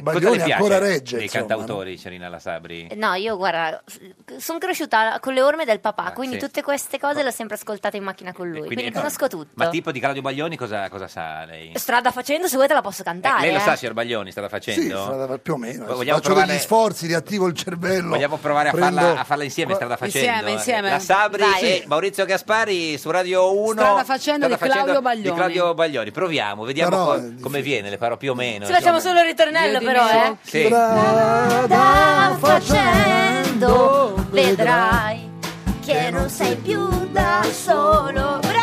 [SPEAKER 2] Cosa
[SPEAKER 13] Baglioni
[SPEAKER 2] le piace
[SPEAKER 13] ancora regge.
[SPEAKER 2] Dei
[SPEAKER 13] insomma,
[SPEAKER 2] cantautori, Serena La Sabri.
[SPEAKER 12] No, io guarda, sono cresciuta con le orme del papà, quindi
[SPEAKER 2] Eh, sì. eh,
[SPEAKER 12] tutte queste cose le ho sempre ascoltate in macchina con lui, quindi,
[SPEAKER 2] Quindi-
[SPEAKER 12] conosco tutto.
[SPEAKER 2] Ma tipo di Claudio Baglioni cosa, cosa sa lei?
[SPEAKER 12] Strada facendo, se vuoi te la posso cantare.
[SPEAKER 2] lei lo
[SPEAKER 12] eh.
[SPEAKER 2] sa, signor Baglioni, sta facendo?
[SPEAKER 13] Sì, strada- più o meno. eh,
[SPEAKER 2] Vogliamo
[SPEAKER 13] Faccio
[SPEAKER 2] provare-
[SPEAKER 13] degli sforzi, riattivo il cervello.
[SPEAKER 2] Vogliamo provare a,
[SPEAKER 13] prendo-
[SPEAKER 2] farla, a farla insieme, strada facendo.
[SPEAKER 1] Insieme,
[SPEAKER 2] eh.
[SPEAKER 1] insieme.
[SPEAKER 2] La Sabri
[SPEAKER 1] Vai.
[SPEAKER 2] e Maurizio Gaspari su Radio 1.
[SPEAKER 1] Strada facendo di Claudio Baglioni.
[SPEAKER 2] Di Claudio Baglioni. Proviamo, vediamo
[SPEAKER 13] No, no,
[SPEAKER 2] co-
[SPEAKER 13] è
[SPEAKER 2] come viene, le farò più o meno.
[SPEAKER 12] Ci facciamo
[SPEAKER 2] insomma.
[SPEAKER 12] solo il ritornello
[SPEAKER 1] Io di
[SPEAKER 12] però,
[SPEAKER 1] me
[SPEAKER 12] eh.
[SPEAKER 2] Sì.
[SPEAKER 12] Strada facendo, vedrai che non sei più da solo. Bravi!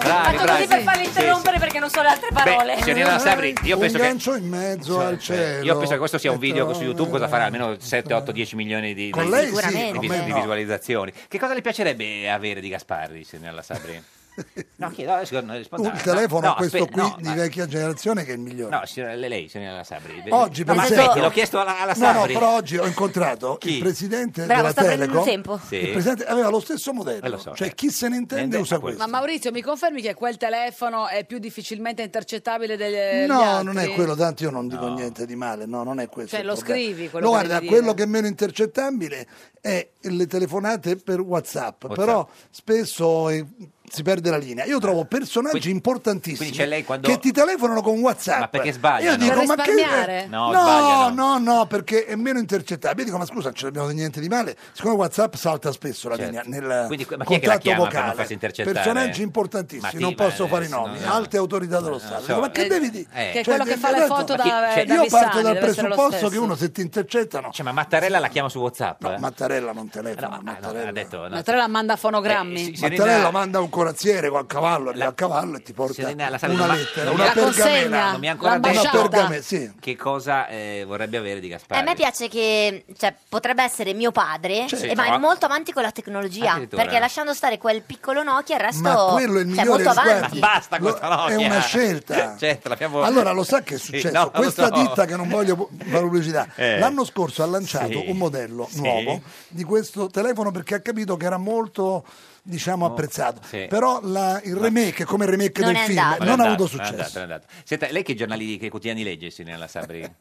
[SPEAKER 2] Bravi,
[SPEAKER 12] Fatto
[SPEAKER 2] bravi.
[SPEAKER 12] così per farli
[SPEAKER 2] Sì,
[SPEAKER 12] interrompere perché non so le altre parole.
[SPEAKER 2] Beh, signorina La Sabri, io penso
[SPEAKER 13] Eh, un
[SPEAKER 2] che... eh,
[SPEAKER 13] gancio in mezzo al cielo.
[SPEAKER 2] Io penso che questo sia un video su YouTube, cosa farà? Almeno 7, 8, 10 milioni di,
[SPEAKER 13] Ecco. Con
[SPEAKER 2] di-
[SPEAKER 13] lei
[SPEAKER 2] di-
[SPEAKER 13] sì,
[SPEAKER 2] di-
[SPEAKER 13] con
[SPEAKER 2] di-
[SPEAKER 13] me
[SPEAKER 2] di
[SPEAKER 13] no.
[SPEAKER 2] visualizzazioni. Che cosa le piacerebbe avere di Gasparri, signorina Sabri? No, chiedo, no, signor- no, risponda.
[SPEAKER 13] Il telefono
[SPEAKER 2] No,
[SPEAKER 13] questo
[SPEAKER 2] aspetta,
[SPEAKER 13] qui
[SPEAKER 2] no,
[SPEAKER 13] di vecchia generazione che è il migliore.
[SPEAKER 2] No, signora- lei, lei, signorina Sabri.
[SPEAKER 13] Oggi, per
[SPEAKER 2] ma
[SPEAKER 13] esempio-
[SPEAKER 2] aspetti, l'ho chiesto alla, alla
[SPEAKER 13] No, no,
[SPEAKER 2] Sabri.
[SPEAKER 13] però oggi ho incontrato
[SPEAKER 2] Chi?
[SPEAKER 13] il presidente
[SPEAKER 1] Bravo,
[SPEAKER 13] della
[SPEAKER 1] sta prendendo
[SPEAKER 13] Telecom.
[SPEAKER 1] tempo.
[SPEAKER 2] Sì.
[SPEAKER 13] Il presidente aveva lo stesso modello.
[SPEAKER 2] Eh, lo so,
[SPEAKER 13] cioè,
[SPEAKER 2] certo.
[SPEAKER 13] chi se ne intende
[SPEAKER 2] Niente,
[SPEAKER 13] usa
[SPEAKER 2] ma questo.
[SPEAKER 13] questo.
[SPEAKER 1] Ma Maurizio, mi confermi che quel telefono è più difficilmente intercettabile degli
[SPEAKER 13] No,
[SPEAKER 1] gli altri?
[SPEAKER 13] non è quello, tanto io non dico niente di male, no, non è questo.
[SPEAKER 1] Cioè,
[SPEAKER 13] il
[SPEAKER 1] lo
[SPEAKER 13] problema.
[SPEAKER 1] scrivi quello
[SPEAKER 13] No,
[SPEAKER 1] che
[SPEAKER 13] guarda,
[SPEAKER 1] devi dire.
[SPEAKER 13] quello che è meno intercettabile è le telefonate per WhatsApp, però spesso eh, si perde la linea. Io trovo personaggi importantissimi
[SPEAKER 2] Eh. quindi c'è lei quando-
[SPEAKER 13] che ti telefonano con WhatsApp.
[SPEAKER 2] Ma perché sbagliano?
[SPEAKER 13] Io dico,
[SPEAKER 1] Per
[SPEAKER 13] ma che-
[SPEAKER 1] risparmiare?
[SPEAKER 2] No,
[SPEAKER 13] no,
[SPEAKER 2] sbagliano.
[SPEAKER 13] no, no, perché è meno intercettabile. Io dico, ma scusa, non ce l'abbiamo di niente di male. Siccome WhatsApp salta spesso la
[SPEAKER 2] Certo.
[SPEAKER 13] linea nel
[SPEAKER 2] Quindi, ma chi è che la
[SPEAKER 13] contatto
[SPEAKER 2] chiama per non
[SPEAKER 13] vocale.
[SPEAKER 2] farsi intercettare?
[SPEAKER 13] Personaggi importantissimi,
[SPEAKER 2] Ma chi-
[SPEAKER 13] non
[SPEAKER 2] ma
[SPEAKER 13] posso fare i
[SPEAKER 2] adesso,
[SPEAKER 13] nomi,
[SPEAKER 2] no, no.
[SPEAKER 13] alte autorità dello Stato.
[SPEAKER 2] so,
[SPEAKER 13] Dico, ma che
[SPEAKER 2] eh,
[SPEAKER 13] devi Cioè, dire?
[SPEAKER 2] eh.
[SPEAKER 1] Che è quello che fa le foto da,
[SPEAKER 2] Ma chi- cioè,
[SPEAKER 1] da
[SPEAKER 13] Io
[SPEAKER 1] Vissani,
[SPEAKER 13] parto dal
[SPEAKER 1] deve essere lo
[SPEAKER 13] presupposto che
[SPEAKER 1] stesso.
[SPEAKER 13] uno se ti intercettano.
[SPEAKER 2] Cioè, ma Mattarella la chiama su WhatsApp? eh?
[SPEAKER 13] Mattarella non telefono.
[SPEAKER 2] Ah, no, ha detto... no.
[SPEAKER 1] Ma te la manda a fonogrammi.
[SPEAKER 2] Eh, sì, sì. Serena-
[SPEAKER 13] Mattarella manda un corazziere con a cavallo, arriva a cavallo e ti porta
[SPEAKER 2] Serena, la Sabri,
[SPEAKER 13] una
[SPEAKER 2] non mi ha-
[SPEAKER 13] lettera,
[SPEAKER 2] non mi
[SPEAKER 13] una
[SPEAKER 2] ha-
[SPEAKER 13] pergamena.
[SPEAKER 2] Non mi ha ancora
[SPEAKER 13] Una
[SPEAKER 2] detto
[SPEAKER 13] pergamena, sì.
[SPEAKER 2] che cosa eh, vorrebbe avere di
[SPEAKER 12] Eh,
[SPEAKER 2] Gasparri.
[SPEAKER 12] a me piace che cioè, potrebbe essere mio padre,
[SPEAKER 2] Sì.
[SPEAKER 12] eh, ma
[SPEAKER 2] No.
[SPEAKER 12] è molto avanti con la tecnologia.
[SPEAKER 2] Addirittura.
[SPEAKER 12] Perché lasciando stare quel piccolo Nokia, il resto
[SPEAKER 13] Ma quello è il
[SPEAKER 12] cioè,
[SPEAKER 13] migliore
[SPEAKER 12] molto
[SPEAKER 13] sguardo.
[SPEAKER 12] avanti.
[SPEAKER 2] Basta
[SPEAKER 13] Lo-
[SPEAKER 2] questa Nokia.
[SPEAKER 13] è una scelta.
[SPEAKER 2] Certo, l'abbiamo-
[SPEAKER 13] Allora, lo sa che è
[SPEAKER 2] Sì,
[SPEAKER 13] successo?
[SPEAKER 2] no, lo
[SPEAKER 13] Questa
[SPEAKER 2] so.
[SPEAKER 13] ditta che non voglio pu- fare pubblicità,
[SPEAKER 2] Eh.
[SPEAKER 13] l'anno scorso ha lanciato
[SPEAKER 2] Sì.
[SPEAKER 13] un modello
[SPEAKER 2] Sì.
[SPEAKER 13] nuovo di questo telefono perché ha capito che era molto diciamo apprezzato
[SPEAKER 2] sì.
[SPEAKER 13] però la- il remake come il remake
[SPEAKER 12] Non
[SPEAKER 13] del
[SPEAKER 12] è
[SPEAKER 13] film
[SPEAKER 12] andato.
[SPEAKER 13] non
[SPEAKER 2] è
[SPEAKER 13] ha
[SPEAKER 2] andato,
[SPEAKER 13] avuto
[SPEAKER 2] non è andato,
[SPEAKER 13] successo
[SPEAKER 2] non è andato. Senta, lei che giornali, che quotidiani legge, signorina La Sabri?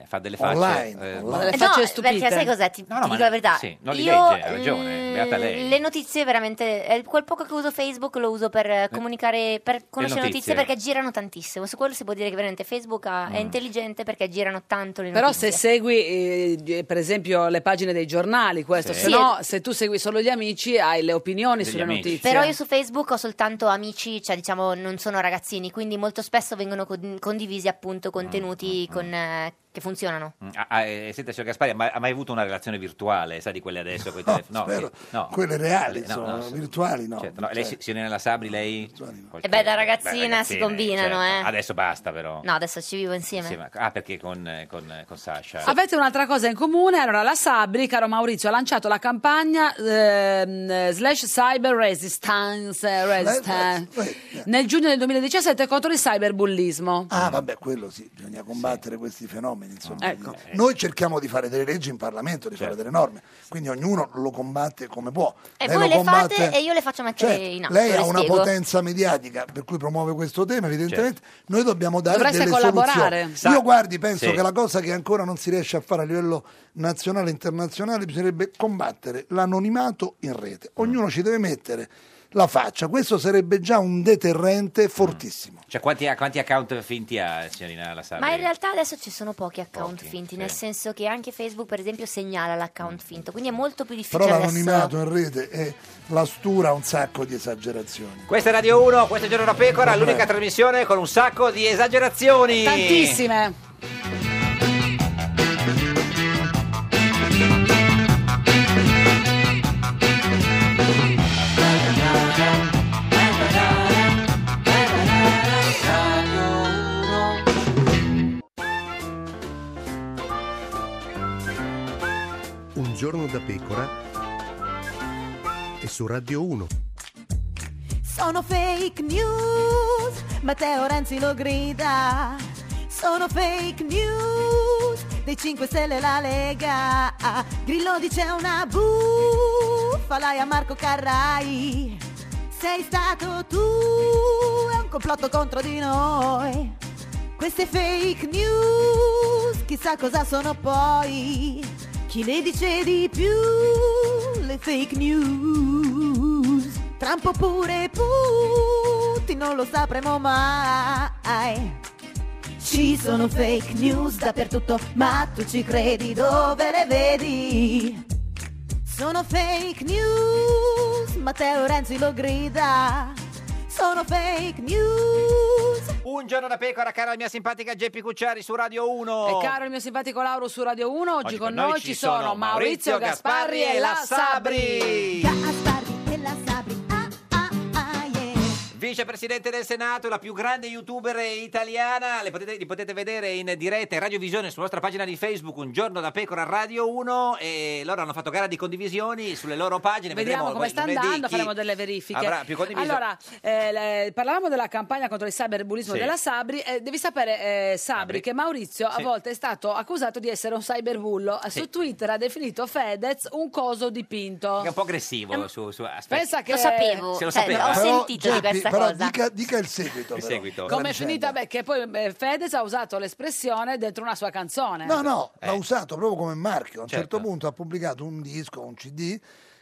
[SPEAKER 2] Eh, fa delle facce.
[SPEAKER 13] Online,
[SPEAKER 2] eh,
[SPEAKER 12] Eh,
[SPEAKER 2] boh.
[SPEAKER 12] no,
[SPEAKER 1] facce stupite.
[SPEAKER 12] Perché sai cos'è? Ti, ti
[SPEAKER 2] ma-
[SPEAKER 12] dico la verità.
[SPEAKER 2] sì, non li
[SPEAKER 12] Io
[SPEAKER 2] legge, ha ragione, beata lei.
[SPEAKER 12] le notizie veramente. eh, Quel poco che uso Facebook lo uso per eh, comunicare, per conoscere notizie.
[SPEAKER 2] notizie.
[SPEAKER 12] perché girano tantissimo. Su quello si può dire che veramente Facebook ha- è
[SPEAKER 1] Mm.
[SPEAKER 12] intelligente perché girano tanto le
[SPEAKER 1] Però
[SPEAKER 12] notizie.
[SPEAKER 1] se segui eh, per esempio le pagine dei giornali, questo,
[SPEAKER 12] Sì.
[SPEAKER 1] se no se tu segui solo gli amici hai le opinioni
[SPEAKER 2] Degli
[SPEAKER 1] sulle
[SPEAKER 2] amici.
[SPEAKER 1] notizie.
[SPEAKER 12] Però io su Facebook ho soltanto amici, cioè diciamo non sono ragazzini, quindi molto spesso vengono con- condivisi appunto contenuti con, eh, che funzionano.
[SPEAKER 2] Mm, ah, ah, eh, senta, signor Gaspari, ma ha mai avuto una relazione virtuale, sa di quelle adesso? coi telefoni? No,
[SPEAKER 13] spero.
[SPEAKER 2] sì, no. Eh,
[SPEAKER 13] Quelle reali, Cioè.
[SPEAKER 2] No,
[SPEAKER 13] insomma,
[SPEAKER 2] no, sì.
[SPEAKER 13] virtuali no.
[SPEAKER 2] Certo, no, lei, si- signorina La Sabri, lei? Qualche-
[SPEAKER 12] E Eh beh, da ragazzina si
[SPEAKER 2] ragazzine,
[SPEAKER 12] combinano, eh.
[SPEAKER 2] certo. Adesso basta, però.
[SPEAKER 12] No, adesso ci vivo insieme.
[SPEAKER 2] Sì, ma- ah, perché con, eh, con, eh, con Sasha?
[SPEAKER 1] Avete un'altra cosa in comune? Allora, la Sabri, caro Maurizio, ha lanciato la campagna ehm, slash cyber resistance, eh, resistance, nel giugno del 2017 contro il cyberbullismo.
[SPEAKER 13] Ah, vabbè, quello sì, bisogna combattere questi fenomeni. Insomma.
[SPEAKER 12] Ecco.
[SPEAKER 13] Noi cerchiamo di fare delle leggi in Parlamento, di
[SPEAKER 2] Certo.
[SPEAKER 13] fare delle norme, quindi ognuno lo combatte come può.
[SPEAKER 12] E voi
[SPEAKER 13] Lei Eh, lo
[SPEAKER 12] le
[SPEAKER 13] combatte-
[SPEAKER 12] fate e io le faccio mettere
[SPEAKER 13] Certo,
[SPEAKER 12] in atto.
[SPEAKER 13] lei
[SPEAKER 12] le
[SPEAKER 13] ha una
[SPEAKER 12] spiego.
[SPEAKER 13] potenza mediatica per cui promuove questo tema, evidentemente
[SPEAKER 2] Certo.
[SPEAKER 13] noi dobbiamo dare
[SPEAKER 1] Dovreste
[SPEAKER 13] delle
[SPEAKER 1] collaborare.
[SPEAKER 13] soluzioni.
[SPEAKER 1] Sa-
[SPEAKER 13] Io guardi, penso
[SPEAKER 1] Sì.
[SPEAKER 13] che la cosa che ancora non si riesce a fare a livello nazionale e internazionale bisognerebbe combattere l'anonimato in
[SPEAKER 2] Mm.
[SPEAKER 13] rete. Ognuno ci deve mettere la faccia, questo sarebbe già un deterrente fortissimo.
[SPEAKER 2] Cioè, quanti, ha- quanti account finti ha, signorina La Sabri?
[SPEAKER 12] Ma in realtà adesso ci sono pochi account finti, nel
[SPEAKER 2] sì. Mm.
[SPEAKER 12] senso che anche Facebook, per esempio, segnala l'account finto, quindi è molto più difficile
[SPEAKER 13] Però
[SPEAKER 12] adesso.
[SPEAKER 13] l'anonimato in rete è la stura un sacco di esagerazioni.
[SPEAKER 2] Questa è Radio 1, questo è Giorno da Pecora, l'unica trasmissione con un sacco di esagerazioni.
[SPEAKER 1] Tantissime.
[SPEAKER 9] Un giorno da pecora e su Radio 1.
[SPEAKER 15] Sono fake news, Matteo Renzi lo grida. Sono fake news, dei 5 Stelle la Lega. Grillo dice una bufala e a Marco Carrai. Sei stato tu, è un complotto contro di noi. Queste fake news, chissà cosa sono poi. Chi le dice di più le fake news? Trump oppure Putin non lo sapremo mai. Ci sono fake news dappertutto, ma tu ci credi dove le vedi? Sono fake news, Matteo Renzi lo grida. Sono fake news.
[SPEAKER 2] Un giorno da Pecora, cara la mia simpatica Geppi Cucciari su Radio 1.
[SPEAKER 1] E caro il mio simpatico Lauro su Radio 1, Oh. oggi, con noi, ci sono Maurizio Gasparri e la Sabri.
[SPEAKER 15] Ah,
[SPEAKER 2] Vicepresidente del Senato, la più grande youtuber italiana, Le potete- li potete vedere in diretta in radiovisione sulla nostra pagina di Facebook, un giorno da pecora Radio 1 e loro hanno fatto gara di condivisioni sulle loro pagine,
[SPEAKER 1] Vediamo come
[SPEAKER 2] poi
[SPEAKER 1] sta
[SPEAKER 2] lunedì
[SPEAKER 1] andando,
[SPEAKER 2] chi
[SPEAKER 1] faremo delle verifiche.
[SPEAKER 2] avrà più condiviso.
[SPEAKER 1] allora, eh, le- parlavamo della campagna contro il cyberbullismo
[SPEAKER 2] Sì.
[SPEAKER 1] della Sabri. eh, devi sapere, eh, Sabri, che Maurizio
[SPEAKER 2] Sì.
[SPEAKER 1] a volte è stato accusato di essere un cyberbullo. Eh,
[SPEAKER 2] Sì.
[SPEAKER 1] Su Twitter ha definito Fedez un coso dipinto.
[SPEAKER 2] Che è un po' aggressivo su, su- aspetta.
[SPEAKER 1] Pensa che
[SPEAKER 12] Eh,
[SPEAKER 2] Se lo sapeva.
[SPEAKER 13] Geppi, però Dica, dica il seguito.
[SPEAKER 2] Il
[SPEAKER 13] però. Cioè,
[SPEAKER 2] seguito.
[SPEAKER 1] Come è finita? Beh, che poi eh, Fedez ha usato l'espressione dentro una sua canzone.
[SPEAKER 13] No, no,
[SPEAKER 2] Eh.
[SPEAKER 13] l'ha usato proprio come marchio. A un certo punto ha pubblicato un disco, un CD,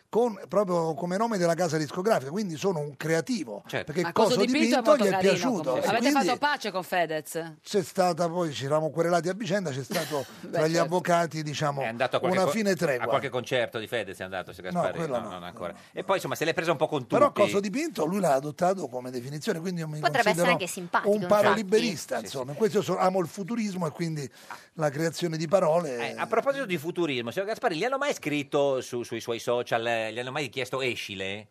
[SPEAKER 13] con, proprio come nome della casa discografica. Quindi sono un creativo.
[SPEAKER 2] Certo.
[SPEAKER 13] Perché
[SPEAKER 1] Ma
[SPEAKER 13] Coso
[SPEAKER 1] dipinto, è
[SPEAKER 13] Dipinto
[SPEAKER 1] molto
[SPEAKER 13] gli è
[SPEAKER 1] carino,
[SPEAKER 13] piaciuto.
[SPEAKER 1] comunque.
[SPEAKER 13] E
[SPEAKER 1] Avete
[SPEAKER 13] quindi
[SPEAKER 1] fatto pace con Fedez?
[SPEAKER 13] c'è stata poi, ci eravamo querelati a vicenda, c'è stato tra gli
[SPEAKER 2] certo.
[SPEAKER 13] avvocati, diciamo,
[SPEAKER 2] È andato a qualche,
[SPEAKER 13] una
[SPEAKER 2] co-
[SPEAKER 13] fine
[SPEAKER 2] a
[SPEAKER 13] tregua.
[SPEAKER 2] qualche concerto di Fedez è andato, signor
[SPEAKER 13] No,
[SPEAKER 2] Gasparri?
[SPEAKER 13] quello
[SPEAKER 2] no, non ancora. e poi insomma se l'è presa un po' con tutti.
[SPEAKER 13] Però Coso Dipinto lui l'ha adottato come definizione, quindi io mi
[SPEAKER 12] Potrebbe
[SPEAKER 13] considero
[SPEAKER 12] essere anche simpatico,
[SPEAKER 13] un
[SPEAKER 12] infatti.
[SPEAKER 2] Certo.
[SPEAKER 13] paroliberista, insomma. In Questo io so- amo il futurismo e quindi la creazione di parole.
[SPEAKER 2] Eh, a proposito di futurismo, signor Gasparri, gli hanno mai scritto su- sui suoi social, eh, gli hanno mai chiesto escile?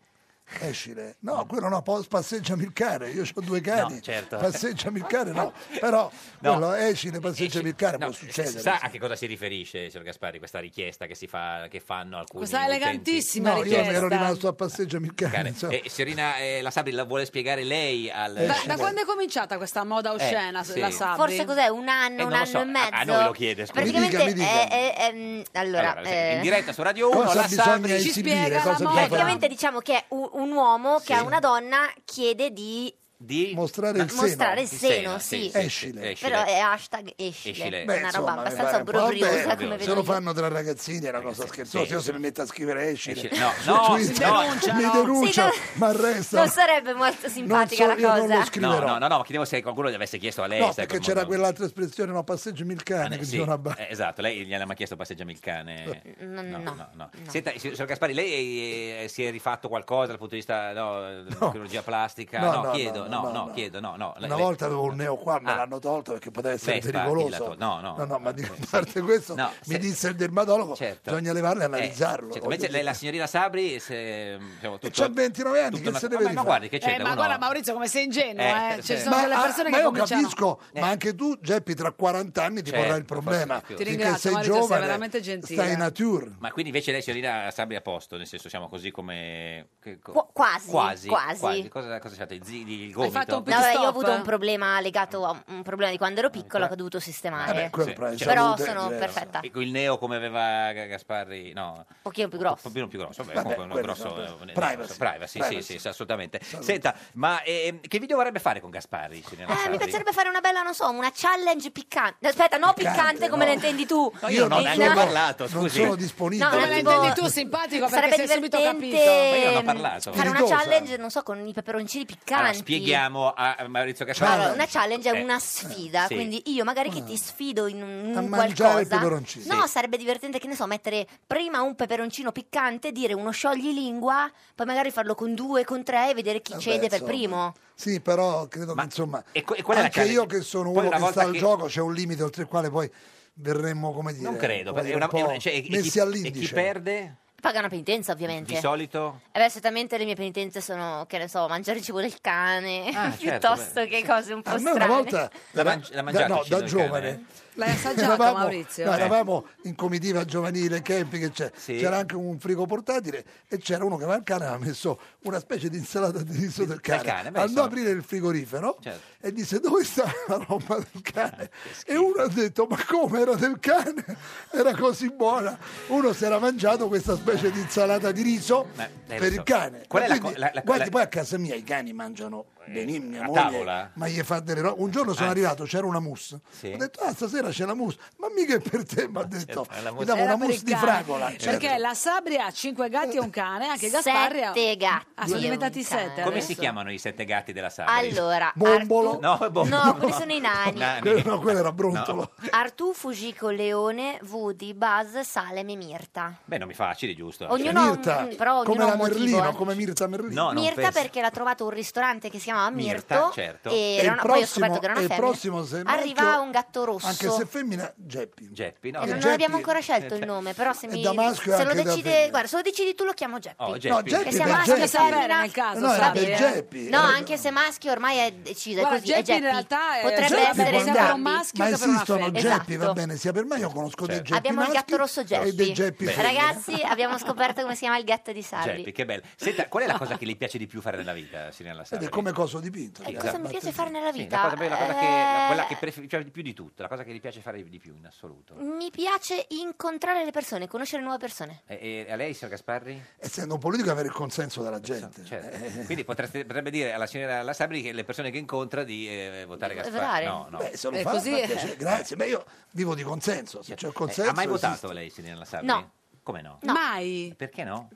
[SPEAKER 13] Escile. No, quello no, poi passeggiami il cane, io ho due
[SPEAKER 2] Mm.
[SPEAKER 13] cani.
[SPEAKER 2] No, certo.
[SPEAKER 13] Passeggiami il cane no, però
[SPEAKER 2] No. eh,
[SPEAKER 13] quello escile, passeggiami il cane può succedere.
[SPEAKER 2] Si sa a che cosa si riferisce, signor Gasparri, questa richiesta che, si fa, che fanno alcuni
[SPEAKER 1] Questa
[SPEAKER 2] utenti?
[SPEAKER 1] elegantissima
[SPEAKER 13] no, io
[SPEAKER 1] richiesta.
[SPEAKER 13] ero rimasto a passeggiami il cane. insomma.
[SPEAKER 2] Eh, signorina eh, La Sabri la vuole spiegare lei al...
[SPEAKER 13] Eh,
[SPEAKER 1] Da, da quando è cominciata questa moda oscena
[SPEAKER 2] Eh, sì.
[SPEAKER 1] la Sabri?
[SPEAKER 12] Forse cos'è? Un anno,
[SPEAKER 2] Eh, non
[SPEAKER 12] un
[SPEAKER 2] lo
[SPEAKER 12] anno
[SPEAKER 2] so,
[SPEAKER 12] e mezzo?
[SPEAKER 2] a- a noi lo chiede, scusi. Mi dica,
[SPEAKER 12] Praticamente
[SPEAKER 2] mi
[SPEAKER 12] è-
[SPEAKER 2] dica.
[SPEAKER 12] è- è, mm, allora,
[SPEAKER 2] Allora,
[SPEAKER 12] eh,
[SPEAKER 2] in diretta su Radio 1
[SPEAKER 13] Cosa
[SPEAKER 2] la
[SPEAKER 13] bisogna
[SPEAKER 2] Sabri
[SPEAKER 13] esibire, Ci spiega cosa la bisogna moda. fare?
[SPEAKER 12] praticamente diciamo che è un, un uomo che a una donna chiede di
[SPEAKER 2] di
[SPEAKER 13] mostrare il seno.
[SPEAKER 12] Mostrare il
[SPEAKER 2] Di
[SPEAKER 12] seno, sì.
[SPEAKER 13] Escile.
[SPEAKER 12] Però è hashtag escile,
[SPEAKER 2] Escile.
[SPEAKER 12] che è una roba abbastanza
[SPEAKER 13] mi pare un po',
[SPEAKER 12] obbrobriosa
[SPEAKER 13] vabbè,
[SPEAKER 12] come
[SPEAKER 13] Se
[SPEAKER 12] vedo
[SPEAKER 13] lo
[SPEAKER 12] io.
[SPEAKER 13] fanno tra ragazzini è una cosa scherzosa.
[SPEAKER 2] sì.
[SPEAKER 13] Io se mi metto a scrivere escile,
[SPEAKER 2] Escile. No, no,
[SPEAKER 13] su
[SPEAKER 2] no.
[SPEAKER 13] Instagram,
[SPEAKER 2] Mi denunciano.
[SPEAKER 13] mi denuncia,
[SPEAKER 12] Sì,
[SPEAKER 13] ma resta.
[SPEAKER 12] Non sarebbe molto simpatica
[SPEAKER 13] io
[SPEAKER 12] la
[SPEAKER 13] non lo
[SPEAKER 12] cosa.
[SPEAKER 2] No,
[SPEAKER 13] scriverò.
[SPEAKER 2] no, no, no, ma chiedevo se qualcuno gli avesse chiesto a lei.
[SPEAKER 13] No,
[SPEAKER 2] sai,
[SPEAKER 13] perché
[SPEAKER 2] con-
[SPEAKER 13] c'era quell'altra espressione, no, passeggiami il cane, che
[SPEAKER 2] sì,
[SPEAKER 13] dice una ba-
[SPEAKER 2] eh, esatto, lei gliel'ha mai chiesto passeggiami il cane.
[SPEAKER 12] No, no,
[SPEAKER 2] no, no. Senta, si- signor Gaspari, lei eh, si è rifatto qualcosa dal punto di vista no, chirurgia plastica?
[SPEAKER 13] No,
[SPEAKER 2] No,
[SPEAKER 13] no,
[SPEAKER 2] chiedo, no,
[SPEAKER 13] no, no,
[SPEAKER 2] no,
[SPEAKER 13] no.
[SPEAKER 2] chiedo, no, no.
[SPEAKER 13] Una volta avevo un neo qua, me
[SPEAKER 2] Ah.
[SPEAKER 13] l'hanno tolto perché poteva essere
[SPEAKER 2] Vespa,
[SPEAKER 13] pericoloso.
[SPEAKER 2] dilatato. No, no.
[SPEAKER 13] ma di- a parte questo,
[SPEAKER 2] No,
[SPEAKER 13] mi
[SPEAKER 2] se-
[SPEAKER 13] disse il dermatologo, bisogna levarlo e analizzarlo.
[SPEAKER 2] Certo,
[SPEAKER 13] voglio
[SPEAKER 2] invece lei,
[SPEAKER 13] dire.
[SPEAKER 2] la signorina Sabri, se, diciamo, tutto,
[SPEAKER 13] c'ha 29 anni,
[SPEAKER 2] tutto
[SPEAKER 13] che
[SPEAKER 2] una-
[SPEAKER 13] se deve
[SPEAKER 2] Vabbè, ma
[SPEAKER 13] rifare?
[SPEAKER 2] guardi che c'è
[SPEAKER 1] Eh,
[SPEAKER 2] da
[SPEAKER 1] ma
[SPEAKER 2] uno-
[SPEAKER 1] guarda Maurizio come sei ingenuo,
[SPEAKER 2] Eh,
[SPEAKER 1] eh. Ci
[SPEAKER 2] sì.
[SPEAKER 1] sono delle
[SPEAKER 13] ah,
[SPEAKER 1] persone
[SPEAKER 13] ma
[SPEAKER 1] che
[SPEAKER 13] io
[SPEAKER 1] cominciano...
[SPEAKER 13] capisco, ma anche tu, Geppi, tra 40 anni ti
[SPEAKER 2] Eh. Certo,
[SPEAKER 13] porrai il problema.
[SPEAKER 2] forse di più. Ti
[SPEAKER 13] Finché
[SPEAKER 1] ringrazio,
[SPEAKER 13] sei
[SPEAKER 1] Maurizio, sei
[SPEAKER 13] giovane,
[SPEAKER 1] veramente gentile. eh.
[SPEAKER 13] Stai in nature.
[SPEAKER 2] Ma quindi invece lei, signorina Sabri, è a posto, nel senso siamo così come... che- co-
[SPEAKER 12] Qu- quasi,
[SPEAKER 2] quasi,
[SPEAKER 12] quasi.
[SPEAKER 2] Cosa, cosa c'è? Il, zi- il gomito?
[SPEAKER 12] No, vabbè, io ho avuto
[SPEAKER 1] eh?
[SPEAKER 12] un problema legato a un problema di quando ero piccola che ho dovuto sistemare.
[SPEAKER 13] Eh,
[SPEAKER 2] Vabbè, quello però è
[SPEAKER 12] Però
[SPEAKER 2] salute, è
[SPEAKER 12] sono
[SPEAKER 2] diverso.
[SPEAKER 12] perfetta, un
[SPEAKER 2] Eh, certo. Ecco, il neo come aveva Ga- Gasparri, no, un
[SPEAKER 12] pochino più grosso.
[SPEAKER 2] pochino più grosso, vabbè,
[SPEAKER 12] Vabbè,
[SPEAKER 2] comunque un
[SPEAKER 12] quello
[SPEAKER 2] grosso
[SPEAKER 13] esatto.
[SPEAKER 12] sono-
[SPEAKER 2] eh, un-
[SPEAKER 12] privacy.
[SPEAKER 2] un- privacy,
[SPEAKER 12] Privacy.
[SPEAKER 2] sì, sì, sì, assolutamente. Senta, ma ehm, che video vorrebbe fare con Gasparri? signora
[SPEAKER 12] Eh, mi
[SPEAKER 2] Sarri?
[SPEAKER 12] piacerebbe fare una bella, non so, una challenge piccante. Aspetta, no piccante,
[SPEAKER 2] Piccante,
[SPEAKER 12] come
[SPEAKER 2] no.
[SPEAKER 12] la intendi tu.
[SPEAKER 2] No, io non ho neanche
[SPEAKER 12] Nina.
[SPEAKER 2] parlato,
[SPEAKER 13] Non
[SPEAKER 2] scusi.
[SPEAKER 13] sono disponibile.
[SPEAKER 12] No,
[SPEAKER 1] Come la
[SPEAKER 12] tipo-
[SPEAKER 1] intendi tu, simpatico, perché
[SPEAKER 12] Sarebbe
[SPEAKER 1] sei subito
[SPEAKER 12] divertente
[SPEAKER 1] capito. Ma
[SPEAKER 2] io non ho parlato. Ah,
[SPEAKER 12] Fare una
[SPEAKER 2] Spiritosa.
[SPEAKER 12] challenge, non so, con i peperoncini piccanti.
[SPEAKER 2] Allora, spieghiamo a Maurizio Gasparri.
[SPEAKER 12] Allora, una challenge è
[SPEAKER 2] Eh,
[SPEAKER 12] una sfida,
[SPEAKER 2] sì. Mm.
[SPEAKER 12] quindi io magari che ti sfido in un
[SPEAKER 13] A
[SPEAKER 12] in
[SPEAKER 13] mangiare
[SPEAKER 12] qualcosa.
[SPEAKER 13] il peperoncino.
[SPEAKER 12] No,
[SPEAKER 13] Sì.
[SPEAKER 12] sarebbe divertente che ne so, mettere prima un peperoncino piccante, dire uno scioglilingua, poi magari farlo con due, con tre e vedere chi
[SPEAKER 13] Vabbè,
[SPEAKER 12] cede per
[SPEAKER 13] Eh insomma.
[SPEAKER 12] primo.
[SPEAKER 13] Sì, però credo che insomma,
[SPEAKER 2] qual è la
[SPEAKER 13] anche
[SPEAKER 2] challenge?
[SPEAKER 13] io che
[SPEAKER 2] Poi
[SPEAKER 13] sono uno
[SPEAKER 2] una
[SPEAKER 13] che
[SPEAKER 2] volta
[SPEAKER 13] sta al
[SPEAKER 2] che-
[SPEAKER 13] gioco c'è un limite oltre il quale poi verremmo, come dire,
[SPEAKER 2] Non credo, perché
[SPEAKER 13] come dire,
[SPEAKER 2] è una-
[SPEAKER 13] un po'
[SPEAKER 2] è una- cioè, e chi-
[SPEAKER 13] messi
[SPEAKER 2] e chi
[SPEAKER 13] all'indice.
[SPEAKER 2] perde?
[SPEAKER 12] Paga una penitenza, ovviamente.
[SPEAKER 2] Di solito?
[SPEAKER 12] Eh beh, certamente le mie penitenze sono, che ne so, mangiare il cibo del cane,
[SPEAKER 2] Ah, certo,
[SPEAKER 12] piuttosto
[SPEAKER 2] beh.
[SPEAKER 12] che cose un po'
[SPEAKER 13] A me
[SPEAKER 12] strane.
[SPEAKER 13] una volta,
[SPEAKER 2] L'ha
[SPEAKER 13] da-
[SPEAKER 2] mangi- l'ha
[SPEAKER 13] da-
[SPEAKER 2] mangiato
[SPEAKER 13] no,
[SPEAKER 2] il cibo
[SPEAKER 13] da
[SPEAKER 2] del
[SPEAKER 13] giovane,
[SPEAKER 2] cane?
[SPEAKER 1] L'hai assaggiato, Maurizio?
[SPEAKER 13] no,
[SPEAKER 1] Eh.
[SPEAKER 13] eravamo in comitiva giovanile, camping, e c'è- c'era anche un frigo portatile e c'era uno che aveva il cane aveva messo una specie di insalata di riso del cane.
[SPEAKER 2] cane, beh,
[SPEAKER 13] Andò
[SPEAKER 2] insomma.
[SPEAKER 13] a aprire il frigorifero
[SPEAKER 2] Certo. Eh,
[SPEAKER 13] e disse dove sta la roba del cane? e uno ha detto ma come era del cane? Era così buona. Uno si era mangiato questa specie di insalata di riso
[SPEAKER 2] Ma- eh,
[SPEAKER 13] per
[SPEAKER 2] riso.
[SPEAKER 13] il cane.
[SPEAKER 2] Qual è la
[SPEAKER 13] Quindi,
[SPEAKER 2] co- la- la-
[SPEAKER 13] guardi,
[SPEAKER 2] la-
[SPEAKER 13] poi a casa mia i cani mangiano benissimo, mia
[SPEAKER 2] a
[SPEAKER 13] moglie,
[SPEAKER 2] tavola?
[SPEAKER 13] ma gli fa delle robe. Un giorno sono
[SPEAKER 2] Anzi.
[SPEAKER 13] arrivato, c'era una mousse.
[SPEAKER 2] Sì. Certo,
[SPEAKER 13] Ho detto, ah, stasera c'è la mousse. Ma mica è per te, mi ha detto.
[SPEAKER 2] è la
[SPEAKER 13] Mi
[SPEAKER 2] mousse.
[SPEAKER 13] dava
[SPEAKER 1] Era
[SPEAKER 13] una
[SPEAKER 1] per
[SPEAKER 13] mousse
[SPEAKER 1] il
[SPEAKER 13] di
[SPEAKER 1] cane.
[SPEAKER 13] fragola.
[SPEAKER 12] cioè,
[SPEAKER 13] Certo.
[SPEAKER 1] Perché la Sabri ha cinque gatti e un cane, anche Gasparri ha...
[SPEAKER 12] Sette gatti
[SPEAKER 1] Ah, sono
[SPEAKER 12] e
[SPEAKER 1] diventati
[SPEAKER 12] un
[SPEAKER 1] sette
[SPEAKER 12] cane.
[SPEAKER 2] Come
[SPEAKER 1] adesso.
[SPEAKER 2] si chiamano i sette gatti della Sabri?
[SPEAKER 12] Allora,
[SPEAKER 13] Bombolo?
[SPEAKER 2] No, boh,
[SPEAKER 12] No, quelli sono i nani.
[SPEAKER 2] Nani.
[SPEAKER 13] Quello- no, quello era brontolo.
[SPEAKER 12] Artù, Fujiko, Leone, Woody, Buzz, Salem e Mirta.
[SPEAKER 2] Beh, non mi facili, giusto?
[SPEAKER 12] Ognuno ha un- mm,
[SPEAKER 13] Mirta,
[SPEAKER 12] però ognuno
[SPEAKER 13] come
[SPEAKER 12] ha
[SPEAKER 13] la
[SPEAKER 12] un motivo,
[SPEAKER 13] Merlino,
[SPEAKER 12] eh.
[SPEAKER 13] come Mirta Merlino.
[SPEAKER 2] No, non
[SPEAKER 12] Mirta
[SPEAKER 2] penso.
[SPEAKER 12] perché l'ha trovato un ristorante che si chiamava Mirto
[SPEAKER 2] Mirta, certo.
[SPEAKER 12] e
[SPEAKER 13] E
[SPEAKER 12] era
[SPEAKER 13] il
[SPEAKER 12] una- poi ho
[SPEAKER 13] prossimo-
[SPEAKER 12] scoperto che era una
[SPEAKER 13] e il
[SPEAKER 12] femmina.
[SPEAKER 13] prossimo, se è
[SPEAKER 12] Arriva
[SPEAKER 13] maschio,
[SPEAKER 12] un gatto rosso.
[SPEAKER 13] Anche se femmina, Geppi.
[SPEAKER 2] Geppi, no. Certo.
[SPEAKER 12] E non
[SPEAKER 13] Geppi-
[SPEAKER 12] abbiamo ancora scelto
[SPEAKER 2] Eh, cioè,
[SPEAKER 12] il nome, però se
[SPEAKER 13] È
[SPEAKER 12] mi
[SPEAKER 13] da maschio e
[SPEAKER 12] se lo
[SPEAKER 13] anche da
[SPEAKER 12] decide,
[SPEAKER 13] femmina.
[SPEAKER 12] guarda, se lo decidi tu lo chiamo Geppi.
[SPEAKER 2] Oh,
[SPEAKER 13] No, Geppi
[SPEAKER 12] che
[SPEAKER 13] Geppi
[SPEAKER 12] sia
[SPEAKER 13] per
[SPEAKER 12] maschio
[SPEAKER 13] Geppi.
[SPEAKER 12] che femmina.
[SPEAKER 1] nel caso,
[SPEAKER 13] No, era
[SPEAKER 1] Sabri,
[SPEAKER 13] per
[SPEAKER 1] eh.
[SPEAKER 13] Geppi.
[SPEAKER 12] No,
[SPEAKER 13] Era-
[SPEAKER 12] anche se maschio ormai è deciso, è
[SPEAKER 1] Guarda,
[SPEAKER 12] così, è
[SPEAKER 1] Geppi in
[SPEAKER 12] Geppi.
[SPEAKER 2] Eh,
[SPEAKER 1] realtà è-
[SPEAKER 12] potrebbe
[SPEAKER 1] Geppi
[SPEAKER 12] essere
[SPEAKER 13] può
[SPEAKER 1] sempre
[SPEAKER 12] entrambi.
[SPEAKER 13] andare,
[SPEAKER 1] un maschio
[SPEAKER 13] ma
[SPEAKER 1] che per una
[SPEAKER 13] esistono
[SPEAKER 1] femmina.
[SPEAKER 13] Geppi, va
[SPEAKER 12] Esatto.
[SPEAKER 13] bene sia per me, io conosco dei Geppi
[SPEAKER 12] Abbiamo il
[SPEAKER 13] maschi
[SPEAKER 12] gatto rosso
[SPEAKER 13] e dei
[SPEAKER 12] Geppi.
[SPEAKER 13] Geppi
[SPEAKER 2] Certo. Beh.
[SPEAKER 13] femmine.
[SPEAKER 12] Ragazzi, abbiamo scoperto come si chiama il gatto di Sabri.
[SPEAKER 2] Geppi, Cioè, che bello. Senta, qual è la cosa che le piace di più fare nella vita, signorina
[SPEAKER 13] Ed
[SPEAKER 2] Sabri?
[SPEAKER 13] è come coso dipinto.
[SPEAKER 12] E
[SPEAKER 13] ragazzi,
[SPEAKER 12] Eh, cosa mi piace
[SPEAKER 13] battesimo.
[SPEAKER 12] fare nella
[SPEAKER 2] Sì,
[SPEAKER 12] vita?
[SPEAKER 2] la cosa, la cosa
[SPEAKER 12] Eh, Mm.
[SPEAKER 2] che, quella che prefer- piace di più di tutto, la cosa che gli piace fare di più in assoluto.
[SPEAKER 12] Eh, Mi piace incontrare le persone, conoscere nuove persone.
[SPEAKER 2] E, e a lei, signor Gasparri?
[SPEAKER 13] Essendo un politico avere il consenso della gente.
[SPEAKER 2] Certo. Quindi potreste- potrebbe dire alla signora La Sabri che le persone che incontra di eh, votare
[SPEAKER 12] Di
[SPEAKER 2] Gasparri.
[SPEAKER 12] votare?
[SPEAKER 2] No, no.
[SPEAKER 13] Beh, se lo
[SPEAKER 1] Eh,
[SPEAKER 13] fa,
[SPEAKER 1] così
[SPEAKER 13] fa
[SPEAKER 1] è.
[SPEAKER 13] piacere. grazie. Beh, io vivo di consenso, se c'è il
[SPEAKER 2] Eh,
[SPEAKER 13] consenso.
[SPEAKER 2] ha mai
[SPEAKER 13] esiste.
[SPEAKER 2] votato lei, signorina La Sabri?
[SPEAKER 12] No.
[SPEAKER 2] Come no?
[SPEAKER 1] Mai.
[SPEAKER 2] Perché no?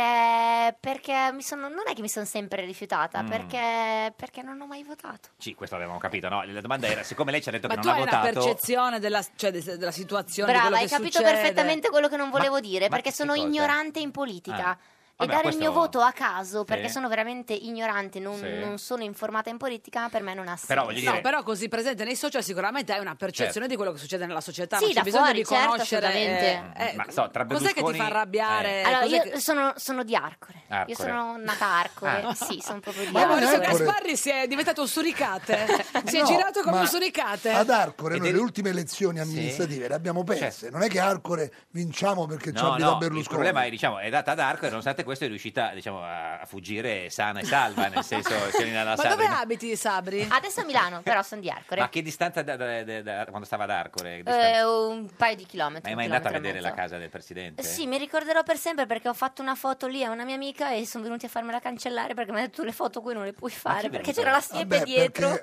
[SPEAKER 12] Perché, perché mi sono, non è che mi sono sempre rifiutata,
[SPEAKER 2] Mm.
[SPEAKER 12] perché, perché non ho mai votato.
[SPEAKER 2] Sì, questo l'avevamo capito, no? La domanda era, siccome lei ci ha detto
[SPEAKER 1] Ma
[SPEAKER 2] che
[SPEAKER 1] tu
[SPEAKER 2] non
[SPEAKER 1] hai
[SPEAKER 2] ha
[SPEAKER 1] una
[SPEAKER 2] votato...
[SPEAKER 1] percezione della, cioè, de- della situazione, di
[SPEAKER 12] Brava,
[SPEAKER 1] quello
[SPEAKER 12] hai
[SPEAKER 1] che
[SPEAKER 12] capito
[SPEAKER 1] succede.
[SPEAKER 12] perfettamente quello che non volevo dire,
[SPEAKER 2] ma
[SPEAKER 12] perché
[SPEAKER 2] che
[SPEAKER 12] sono
[SPEAKER 2] cosa?
[SPEAKER 12] ignorante in politica.
[SPEAKER 2] Ah.
[SPEAKER 12] E
[SPEAKER 2] Vabbè,
[SPEAKER 12] dare
[SPEAKER 2] questo-
[SPEAKER 12] il mio voto a caso,
[SPEAKER 2] Sì.
[SPEAKER 12] perché sono veramente ignorante, non,
[SPEAKER 2] Sì.
[SPEAKER 12] non sono informata in politica, per me non ha senso.
[SPEAKER 2] Però voglio
[SPEAKER 1] No,
[SPEAKER 2] dire...
[SPEAKER 1] però così presente nei social sicuramente hai una percezione
[SPEAKER 2] Certo.
[SPEAKER 1] di quello che succede nella società,
[SPEAKER 12] Sì,
[SPEAKER 1] non c'è
[SPEAKER 12] da
[SPEAKER 1] bisogno
[SPEAKER 12] fuori,
[SPEAKER 1] di
[SPEAKER 12] certo,
[SPEAKER 1] conoscere
[SPEAKER 12] assolutamente.
[SPEAKER 1] eh,
[SPEAKER 2] Ma so, tra
[SPEAKER 1] cos'è che ti
[SPEAKER 2] Berlusconi- eh. Ah,
[SPEAKER 1] fa arrabbiare?
[SPEAKER 12] Allora,
[SPEAKER 1] Cos'è
[SPEAKER 12] io
[SPEAKER 1] che-
[SPEAKER 12] sono, sono di Arcore.
[SPEAKER 2] Arcore.
[SPEAKER 12] Io sono nata a Arcore,
[SPEAKER 2] Ah.
[SPEAKER 12] sì, sono proprio di
[SPEAKER 1] Ma
[SPEAKER 12] Arcore.
[SPEAKER 1] Maurizio
[SPEAKER 13] Arcore-
[SPEAKER 1] Gasparri si è diventato un suricate, si è
[SPEAKER 13] No,
[SPEAKER 1] girato come
[SPEAKER 13] ma
[SPEAKER 1] un suricate.
[SPEAKER 13] Ad Arcore
[SPEAKER 2] Ed
[SPEAKER 13] noi
[SPEAKER 2] è-
[SPEAKER 13] le ultime elezioni amministrative le abbiamo perse.
[SPEAKER 2] Certo.
[SPEAKER 13] Non è che Arcore vinciamo perché ci
[SPEAKER 2] No,
[SPEAKER 13] abita
[SPEAKER 2] no, il
[SPEAKER 13] Berlusconi.
[SPEAKER 2] problema è, diciamo, è data ad Arco e nonostante questo è riuscita diciamo, a a fuggire sana e salva, nel senso che nella
[SPEAKER 1] Ma dove abiti, Sabri?
[SPEAKER 12] Adesso a Milano, però sono di Arcore.
[SPEAKER 2] Ma che distanza da, da- da- da- quando stava ad Arcore? Che distanza-
[SPEAKER 12] Eh, un paio di
[SPEAKER 2] Ma
[SPEAKER 12] chilometri.
[SPEAKER 2] è
[SPEAKER 12] un
[SPEAKER 2] mai andata
[SPEAKER 12] chilometro
[SPEAKER 2] a
[SPEAKER 12] e
[SPEAKER 2] vedere la
[SPEAKER 12] mezzo. Eh
[SPEAKER 2] casa del presidente?
[SPEAKER 12] Sì, mi ricorderò per sempre perché ho fatto una foto lì a una mia amica e sono venuti a farmela cancellare perché mi ha detto tu le foto qui non le puoi fare perché
[SPEAKER 13] venuto?
[SPEAKER 12] c'era la siepe
[SPEAKER 13] Vabbè,
[SPEAKER 12] dietro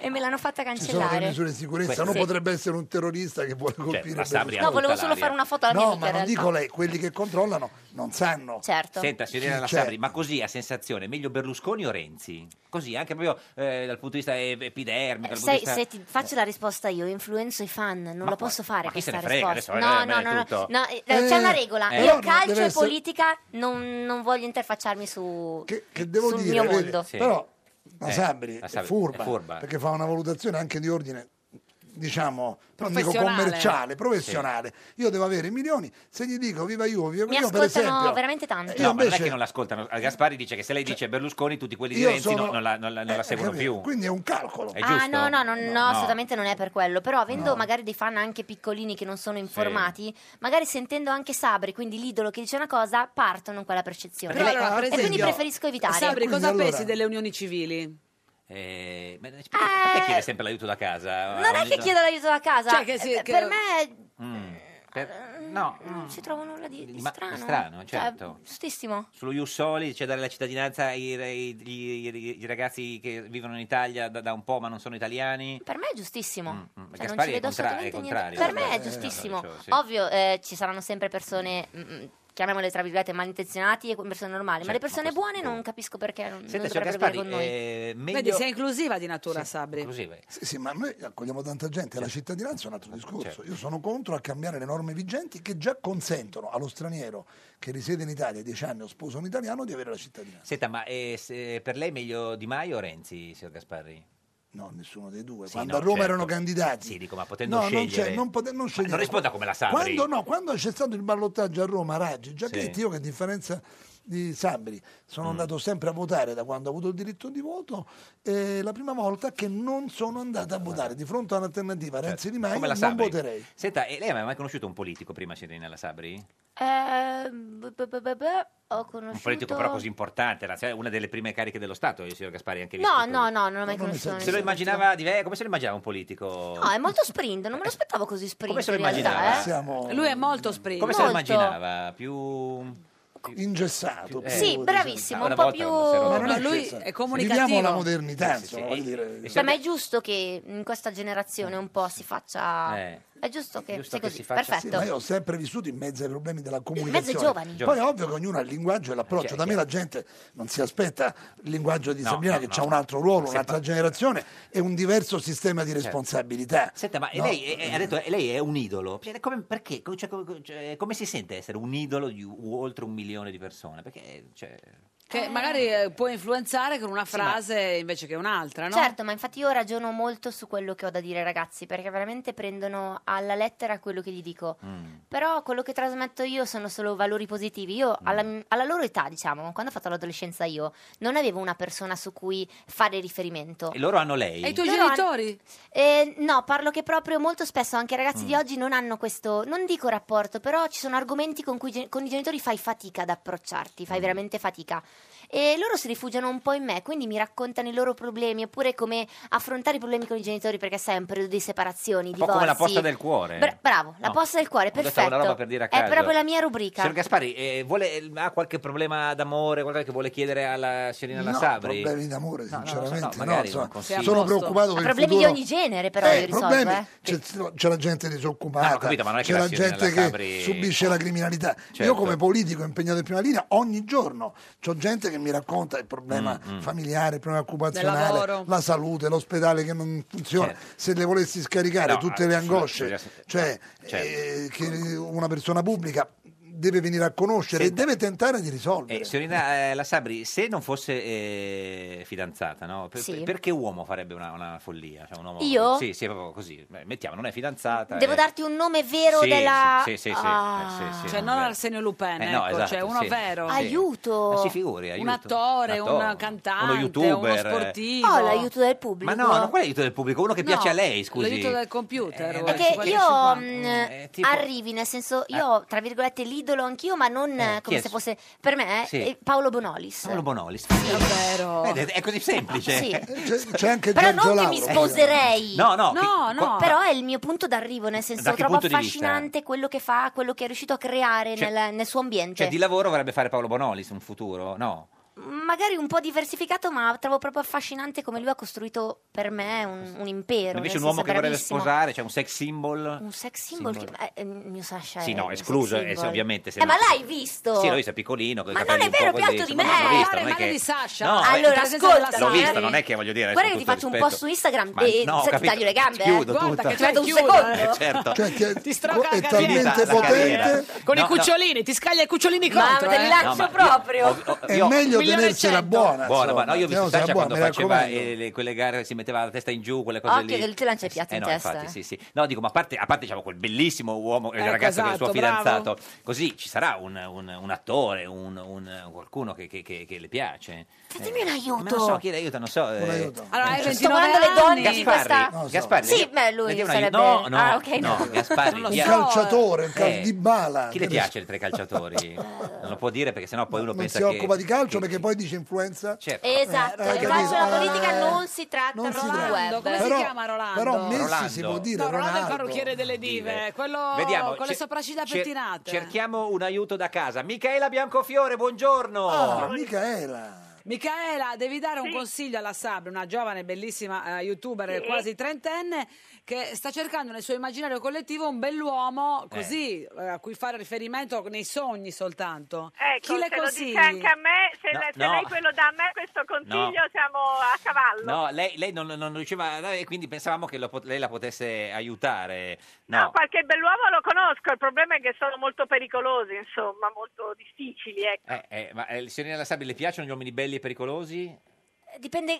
[SPEAKER 12] e me l'hanno fatta
[SPEAKER 13] Ci sono le
[SPEAKER 12] cancellare.
[SPEAKER 13] misure di sicurezza,
[SPEAKER 12] Questo
[SPEAKER 13] uno
[SPEAKER 12] sì.
[SPEAKER 13] potrebbe essere un terrorista che vuole colpire.
[SPEAKER 2] la Sabri ha
[SPEAKER 12] No, volevo solo fare una foto alla
[SPEAKER 13] no,
[SPEAKER 12] mia amica.
[SPEAKER 13] ma
[SPEAKER 12] in
[SPEAKER 13] non
[SPEAKER 12] realtà.
[SPEAKER 13] dico lei, quelli che controllano non sanno.
[SPEAKER 12] Certo.
[SPEAKER 2] Senta, signorina
[SPEAKER 13] Sì,
[SPEAKER 2] La
[SPEAKER 13] certo.
[SPEAKER 2] Sabri, ma così a sensazione, meglio Berlusconi o Renzi? Così, anche proprio eh, dal punto di vista e- epidermico. dal punto
[SPEAKER 12] Sai,
[SPEAKER 2] di vista-
[SPEAKER 12] se ti faccio la risposta io, influenzo i fan, non la posso fare
[SPEAKER 2] ma chi se
[SPEAKER 12] questa
[SPEAKER 2] ne frega,
[SPEAKER 12] risposta.
[SPEAKER 2] adesso,
[SPEAKER 12] no,
[SPEAKER 2] eh, me
[SPEAKER 12] no,
[SPEAKER 2] ne
[SPEAKER 12] no, no,
[SPEAKER 2] tutto.
[SPEAKER 12] no, eh, c'è
[SPEAKER 13] Eh,
[SPEAKER 12] una regola.
[SPEAKER 13] eh.
[SPEAKER 12] Io
[SPEAKER 13] no,
[SPEAKER 12] calcio
[SPEAKER 13] deve
[SPEAKER 12] e
[SPEAKER 13] essere-
[SPEAKER 12] politica non, non voglio interfacciarmi su
[SPEAKER 13] Che devo
[SPEAKER 12] sul
[SPEAKER 13] dire,
[SPEAKER 12] mio
[SPEAKER 13] vedi,
[SPEAKER 12] mondo.
[SPEAKER 13] però la
[SPEAKER 2] Eh,
[SPEAKER 13] Sabri,
[SPEAKER 2] la
[SPEAKER 13] è,
[SPEAKER 2] Sabri
[SPEAKER 13] furba,
[SPEAKER 2] è furba.
[SPEAKER 13] perché fa una valutazione anche di ordine diciamo non dico
[SPEAKER 12] Professionale.
[SPEAKER 13] commerciale professionale io devo avere i milioni se gli dico viva io viva
[SPEAKER 12] Mi
[SPEAKER 13] io per
[SPEAKER 12] ascoltano
[SPEAKER 13] esempio
[SPEAKER 12] veramente
[SPEAKER 1] Eh,
[SPEAKER 13] Eh,
[SPEAKER 12] tanto.
[SPEAKER 2] No, ma non è che non l'ascoltano. Gaspari dice che se lei dice Berlusconi, tutti quelli di
[SPEAKER 13] Cioè, io
[SPEAKER 2] Renzi
[SPEAKER 13] sono-
[SPEAKER 2] non, non la, non la- non la seguono
[SPEAKER 13] capito?
[SPEAKER 2] più.
[SPEAKER 13] quindi è un calcolo
[SPEAKER 2] È
[SPEAKER 12] Ah
[SPEAKER 2] giusto?
[SPEAKER 12] no, no, no, no,
[SPEAKER 2] No.
[SPEAKER 12] assolutamente non è per quello, però avendo
[SPEAKER 13] No.
[SPEAKER 12] magari dei fan anche piccolini che non sono informati, magari sentendo anche Sabri, quindi l'idolo che dice una cosa, partono con quella percezione.
[SPEAKER 1] Però allora, per
[SPEAKER 12] e quindi
[SPEAKER 1] esempio-
[SPEAKER 12] preferisco evitare.
[SPEAKER 1] Sabri, cosa pensi delle unioni civili?
[SPEAKER 2] Eh, ma perché, perché chiede sempre l'aiuto da casa?
[SPEAKER 12] Non è che chiedo l'aiuto da casa,
[SPEAKER 1] Cioè, che sì,
[SPEAKER 12] eh,
[SPEAKER 1] che-
[SPEAKER 12] per me
[SPEAKER 2] Mm, per- No,
[SPEAKER 12] non si trova nulla di, di
[SPEAKER 2] Ma-
[SPEAKER 12] strano.
[SPEAKER 2] strano,
[SPEAKER 12] Cioè,
[SPEAKER 2] certo.
[SPEAKER 12] giustissimo.
[SPEAKER 2] Sullo Jussoli c'è dare la cittadinanza ai, ai- gli- gli- gli ragazzi che vivono in Italia da, da un po' ma non sono italiani.
[SPEAKER 12] Per me è giustissimo.
[SPEAKER 2] mm,
[SPEAKER 12] Cioè, non
[SPEAKER 2] Gaspari
[SPEAKER 12] ci
[SPEAKER 2] è
[SPEAKER 12] vedo
[SPEAKER 2] contra- è
[SPEAKER 12] assolutamente niente.
[SPEAKER 2] contrario,
[SPEAKER 12] Per
[SPEAKER 2] Gaspari.
[SPEAKER 12] me è
[SPEAKER 2] Eh,
[SPEAKER 12] giustissimo.
[SPEAKER 2] no, no, sì.
[SPEAKER 12] Ovvio, eh, ci saranno sempre persone. mm, mm, Chiamiamole tra virgolette malintenzionati e persone normali, ma
[SPEAKER 2] Certo,
[SPEAKER 12] le
[SPEAKER 2] ma
[SPEAKER 12] persone
[SPEAKER 2] questo-
[SPEAKER 12] buone non capisco perché non, non
[SPEAKER 2] Senta, signor
[SPEAKER 12] dovrebbero venire
[SPEAKER 2] Gaspari,
[SPEAKER 12] con noi.
[SPEAKER 2] eh, meglio...
[SPEAKER 1] Vedi, sei inclusiva di natura, Sabri.
[SPEAKER 13] Sì, sì, ma noi accogliamo tanta gente,
[SPEAKER 2] Certo.
[SPEAKER 13] la cittadinanza è un altro discorso. Io sono contro a cambiare le norme vigenti che già consentono allo straniero che risiede in Italia dieci anni o sposa un italiano di avere la cittadinanza.
[SPEAKER 2] Senta, ma eh, se- per lei è meglio Di Maio o Renzi, signor Gasparri?
[SPEAKER 13] No, nessuno dei due.
[SPEAKER 2] Sì,
[SPEAKER 13] Quando
[SPEAKER 2] no,
[SPEAKER 13] a Roma
[SPEAKER 2] certo.
[SPEAKER 13] erano candidati.
[SPEAKER 2] Sì, dico, ma potendo
[SPEAKER 13] no, non
[SPEAKER 2] scegliere...
[SPEAKER 13] c'è, non, pote- non
[SPEAKER 2] Ma
[SPEAKER 13] scegliere.
[SPEAKER 2] non risponda come la Sabri.
[SPEAKER 13] Quando, no, quando c'è stato il ballottaggio a Roma, Raggi, Giachetti,
[SPEAKER 2] Sì. Mm.
[SPEAKER 13] io che a differenza di Sabri sono andato sempre a votare da quando ho avuto il diritto di voto eh, la prima volta che non sono andato a votare di fronte a un'alternativa Renzi Di Maio
[SPEAKER 2] Cioè, come la
[SPEAKER 13] non
[SPEAKER 2] Sabri.
[SPEAKER 13] voterei
[SPEAKER 2] Senta, e lei aveva mai conosciuto un politico prima, signorina La Sabri?
[SPEAKER 12] Eh, b- b- b- b- ho conosciuto...
[SPEAKER 2] Un politico però così importante, era- cioè, una delle prime cariche dello Stato, il signor Gaspari ha anche visto.
[SPEAKER 12] No, no, no, non l'ho mai conosciuto.
[SPEAKER 2] Se lo
[SPEAKER 12] nessuno.
[SPEAKER 2] immaginava diverso, come se lo immaginava un politico?
[SPEAKER 12] No, è molto sprint, non me lo aspettavo così sprint
[SPEAKER 2] Eh, Come se lo
[SPEAKER 12] in realtà,
[SPEAKER 2] immaginava?
[SPEAKER 12] eh.
[SPEAKER 13] Siamo-
[SPEAKER 1] Lui è molto sprint.
[SPEAKER 2] Come se lo
[SPEAKER 12] Molto.
[SPEAKER 2] immaginava? Più...
[SPEAKER 13] ingessato diciamo.
[SPEAKER 2] Eh,
[SPEAKER 12] Sì,
[SPEAKER 2] eh,
[SPEAKER 12] bravissimo,
[SPEAKER 2] una
[SPEAKER 12] un po'
[SPEAKER 2] volta
[SPEAKER 12] più...
[SPEAKER 2] quando si era- Ma non
[SPEAKER 13] è
[SPEAKER 1] lui
[SPEAKER 13] ingessato.
[SPEAKER 1] è
[SPEAKER 13] Viviamo la
[SPEAKER 1] comunicativo.
[SPEAKER 2] Sì,
[SPEAKER 13] modernità,
[SPEAKER 2] sì,
[SPEAKER 13] insomma, voglio dire.
[SPEAKER 12] Per me è giusto che in questa generazione un po' si faccia...
[SPEAKER 13] Eh.
[SPEAKER 12] È giusto che
[SPEAKER 13] Giusto
[SPEAKER 12] sia
[SPEAKER 13] che
[SPEAKER 12] così,
[SPEAKER 13] si faccia- Sì,
[SPEAKER 12] perfetto.
[SPEAKER 13] ma io ho sempre vissuto in mezzo ai problemi della
[SPEAKER 12] In
[SPEAKER 13] comunicazione.
[SPEAKER 12] mezzo ai giovani.
[SPEAKER 13] Poi è ovvio che ognuno ha il linguaggio e l'approccio. da me la gente non si aspetta il linguaggio di
[SPEAKER 2] No,
[SPEAKER 13] Sabrina
[SPEAKER 2] no,
[SPEAKER 13] che
[SPEAKER 2] no.
[SPEAKER 13] ha un altro ruolo,
[SPEAKER 2] Se
[SPEAKER 13] un'altra
[SPEAKER 2] pa-
[SPEAKER 13] generazione e un diverso sistema di responsabilità.
[SPEAKER 2] Certo. Senta, ma e
[SPEAKER 13] No?
[SPEAKER 2] lei è, ha detto eh, lei è un idolo. Cioè, come, perché? Co- cioè, co- cioè, come si sente essere un idolo di u- oltre un milione di persone? Perché, cioè,
[SPEAKER 1] Che magari eh, può influenzare con una frase invece che un'altra, no?
[SPEAKER 12] Certo, ma infatti io ragiono molto su quello che ho da dire ai ragazzi, perché veramente prendono alla lettera quello che gli dico.
[SPEAKER 16] Mm.
[SPEAKER 12] Però quello che trasmetto io sono solo valori positivi. Io
[SPEAKER 13] Mm.
[SPEAKER 12] alla, alla loro età, diciamo, quando ho fatto l'adolescenza io, non avevo una persona su cui fare riferimento.
[SPEAKER 2] e loro hanno lei.
[SPEAKER 12] Loro han- Eh, no, parlo che proprio molto spesso anche i ragazzi
[SPEAKER 2] Mm.
[SPEAKER 12] di oggi non hanno questo, non dico rapporto, però ci sono argomenti con cui gen- con i genitori fai fatica ad approcciarti,
[SPEAKER 2] Mm.
[SPEAKER 12] fai veramente fatica. E loro si rifugiano un po' in me, quindi mi raccontano i loro problemi oppure come affrontare i problemi con i genitori perché sai, è un periodo di separazioni,
[SPEAKER 2] Un po'
[SPEAKER 12] divorzi.
[SPEAKER 2] come la posta del cuore.
[SPEAKER 12] Bra- bravo, la
[SPEAKER 2] No.
[SPEAKER 12] posta del cuore,
[SPEAKER 2] Ho detto
[SPEAKER 12] perfetto.
[SPEAKER 2] una roba per dire a
[SPEAKER 12] È
[SPEAKER 2] caso.
[SPEAKER 12] proprio la mia rubrica.
[SPEAKER 2] Signor Gaspari, eh, vuole- eh, ha qualche problema d'amore, qualcosa che vuole chiedere alla signorina La
[SPEAKER 13] No,
[SPEAKER 2] Sabri?
[SPEAKER 13] problemi d'amore,
[SPEAKER 2] No, no,
[SPEAKER 13] sinceramente,
[SPEAKER 2] no,
[SPEAKER 13] no,
[SPEAKER 2] magari
[SPEAKER 13] insomma,
[SPEAKER 2] un consiglio.
[SPEAKER 13] sono preoccupato per il
[SPEAKER 12] problemi
[SPEAKER 13] futuro.
[SPEAKER 12] di ogni genere, però
[SPEAKER 13] Eh,
[SPEAKER 12] io risolvo,
[SPEAKER 13] problemi.
[SPEAKER 12] eh.
[SPEAKER 13] C'è, c'è la gente disoccupata,
[SPEAKER 2] No, ho capito, ma non è che
[SPEAKER 13] c'è
[SPEAKER 2] la
[SPEAKER 13] la
[SPEAKER 2] signora
[SPEAKER 13] gente che
[SPEAKER 2] Sabri-
[SPEAKER 13] subisce la criminalità. Io
[SPEAKER 2] Certo.
[SPEAKER 13] come politico impegnato in prima linea ogni giorno c'ho gente che mi racconta il problema
[SPEAKER 2] Mm,
[SPEAKER 13] familiare, il problema
[SPEAKER 1] Del
[SPEAKER 13] occupazionale,
[SPEAKER 1] lavoro.
[SPEAKER 13] la salute, l'ospedale che non funziona. Se le volessi scaricare
[SPEAKER 2] Certo. No,
[SPEAKER 13] tutte le
[SPEAKER 2] ah, sulla-
[SPEAKER 13] angosce,
[SPEAKER 2] sulla-
[SPEAKER 13] cioè
[SPEAKER 2] Certo.
[SPEAKER 13] eh, che una persona pubblica deve venire a conoscere
[SPEAKER 2] Senta.
[SPEAKER 13] e deve tentare di risolvere.
[SPEAKER 2] Eh, signorina eh, La Sabri, se non fosse eh, fidanzata, no? Per-
[SPEAKER 12] Sì.
[SPEAKER 2] per- perché uomo farebbe una, una follia? Cioè, un uomo-
[SPEAKER 12] Io?
[SPEAKER 2] Sì, sì, proprio così. Beh, Mettiamo, non è fidanzata.
[SPEAKER 12] Devo
[SPEAKER 2] eh.
[SPEAKER 12] darti un nome vero
[SPEAKER 2] Sì,
[SPEAKER 12] della
[SPEAKER 2] sì, sì, sì, sì, eh, sì, sì,
[SPEAKER 1] cioè
[SPEAKER 2] no,
[SPEAKER 1] non
[SPEAKER 2] vero.
[SPEAKER 1] Arsenio Lupin,
[SPEAKER 2] Eh, no,
[SPEAKER 1] ecco,
[SPEAKER 2] esatto,
[SPEAKER 1] cioè uno
[SPEAKER 2] sì.
[SPEAKER 1] vero.
[SPEAKER 2] Sì.
[SPEAKER 12] Aiuto.
[SPEAKER 2] Ma Eh, si figuri, aiuto.
[SPEAKER 1] Un attore, un,
[SPEAKER 2] attore,
[SPEAKER 1] cantante,
[SPEAKER 2] uno youtuber,
[SPEAKER 1] uno
[SPEAKER 2] eh.
[SPEAKER 1] sportivo.
[SPEAKER 12] Oh, l'aiuto del pubblico.
[SPEAKER 2] Ma no, non quale aiuto del pubblico, uno che
[SPEAKER 1] No,
[SPEAKER 2] piace a lei, scusi.
[SPEAKER 1] L'aiuto del computer.
[SPEAKER 12] Perché io mh, mm, arrivi, nel senso, io
[SPEAKER 2] Eh.
[SPEAKER 12] ho, tra virgolette idolo anch'io, ma non eh, come
[SPEAKER 2] è?
[SPEAKER 12] se fosse per me
[SPEAKER 2] Sì.
[SPEAKER 12] è Paolo Bonolis.
[SPEAKER 2] Paolo Bonolis.
[SPEAKER 12] Davvero.
[SPEAKER 2] Vedi, È così semplice.
[SPEAKER 12] Sì.
[SPEAKER 13] Eh, C'è, c'è anche
[SPEAKER 12] Però
[SPEAKER 13] Giorgio
[SPEAKER 12] non che
[SPEAKER 13] Lauro,
[SPEAKER 12] mi
[SPEAKER 13] però.
[SPEAKER 12] sposerei.
[SPEAKER 2] No, no,
[SPEAKER 12] no,
[SPEAKER 2] che- qua- Cioè,
[SPEAKER 12] Però è il mio punto d'arrivo, nel senso
[SPEAKER 2] Da che
[SPEAKER 12] trovo
[SPEAKER 2] punto di vista?
[SPEAKER 12] affascinante quello che fa, quello che è riuscito a creare
[SPEAKER 2] Cioè-
[SPEAKER 12] nel, nel suo ambiente.
[SPEAKER 2] Cioè, di lavoro vorrebbe fare Paolo Bonolis un futuro, no?
[SPEAKER 12] Magari un po' diversificato, ma trovo proprio affascinante come lui ha costruito per me un, un impero.
[SPEAKER 2] Invece
[SPEAKER 12] nel
[SPEAKER 2] un
[SPEAKER 12] senso,
[SPEAKER 2] uomo che vorrebbe
[SPEAKER 12] bravissimo.
[SPEAKER 2] sposare, cioè un sex symbol.
[SPEAKER 12] Un sex symbol, che- eh, eh, il mio Sasha
[SPEAKER 2] Sì,
[SPEAKER 12] è
[SPEAKER 2] no,
[SPEAKER 12] un
[SPEAKER 2] escluso,
[SPEAKER 12] sex
[SPEAKER 2] eh,
[SPEAKER 12] symbol.
[SPEAKER 2] ovviamente, se
[SPEAKER 12] Eh,
[SPEAKER 2] non-
[SPEAKER 12] ma l'hai visto?
[SPEAKER 2] Sì, l'ho visto, è piccolino. Con
[SPEAKER 12] Ma
[SPEAKER 2] i
[SPEAKER 12] non
[SPEAKER 2] capelli
[SPEAKER 12] è
[SPEAKER 2] un po'
[SPEAKER 12] vero,
[SPEAKER 2] così,
[SPEAKER 12] piatto di
[SPEAKER 2] insomma,
[SPEAKER 12] me!
[SPEAKER 2] l'ho visto,
[SPEAKER 12] Parla
[SPEAKER 2] non è
[SPEAKER 12] male
[SPEAKER 2] che-
[SPEAKER 12] di Sasha.
[SPEAKER 2] No,
[SPEAKER 12] Allora,
[SPEAKER 2] beh,
[SPEAKER 12] ascolta,
[SPEAKER 2] L'ho
[SPEAKER 12] Sari.
[SPEAKER 2] visto, non è che voglio dire.
[SPEAKER 12] Guarda
[SPEAKER 2] con
[SPEAKER 12] che ti
[SPEAKER 2] tutto il
[SPEAKER 12] faccio un
[SPEAKER 2] rispetto.
[SPEAKER 12] post su Instagram
[SPEAKER 2] Ma
[SPEAKER 12] e
[SPEAKER 2] no,
[SPEAKER 12] se ti
[SPEAKER 2] capito.
[SPEAKER 12] taglio le gambe.
[SPEAKER 2] Chiudo,
[SPEAKER 12] Guarda
[SPEAKER 2] tutta.
[SPEAKER 12] che ti metto un
[SPEAKER 1] Chiudo,
[SPEAKER 12] secondo.
[SPEAKER 2] Eh, certo.
[SPEAKER 1] ti strocca
[SPEAKER 13] Cioè, è
[SPEAKER 1] la
[SPEAKER 13] talmente
[SPEAKER 1] carriera.
[SPEAKER 2] La carriera. potente.
[SPEAKER 1] con
[SPEAKER 2] No,
[SPEAKER 1] i
[SPEAKER 2] no.
[SPEAKER 1] cucciolini ti scaglia i cucciolini
[SPEAKER 12] Mamma,
[SPEAKER 1] contro
[SPEAKER 12] te
[SPEAKER 1] eh.
[SPEAKER 12] li lancio proprio
[SPEAKER 13] È meglio
[SPEAKER 1] Milione e
[SPEAKER 13] tenersela
[SPEAKER 1] cento.
[SPEAKER 13] buona.
[SPEAKER 2] Buona,
[SPEAKER 13] insomma. Eh,
[SPEAKER 2] buona. No, io ho visto
[SPEAKER 13] Tenersela
[SPEAKER 2] Sasha
[SPEAKER 13] buona,
[SPEAKER 2] quando
[SPEAKER 13] mi
[SPEAKER 2] faceva
[SPEAKER 13] raccomando.
[SPEAKER 2] eh, le- quelle gare che si metteva la testa in giù, quelle cose
[SPEAKER 12] Occhio
[SPEAKER 2] lì.
[SPEAKER 12] che ti lancia i piatti
[SPEAKER 2] Eh
[SPEAKER 12] in
[SPEAKER 2] no,
[SPEAKER 12] testa.
[SPEAKER 2] infatti, sì, sì. No, dico, ma a parte, a parte diciamo, quel bellissimo uomo, il
[SPEAKER 12] Ecco,
[SPEAKER 2] ragazzo del suo
[SPEAKER 12] esatto, bravo.
[SPEAKER 2] fidanzato, così ci sarà un, un- un attore, un, un- qualcuno che, che- che- che le piace.
[SPEAKER 12] Fatemi un
[SPEAKER 2] Ma non so
[SPEAKER 12] aiuto.
[SPEAKER 2] chi le aiuta, non so. eh,
[SPEAKER 12] Allora, hai
[SPEAKER 1] Cioè, Sto
[SPEAKER 12] 29
[SPEAKER 1] guardando le donne
[SPEAKER 12] anni.
[SPEAKER 1] di
[SPEAKER 2] Gasparri,
[SPEAKER 12] questa-
[SPEAKER 2] Gasparri,
[SPEAKER 12] Sì,
[SPEAKER 2] le-
[SPEAKER 12] beh, lui
[SPEAKER 2] le dia un
[SPEAKER 12] sarebbe-
[SPEAKER 2] aiuto. No, no,
[SPEAKER 12] Ah, ok,
[SPEAKER 2] no,
[SPEAKER 12] no.
[SPEAKER 2] Gasparri,
[SPEAKER 13] Un
[SPEAKER 2] chi-
[SPEAKER 13] calciatore, un cal-
[SPEAKER 2] Eh,
[SPEAKER 13] di bala.
[SPEAKER 2] Chi le piace tra i calciatori? Non lo può dire perché sennò poi uno
[SPEAKER 13] Non
[SPEAKER 2] pensa
[SPEAKER 13] si
[SPEAKER 2] che Certo.
[SPEAKER 13] occupa di calcio perché poi dice influenza.
[SPEAKER 12] Esatto,
[SPEAKER 13] Eh,
[SPEAKER 12] il
[SPEAKER 13] capito?
[SPEAKER 12] calcio e la
[SPEAKER 13] Eh,
[SPEAKER 12] politica non si tratta non web.
[SPEAKER 1] come si chiama Rolando?
[SPEAKER 13] Però Messi si
[SPEAKER 2] Rolando.
[SPEAKER 13] può dire
[SPEAKER 1] No, Rolando è il
[SPEAKER 13] Ronaldo.
[SPEAKER 1] parrucchiere delle dive, quello
[SPEAKER 2] Vediamo,
[SPEAKER 1] con le
[SPEAKER 2] cer-
[SPEAKER 1] sopracciglia
[SPEAKER 2] cer-
[SPEAKER 1] pettinate.
[SPEAKER 2] Cerchiamo un aiuto da casa. Michaela Biancofiore, buongiorno.
[SPEAKER 13] Ah, Micaela.
[SPEAKER 2] Esatto.
[SPEAKER 1] Micaela, devi dare un consiglio alla Sabri, una giovane bellissima eh, youtuber
[SPEAKER 17] Sì.
[SPEAKER 1] quasi trentenne che sta cercando nel suo immaginario collettivo un bell'uomo
[SPEAKER 17] Eh.
[SPEAKER 1] così eh, a cui fare riferimento nei sogni soltanto.
[SPEAKER 17] Ecco,
[SPEAKER 1] Chi le
[SPEAKER 17] se lo
[SPEAKER 1] consigli?
[SPEAKER 17] dice anche a me, se,
[SPEAKER 2] No,
[SPEAKER 17] le- se
[SPEAKER 2] no.
[SPEAKER 17] lei quello dà a me questo consiglio,
[SPEAKER 2] No.
[SPEAKER 17] siamo a cavallo.
[SPEAKER 2] No, lei, lei non, non riusciva a dare, quindi pensavamo che lo pot- lei la potesse aiutare. No,
[SPEAKER 17] No, Ah, qualche bell'uomo lo conosco, il problema è che sono molto pericolosi, insomma, molto difficili, ecco.
[SPEAKER 2] Eh, eh, ma eh, signorina La Sabri, le piacciono gli uomini belli e pericolosi?
[SPEAKER 17] Eh,
[SPEAKER 12] Dipende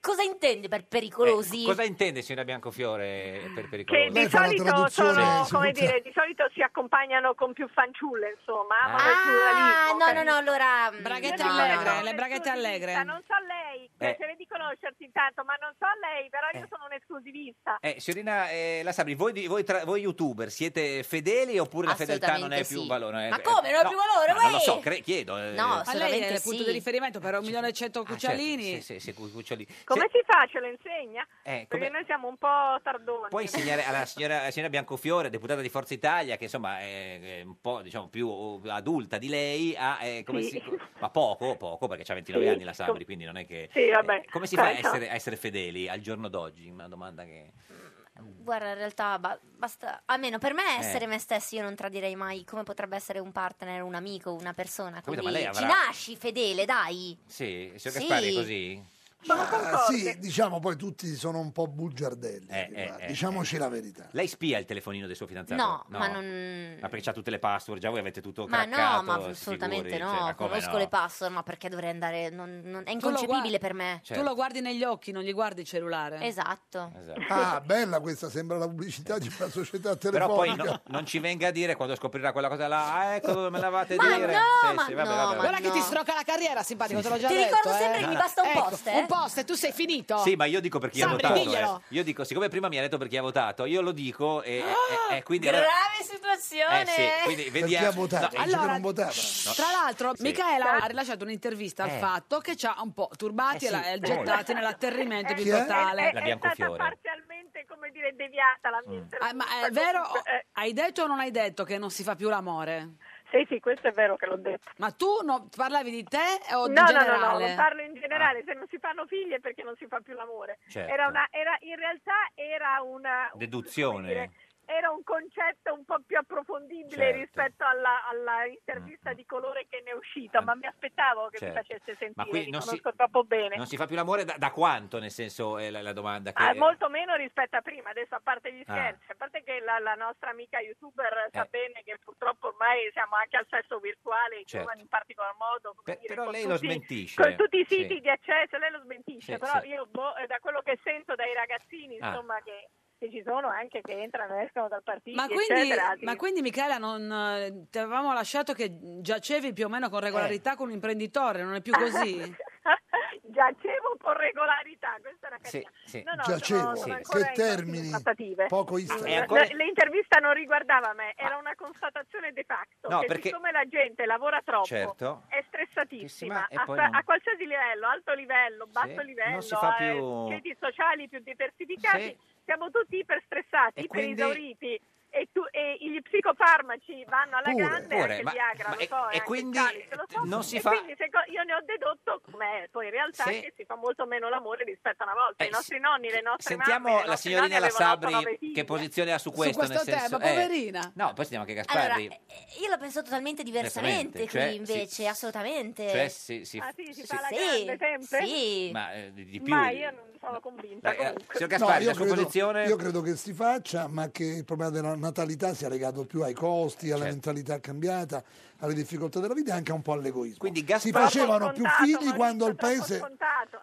[SPEAKER 12] cosa intendi per pericolosi.
[SPEAKER 2] Eh, Cosa intende, signora Biancofiore, per
[SPEAKER 17] Che
[SPEAKER 2] pericolosi?
[SPEAKER 17] di solito, sono,
[SPEAKER 2] Sì.
[SPEAKER 17] come dire, di solito si accompagnano con più fanciulle, insomma. amano il
[SPEAKER 12] Ah,
[SPEAKER 17] pluralismo,
[SPEAKER 12] no, no,
[SPEAKER 17] capito?
[SPEAKER 12] no, allora
[SPEAKER 17] mm,
[SPEAKER 1] Braghette
[SPEAKER 12] no,
[SPEAKER 1] allegre,
[SPEAKER 12] no.
[SPEAKER 1] le braghette allegre.
[SPEAKER 17] Non so
[SPEAKER 2] Eh.
[SPEAKER 17] lei, piacere di conoscerti intanto, ma non so lei, però io sono un esclusivista.
[SPEAKER 2] Eh, signorina eh, La Sabri, voi, di- voi tra- voi youtuber siete fedeli oppure la fedeltà non è
[SPEAKER 12] Assolutamente
[SPEAKER 2] più
[SPEAKER 12] sì.
[SPEAKER 2] valore?
[SPEAKER 12] Ma
[SPEAKER 2] Eh,
[SPEAKER 12] come, non è
[SPEAKER 2] no,
[SPEAKER 12] più valore,
[SPEAKER 2] ma Non lo
[SPEAKER 12] uè!
[SPEAKER 2] so, cre- chiedo. eh.
[SPEAKER 1] Ma
[SPEAKER 12] No,
[SPEAKER 1] lei è il
[SPEAKER 12] assolutamente
[SPEAKER 1] punto
[SPEAKER 12] sì.
[SPEAKER 1] di riferimento per un milione e cento
[SPEAKER 2] Ah, certo,
[SPEAKER 1] cucciolini.
[SPEAKER 2] sì, sì, sì, cu- cucciolini.
[SPEAKER 12] Cioè,
[SPEAKER 17] Come si fa? Ce lo insegna?
[SPEAKER 2] Eh,
[SPEAKER 17] Perché
[SPEAKER 2] come-
[SPEAKER 17] noi siamo un po' tardoni.
[SPEAKER 2] Puoi insegnare alla signora, alla signora Biancofiore, deputata di Forza Italia, che insomma è è un po' diciamo, più oh, adulta di lei, a, eh, come
[SPEAKER 17] Sì.
[SPEAKER 2] si- ma poco, poco, perché ha 29
[SPEAKER 17] Sì.
[SPEAKER 2] anni la Sabri, quindi non è che...
[SPEAKER 17] Sì, vabbè. Certo.
[SPEAKER 2] eh, come si fa a
[SPEAKER 17] Dai, no.
[SPEAKER 2] essere, a essere fedeli al giorno d'oggi? Una domanda che...
[SPEAKER 12] Guarda, in realtà ba- basta, almeno per me
[SPEAKER 2] Eh.
[SPEAKER 12] essere me stessi io non tradirei mai come potrebbe essere un partner, un amico, una persona.
[SPEAKER 2] Capito, ma
[SPEAKER 12] Quindi
[SPEAKER 2] lei avrà-
[SPEAKER 12] ci nasci fedele, dai.
[SPEAKER 2] Sì, signor
[SPEAKER 12] Sì.
[SPEAKER 2] Gaspari è così? Cioè,
[SPEAKER 13] Ah, sì, diciamo poi tutti sono un po' bugiardelli.
[SPEAKER 2] Eh, eh, eh,
[SPEAKER 13] Diciamoci la verità.
[SPEAKER 2] Lei spia il telefonino del suo fidanzato?
[SPEAKER 12] No, ma non-
[SPEAKER 2] Ma perché ha tutte le password, già voi avete tutto
[SPEAKER 12] Ma no,
[SPEAKER 2] craccato,
[SPEAKER 12] ma
[SPEAKER 2] si
[SPEAKER 12] assolutamente
[SPEAKER 2] figuri,
[SPEAKER 12] no.
[SPEAKER 2] cioè, ma come
[SPEAKER 12] Conosco
[SPEAKER 2] no?
[SPEAKER 12] le password, ma perché dovrei andare? non- non- è
[SPEAKER 1] Tu lo
[SPEAKER 12] inconcepibile
[SPEAKER 1] guardi-
[SPEAKER 12] per me.
[SPEAKER 2] Certo.
[SPEAKER 1] Tu lo guardi negli occhi, non gli guardi il cellulare.
[SPEAKER 12] Esatto.
[SPEAKER 13] Ah, bella questa, sembra la pubblicità di una società
[SPEAKER 2] Però poi
[SPEAKER 13] telefonica.
[SPEAKER 2] no- non ci venga a dire quando scoprirà quella cosa là, ah, ecco dove me l'avate
[SPEAKER 1] Ma
[SPEAKER 2] dire.
[SPEAKER 1] no,
[SPEAKER 2] Sì,
[SPEAKER 1] ma
[SPEAKER 2] sì, vabbè,
[SPEAKER 1] no,
[SPEAKER 2] vabbè,
[SPEAKER 1] ma
[SPEAKER 2] vabbè.
[SPEAKER 1] Guarda che ti stroca la carriera, simpatico, te l'ho già
[SPEAKER 12] Ti
[SPEAKER 1] detto.
[SPEAKER 12] ricordo sempre
[SPEAKER 1] eh.
[SPEAKER 12] che mi basta un
[SPEAKER 1] Ecco,
[SPEAKER 12] post, eh.
[SPEAKER 1] Un post e tu sei finito.
[SPEAKER 2] Sì, ma io dico per chi ha
[SPEAKER 1] Sabri,
[SPEAKER 2] votato.
[SPEAKER 1] diglielo.
[SPEAKER 2] eh. Io dico, siccome prima mi ha detto per chi ha votato, io lo dico e, e- e- e quindi allora-
[SPEAKER 12] Grave situazione.
[SPEAKER 2] Eh sì, quindi vediamo. No,
[SPEAKER 13] dice che
[SPEAKER 1] Allora,
[SPEAKER 13] non votava.
[SPEAKER 2] No.
[SPEAKER 1] Tra l'altro,
[SPEAKER 2] Sì.
[SPEAKER 1] Michaela ha rilasciato un'intervista
[SPEAKER 2] Eh.
[SPEAKER 1] al fatto che ci ha un po' turbati
[SPEAKER 2] Eh
[SPEAKER 1] e la-
[SPEAKER 2] sì,
[SPEAKER 1] e gettati
[SPEAKER 2] molto.
[SPEAKER 1] nell'atterrimento più
[SPEAKER 2] Chi è?
[SPEAKER 1] totale.
[SPEAKER 2] La Biancofiore.
[SPEAKER 17] Parzialmente, come dire, deviata
[SPEAKER 2] Mm.
[SPEAKER 17] la mia
[SPEAKER 1] Ah,
[SPEAKER 17] intervista.
[SPEAKER 1] ma è vero, hai detto o non hai detto che non si fa più l'amore?
[SPEAKER 17] Sì, sì, questo è vero che l'ho detto.
[SPEAKER 1] Ma tu no- parlavi di te Eh, o di
[SPEAKER 17] no, no, no,
[SPEAKER 1] generale?
[SPEAKER 17] no, non parlo in generale, se non si fanno figli è perché non si fa più l'amore.
[SPEAKER 2] Ah. Certo.
[SPEAKER 17] Era una, era, in realtà era una,
[SPEAKER 2] Deduzione.
[SPEAKER 17] come era un concetto un po' più approfondibile
[SPEAKER 2] Certo. Mm.
[SPEAKER 17] rispetto alla, alla intervista di colore che ne è uscita, ma mi aspettavo che
[SPEAKER 2] Certo.
[SPEAKER 17] mi facesse sentire,
[SPEAKER 2] Ma qui
[SPEAKER 17] mi
[SPEAKER 2] non si-
[SPEAKER 17] conosco troppo bene.
[SPEAKER 2] Non si fa più l'amore da, da quanto, nel senso, è la, la domanda che...
[SPEAKER 17] Ah, molto meno rispetto a prima, adesso a parte gli
[SPEAKER 2] Eh, Ah. Eh.
[SPEAKER 17] scherzi, a parte che la, la nostra amica youtuber sa bene che purtroppo ormai siamo anche al sesso virtuale, i
[SPEAKER 2] Certo.
[SPEAKER 17] giovani in particolar modo. come
[SPEAKER 2] Per-
[SPEAKER 17] dire,
[SPEAKER 2] però
[SPEAKER 17] con
[SPEAKER 2] lei lo
[SPEAKER 17] tutti-
[SPEAKER 2] smentisce.
[SPEAKER 17] Con tutti i
[SPEAKER 2] Sì.
[SPEAKER 17] siti di accesso, lei lo smentisce,
[SPEAKER 2] Sì,
[SPEAKER 17] però
[SPEAKER 2] sì.
[SPEAKER 17] io boh, eh, da quello che sento dai ragazzini,
[SPEAKER 2] Ah.
[SPEAKER 17] insomma, che, che ci sono anche che entrano e escono dal partito,
[SPEAKER 1] Ma quindi,
[SPEAKER 17] eccetera.
[SPEAKER 1] ma quindi, Michela, non, eh, ti avevamo Eh. lasciato che giacevi più o meno con regolarità con un imprenditore, non è più così?
[SPEAKER 17] giacevo con regolarità, questa era
[SPEAKER 2] Sì, sì.
[SPEAKER 17] No, no,
[SPEAKER 13] Giacevo,
[SPEAKER 17] sono- sono ancora
[SPEAKER 13] che
[SPEAKER 17] in
[SPEAKER 13] termini
[SPEAKER 17] trattative.
[SPEAKER 13] poco
[SPEAKER 17] Mm,
[SPEAKER 13] istante.
[SPEAKER 17] l- L'intervista non riguardava me, era una constatazione de facto
[SPEAKER 2] Ah. No,
[SPEAKER 17] che
[SPEAKER 2] perché-
[SPEAKER 17] siccome la gente lavora troppo,
[SPEAKER 2] Certo.
[SPEAKER 17] è stressatissima
[SPEAKER 2] Tantissima, e
[SPEAKER 17] a,
[SPEAKER 2] poi
[SPEAKER 17] qua-
[SPEAKER 2] non-
[SPEAKER 17] a qualsiasi livello, alto livello, basso livello,
[SPEAKER 2] non si fa
[SPEAKER 17] eh,
[SPEAKER 2] più-
[SPEAKER 17] ceti sociali più diversificati,
[SPEAKER 2] Sì.
[SPEAKER 17] siamo tutti iperstressati,
[SPEAKER 2] E quindi-
[SPEAKER 17] iperisauriti. E, tu, e gli psicofarmaci vanno alla
[SPEAKER 2] Pure,
[SPEAKER 17] grande
[SPEAKER 2] pure,
[SPEAKER 17] anche
[SPEAKER 2] ma-
[SPEAKER 17] gli agra,
[SPEAKER 2] ma
[SPEAKER 17] lo
[SPEAKER 2] e-
[SPEAKER 17] so,
[SPEAKER 2] e
[SPEAKER 17] anche il
[SPEAKER 2] quindi
[SPEAKER 17] Cialis, lo so.
[SPEAKER 2] non si
[SPEAKER 17] E
[SPEAKER 2] fa-
[SPEAKER 17] quindi se co- io ne ho dedotto com'è poi in realtà
[SPEAKER 2] Sì. Eh,
[SPEAKER 17] che si fa molto meno l'amore rispetto a una volta i nostri nonni le nostre
[SPEAKER 2] Sentiamo
[SPEAKER 17] mamme, le
[SPEAKER 2] la
[SPEAKER 17] nostre
[SPEAKER 2] signorina
[SPEAKER 17] nonne
[SPEAKER 2] La
[SPEAKER 17] avevano otto, nove
[SPEAKER 2] Sabri
[SPEAKER 17] figli.
[SPEAKER 2] che posizione ha su
[SPEAKER 1] Su
[SPEAKER 2] questo,
[SPEAKER 1] questo
[SPEAKER 2] nel senso,
[SPEAKER 1] tema,
[SPEAKER 2] eh,
[SPEAKER 1] poverina.
[SPEAKER 2] no, poi sentiamo anche Gasparri.
[SPEAKER 12] Allora, eh, io la penso totalmente diversamente qui
[SPEAKER 2] Diversamente, cioè,
[SPEAKER 12] invece, assolutamente.
[SPEAKER 13] Eh.
[SPEAKER 2] cioè, sì, sì. Ah,
[SPEAKER 17] sì, si
[SPEAKER 12] Sì,
[SPEAKER 17] fa la
[SPEAKER 12] sì,
[SPEAKER 17] grande sempre?
[SPEAKER 12] sì.
[SPEAKER 2] Ma eh, di di più.
[SPEAKER 17] ma io non sono convinta
[SPEAKER 2] Beh, eh,
[SPEAKER 17] comunque.
[SPEAKER 2] signor Gasparri,
[SPEAKER 13] No,
[SPEAKER 2] la sua posizione?
[SPEAKER 13] io credo che si faccia, ma che il problema della natalità sia legato più ai costi,
[SPEAKER 2] Certo.
[SPEAKER 13] alla mentalità cambiata, alle difficoltà della vita e anche un po' all'egoismo. si
[SPEAKER 2] Gasparri-
[SPEAKER 13] facevano più
[SPEAKER 17] Scontato,
[SPEAKER 13] figli quando il paese...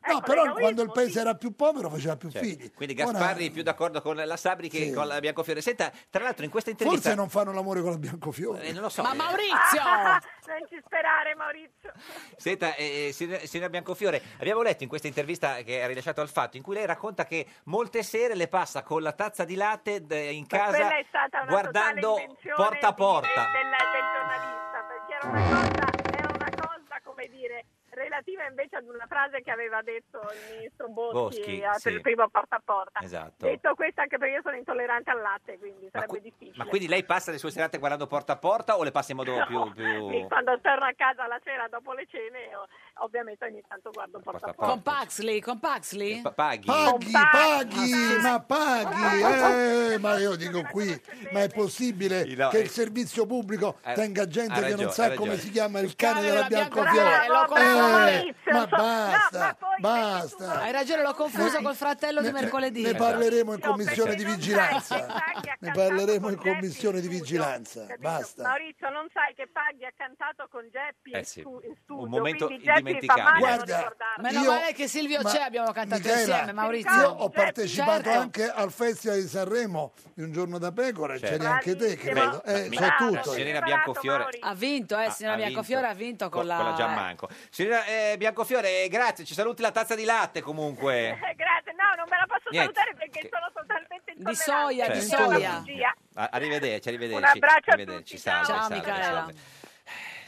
[SPEAKER 3] Ecco,
[SPEAKER 13] no, però quando il paese era più povero faceva più
[SPEAKER 2] Cioè,
[SPEAKER 13] figli.
[SPEAKER 2] Quindi
[SPEAKER 13] Ora,
[SPEAKER 2] Gasparri è più d'accordo con la Sabri che
[SPEAKER 13] Sì.
[SPEAKER 2] con la Biancofiore. Senta, tra l'altro in questa intervista...
[SPEAKER 13] Forse non fanno l'amore con la Biancofiore.
[SPEAKER 2] Eh, non lo so. eh,
[SPEAKER 17] Ah, non ci sperare Maurizio
[SPEAKER 2] Senta, eh, eh, signor- signora Biancofiore, abbiamo letto in questa intervista che ha rilasciato al Fatto, in cui lei racconta che molte sere le passa con la tazza di latte d- eh, in
[SPEAKER 17] Ma
[SPEAKER 2] casa
[SPEAKER 17] quella è stata una
[SPEAKER 2] guardando
[SPEAKER 17] totale invenzione
[SPEAKER 2] porta a
[SPEAKER 17] di-
[SPEAKER 2] porta.
[SPEAKER 17] del, del giornalista perché era una cosa era una cosa come dire relativa invece ad una frase che aveva detto il ministro Boschi,
[SPEAKER 2] Boschi,
[SPEAKER 17] a- per
[SPEAKER 2] sì.
[SPEAKER 17] il primo porta a porta
[SPEAKER 2] Esatto.
[SPEAKER 17] detto questo anche perché io sono intollerante al latte quindi sarebbe
[SPEAKER 2] qui-
[SPEAKER 17] difficile
[SPEAKER 2] Ma quindi lei passa le sue serate guardando porta a porta o le passa in modo
[SPEAKER 17] No,
[SPEAKER 2] più... più-
[SPEAKER 17] sì, quando torno a casa la sera dopo le cene io, ovviamente ogni tanto guardo porta a porta
[SPEAKER 1] Con Paxley, con Paxley?
[SPEAKER 2] Eh, Pa- paghi?
[SPEAKER 13] Paghi, paghi, ma paghi, eh, ma io dico qui, ma è possibile
[SPEAKER 2] no,
[SPEAKER 13] che
[SPEAKER 2] eh,
[SPEAKER 13] il servizio pubblico
[SPEAKER 2] ha-
[SPEAKER 13] tenga gente
[SPEAKER 2] ha
[SPEAKER 13] che non
[SPEAKER 2] ragione,
[SPEAKER 13] sa
[SPEAKER 2] ha
[SPEAKER 13] come
[SPEAKER 2] ragione.
[SPEAKER 13] si chiama il cane della
[SPEAKER 1] Biancofiore,
[SPEAKER 13] Biancofiore,
[SPEAKER 1] lo confondo.
[SPEAKER 13] Eh, ma basta, basta,
[SPEAKER 1] Hai ragione, l'ho confuso col fratello di
[SPEAKER 13] Eh, Ne-
[SPEAKER 1] mercoledì.
[SPEAKER 13] Ne
[SPEAKER 2] Esatto.
[SPEAKER 13] parleremo in commissione di
[SPEAKER 17] non sai-
[SPEAKER 13] vigilanza.
[SPEAKER 17] se sai
[SPEAKER 13] Ne parleremo in commissione di vigilanza. Basta.
[SPEAKER 17] Maurizio non sai che Paghi ha cantato con Geppi
[SPEAKER 13] Eh
[SPEAKER 17] in
[SPEAKER 13] sì,
[SPEAKER 17] stu- in studio
[SPEAKER 13] un momento
[SPEAKER 17] quindi Geppi fa male a non
[SPEAKER 13] Guarda,
[SPEAKER 17] ricordarlo
[SPEAKER 1] Meno
[SPEAKER 13] io-
[SPEAKER 1] male che Silvio c'è, abbiamo cantato
[SPEAKER 13] Michela,
[SPEAKER 1] insieme, Maurizio.
[SPEAKER 13] Io ho partecipato
[SPEAKER 1] Certo.
[SPEAKER 13] anche al Festival di Sanremo di un giorno da pecora, e
[SPEAKER 2] Certo.
[SPEAKER 13] c'eri anche te,
[SPEAKER 2] Bravissimo.
[SPEAKER 13] credo. Eh,
[SPEAKER 2] Mi-
[SPEAKER 13] c'è
[SPEAKER 2] mi-
[SPEAKER 13] tutto.
[SPEAKER 2] signorina Biancofiore...
[SPEAKER 1] Ha vinto, eh, signora
[SPEAKER 2] ha vinto.
[SPEAKER 1] Biancofiore, ha vinto con, la...
[SPEAKER 2] Giammanco. Signora eh, Biancofiore, eh, grazie, ci saluti la tazza di latte comunque.
[SPEAKER 17] Eh, grazie no non me la posso
[SPEAKER 2] Niente.
[SPEAKER 17] salutare perché sono totalmente intollerante
[SPEAKER 1] soia,
[SPEAKER 2] di
[SPEAKER 17] Quindi è una
[SPEAKER 2] soia.
[SPEAKER 17] bugia.
[SPEAKER 2] A- Arrivederci, arrivederci.
[SPEAKER 17] Un abbraccio a
[SPEAKER 2] arrivederci.
[SPEAKER 17] tutti,
[SPEAKER 2] salve,
[SPEAKER 1] ciao. Ciao,
[SPEAKER 2] salve,
[SPEAKER 1] Michela.
[SPEAKER 2] salve.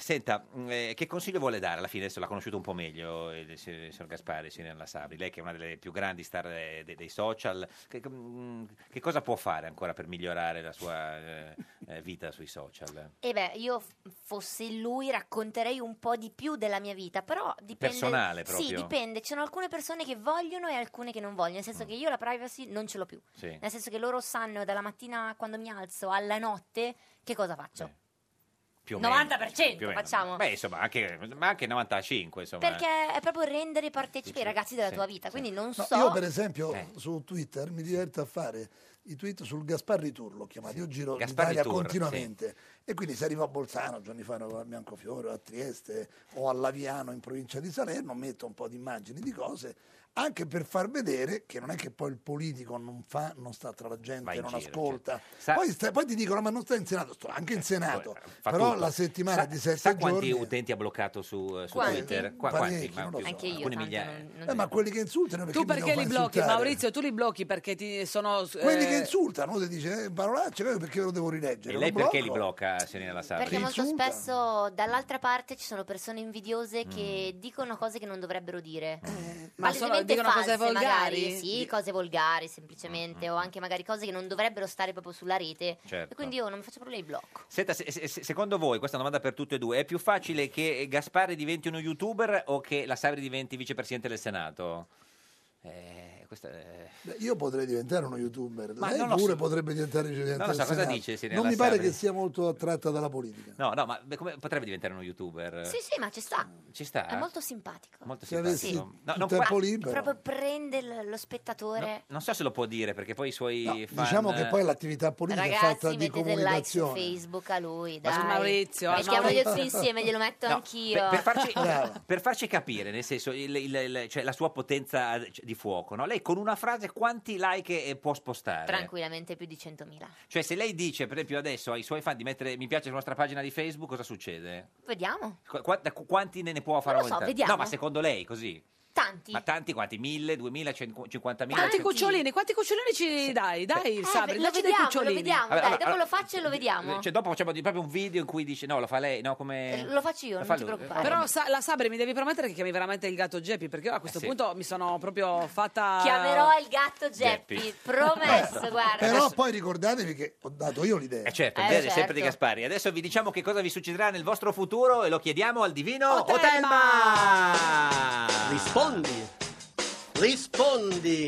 [SPEAKER 2] Senta, mh, eh, che consiglio vuole dare? Alla fine adesso l'ha conosciuto un po' meglio eh, il sig- signor Gaspari, signora La Sabri, lei che è una delle più grandi star eh, de- dei social, che, che, mh, che cosa può fare ancora per migliorare la sua eh, eh, vita sui social?
[SPEAKER 12] E Eh beh, io f- fossi lui racconterei un po' di più della mia vita, però dipende...
[SPEAKER 2] Personale
[SPEAKER 12] Sì,
[SPEAKER 2] proprio.
[SPEAKER 12] dipende. Ci sono alcune persone che vogliono e alcune che non vogliono, nel senso che io la privacy non ce l'ho più.
[SPEAKER 2] Mm. Sì.
[SPEAKER 12] Nel senso che loro sanno dalla mattina quando mi alzo alla notte che cosa faccio.
[SPEAKER 2] Più o
[SPEAKER 12] 90%
[SPEAKER 2] più o
[SPEAKER 12] facciamo.
[SPEAKER 2] Beh, insomma, anche, ma anche 95, insomma.
[SPEAKER 12] Perché è proprio rendere partecipi i ragazzi della tua vita, quindi non
[SPEAKER 13] No,
[SPEAKER 12] so...
[SPEAKER 13] Io per esempio
[SPEAKER 2] Eh.
[SPEAKER 13] su Twitter mi diverto a fare i tweet sul Gasparri Tour, l'ho chiamato, io giro
[SPEAKER 2] Gasparri
[SPEAKER 13] l'Italia
[SPEAKER 2] Tour,
[SPEAKER 13] continuamente. E quindi se arrivo a Bolzano, giorni fa ero a Biancofiore, o a Trieste o a Laviano in provincia di Salerno, metto un po' di immagini di cose, anche per far vedere che non è che poi il politico non fa, non sta tra la gente,
[SPEAKER 2] in
[SPEAKER 13] non
[SPEAKER 2] giro, certo.
[SPEAKER 13] ascolta.
[SPEAKER 2] Sa- Cioè,
[SPEAKER 13] Poi, sta- poi ti dicono ma non sta in Senato, sto anche in Senato,
[SPEAKER 2] Fa
[SPEAKER 13] però
[SPEAKER 2] tutto.
[SPEAKER 13] la settimana
[SPEAKER 2] Sa-
[SPEAKER 13] di sette
[SPEAKER 2] sa quanti
[SPEAKER 13] giorni...
[SPEAKER 2] utenti ha bloccato su, eh, su
[SPEAKER 13] Quanti?
[SPEAKER 2] Twitter? Qua-
[SPEAKER 13] Parecchi,
[SPEAKER 2] quanti? Ma
[SPEAKER 13] non lo so.
[SPEAKER 2] più-
[SPEAKER 13] Anche io,
[SPEAKER 2] alcune
[SPEAKER 13] tanto
[SPEAKER 2] migliaia.
[SPEAKER 13] Eh, ma quelli che insultano perché
[SPEAKER 1] Tu
[SPEAKER 13] mi
[SPEAKER 1] perché
[SPEAKER 13] devo
[SPEAKER 1] li
[SPEAKER 13] far
[SPEAKER 1] blocchi,
[SPEAKER 13] insultare?
[SPEAKER 1] Maurizio? Tu li blocchi perché ti sono... eh,
[SPEAKER 13] Quelli che insultano, uno ti dice eh, parolacce, quello perché lo devo rileggere?
[SPEAKER 2] E lei
[SPEAKER 13] Lo
[SPEAKER 2] perché li
[SPEAKER 13] blocco.
[SPEAKER 2] blocca, Serena La Sabri?
[SPEAKER 12] Perché molto spesso dall'altra parte ci sono persone invidiose che
[SPEAKER 2] Mm.
[SPEAKER 12] dicono cose che non dovrebbero dire.
[SPEAKER 1] Ma
[SPEAKER 12] Palesemente
[SPEAKER 1] sono- dicono cose
[SPEAKER 12] false,
[SPEAKER 1] volgari?
[SPEAKER 12] magari, sì, cose volgari semplicemente, o anche magari cose che non dovrebbero stare proprio sulla rete.
[SPEAKER 2] Mm, Certo.
[SPEAKER 12] E quindi io non mi faccio problemi, blocco.
[SPEAKER 2] Senta, se- se- se- secondo voi, questa è una domanda per tutte e due, è più facile che Gasparri diventi uno youtuber o che la Sabri diventi vicepresidente del Senato? Eh, questa è-
[SPEAKER 13] Beh, Io potrei diventare uno youtuber,
[SPEAKER 2] Ma
[SPEAKER 13] lei
[SPEAKER 2] non lo
[SPEAKER 13] pure
[SPEAKER 2] so.
[SPEAKER 13] potrebbe diventare presidente
[SPEAKER 2] Non lo so,
[SPEAKER 13] del
[SPEAKER 2] cosa
[SPEAKER 13] Senato.
[SPEAKER 2] dice, Sirena
[SPEAKER 13] Non mi pare
[SPEAKER 2] Lassarri?
[SPEAKER 13] che sia molto attratta dalla politica.
[SPEAKER 2] No, no, ma beh, come potrebbe diventare uno youtuber?
[SPEAKER 12] Sì, sì, ma ci sta.
[SPEAKER 2] Ci sta?
[SPEAKER 12] È molto simpatico.
[SPEAKER 2] Molto
[SPEAKER 13] Se
[SPEAKER 2] simpatico.
[SPEAKER 13] avessi
[SPEAKER 2] Eh. No, non,
[SPEAKER 13] tempo
[SPEAKER 2] qua-
[SPEAKER 12] Proprio prende l- lo spettatore.
[SPEAKER 2] non so se lo può dire, perché poi i suoi fan... eh.
[SPEAKER 13] Diciamo che poi l'attività politica è fatta
[SPEAKER 12] Ragazzi,
[SPEAKER 13] di
[SPEAKER 12] mettete il like su
[SPEAKER 13] comunicazione.
[SPEAKER 12] Facebook a lui,
[SPEAKER 2] Ma
[SPEAKER 12] dai.
[SPEAKER 2] su Maurizio, a
[SPEAKER 12] Mettiamogli
[SPEAKER 2] Maurizio.
[SPEAKER 12] tutti insieme, glielo metto
[SPEAKER 2] No,
[SPEAKER 12] anch'io.
[SPEAKER 2] Per, per farci, per farci capire, nel senso, il- il- il- cioè, la sua potenza cioè, di fuoco, no? lei con una frase quanti like eh, può spostare?
[SPEAKER 12] Tranquillamente più di 100.000.
[SPEAKER 2] Cioè, se lei dice, per esempio, adesso ai suoi fan di mettere mi piace sulla nostra pagina di Facebook, cosa succede?
[SPEAKER 12] Vediamo.
[SPEAKER 2] Qu- qua- da- qu- quanti ne, ne può fare
[SPEAKER 12] Non lo so,
[SPEAKER 2] aumentare?
[SPEAKER 12] vediamo.
[SPEAKER 2] No, ma secondo lei, così.
[SPEAKER 12] Tanti.
[SPEAKER 2] Ma tanti quanti? Mille, duemila, cinqu- cinquantamila? Cioè, eh,
[SPEAKER 1] Quanti
[SPEAKER 2] cento-
[SPEAKER 1] cucciolini, quanti cucciolini ci dai? Dai il
[SPEAKER 12] Eh,
[SPEAKER 1] Sabri,
[SPEAKER 12] lo
[SPEAKER 1] dacci dei
[SPEAKER 12] vediamo, lo
[SPEAKER 1] cucciolini.
[SPEAKER 12] vediamo.
[SPEAKER 2] Vabbè,
[SPEAKER 12] dai,
[SPEAKER 2] allora-
[SPEAKER 12] dopo lo faccio e lo vediamo.
[SPEAKER 2] Cioè, dopo facciamo di- proprio un video in cui dice no, lo fa lei, no? Come...
[SPEAKER 12] Lo faccio io,
[SPEAKER 2] Lo
[SPEAKER 12] non
[SPEAKER 2] fa
[SPEAKER 12] ti
[SPEAKER 2] lui.
[SPEAKER 12] preoccupare.
[SPEAKER 1] Però sa- la Sabri mi devi promettere che chiami veramente il gatto Geppi perché io a questo
[SPEAKER 2] Eh sì.
[SPEAKER 1] punto mi sono proprio fatta
[SPEAKER 12] Chiamerò il gatto Geppi,
[SPEAKER 2] Geppi.
[SPEAKER 12] promesso, guarda.
[SPEAKER 13] Però poi ricordatevi che ho dato io l'idea.
[SPEAKER 2] Eh certo,
[SPEAKER 12] Eh,
[SPEAKER 2] il genere
[SPEAKER 12] certo.
[SPEAKER 2] sempre di Gaspari. Adesso vi diciamo che cosa vi succederà nel vostro futuro e lo chiediamo al divino
[SPEAKER 1] Oh,
[SPEAKER 2] Otelma.
[SPEAKER 16] Rispondi. Rispondi.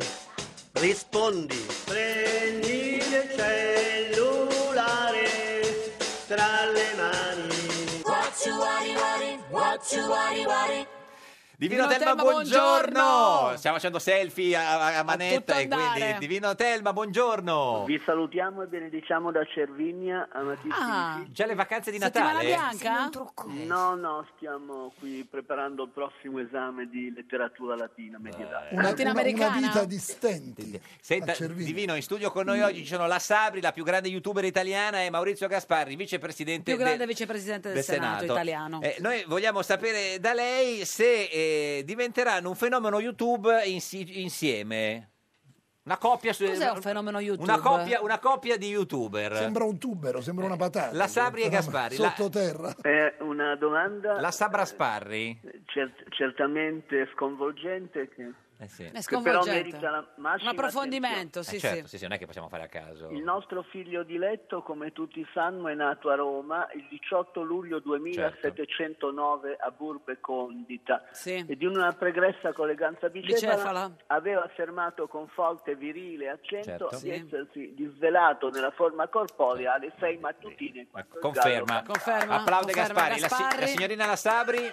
[SPEAKER 16] Rispondi. Prendi il cellulare tra le mani.
[SPEAKER 4] What you worry, worry, what you worry, worry.
[SPEAKER 2] Divino
[SPEAKER 4] Divino
[SPEAKER 2] Telma,
[SPEAKER 4] Telma,
[SPEAKER 2] buongiorno.
[SPEAKER 4] buongiorno!
[SPEAKER 2] Stiamo facendo selfie a, a- a manetta
[SPEAKER 16] tutto
[SPEAKER 2] e quindi
[SPEAKER 16] andare.
[SPEAKER 2] Divino Telma, buongiorno.
[SPEAKER 16] Vi salutiamo e benediciamo da Cervinia, amatissimi.
[SPEAKER 2] Ah,
[SPEAKER 16] figli.
[SPEAKER 2] già le vacanze di Natale?
[SPEAKER 16] No, no, stiamo qui preparando il prossimo esame di letteratura latina medievale.
[SPEAKER 13] Una, una- una vita di stenti.
[SPEAKER 2] Senta, Divino, in studio con noi oggi ci sono la Sabri, la più grande youtuber italiana, e Maurizio Gasparri, vicepresidente
[SPEAKER 1] più grande
[SPEAKER 2] del-
[SPEAKER 1] vicepresidente del,
[SPEAKER 2] del
[SPEAKER 1] Senato, italiano.
[SPEAKER 2] Eh, noi vogliamo sapere da lei se eh, diventeranno un fenomeno YouTube insi- insieme. Una coppia su
[SPEAKER 1] Cos'è un fenomeno YouTube?
[SPEAKER 2] Una coppia, una coppia di youtuber.
[SPEAKER 13] Sembra un tubero, sembra una patata.
[SPEAKER 2] La Sabri e Gaspari. la-
[SPEAKER 13] Sottoterra.
[SPEAKER 2] Eh,
[SPEAKER 16] È una domanda
[SPEAKER 2] La Sabra Sparri?
[SPEAKER 16] cer- certamente sconvolgente che,
[SPEAKER 2] È
[SPEAKER 16] che però
[SPEAKER 1] sconvolgente.
[SPEAKER 16] merita la massima
[SPEAKER 1] Un approfondimento,
[SPEAKER 16] attenzione.
[SPEAKER 1] sì,
[SPEAKER 2] Eh, certo, sì, sì, non è che possiamo fare a caso.
[SPEAKER 16] Il nostro figlio diletto, come tutti sanno, è nato a Roma il 18 luglio 2709 a Burbe Condita e di una pregressa colleganza bicefala
[SPEAKER 1] Bicefala.
[SPEAKER 16] aveva affermato con forte virile accento
[SPEAKER 2] Certo.
[SPEAKER 16] di
[SPEAKER 2] Sì.
[SPEAKER 16] essersi disvelato nella forma corporea alle sei mattutine. quando il
[SPEAKER 2] Conferma.
[SPEAKER 16] gallo
[SPEAKER 2] Conferma. Applaude
[SPEAKER 16] Conferma,
[SPEAKER 2] Gaspari. La, si-
[SPEAKER 16] Gaspari.
[SPEAKER 2] la signorina La Sabri.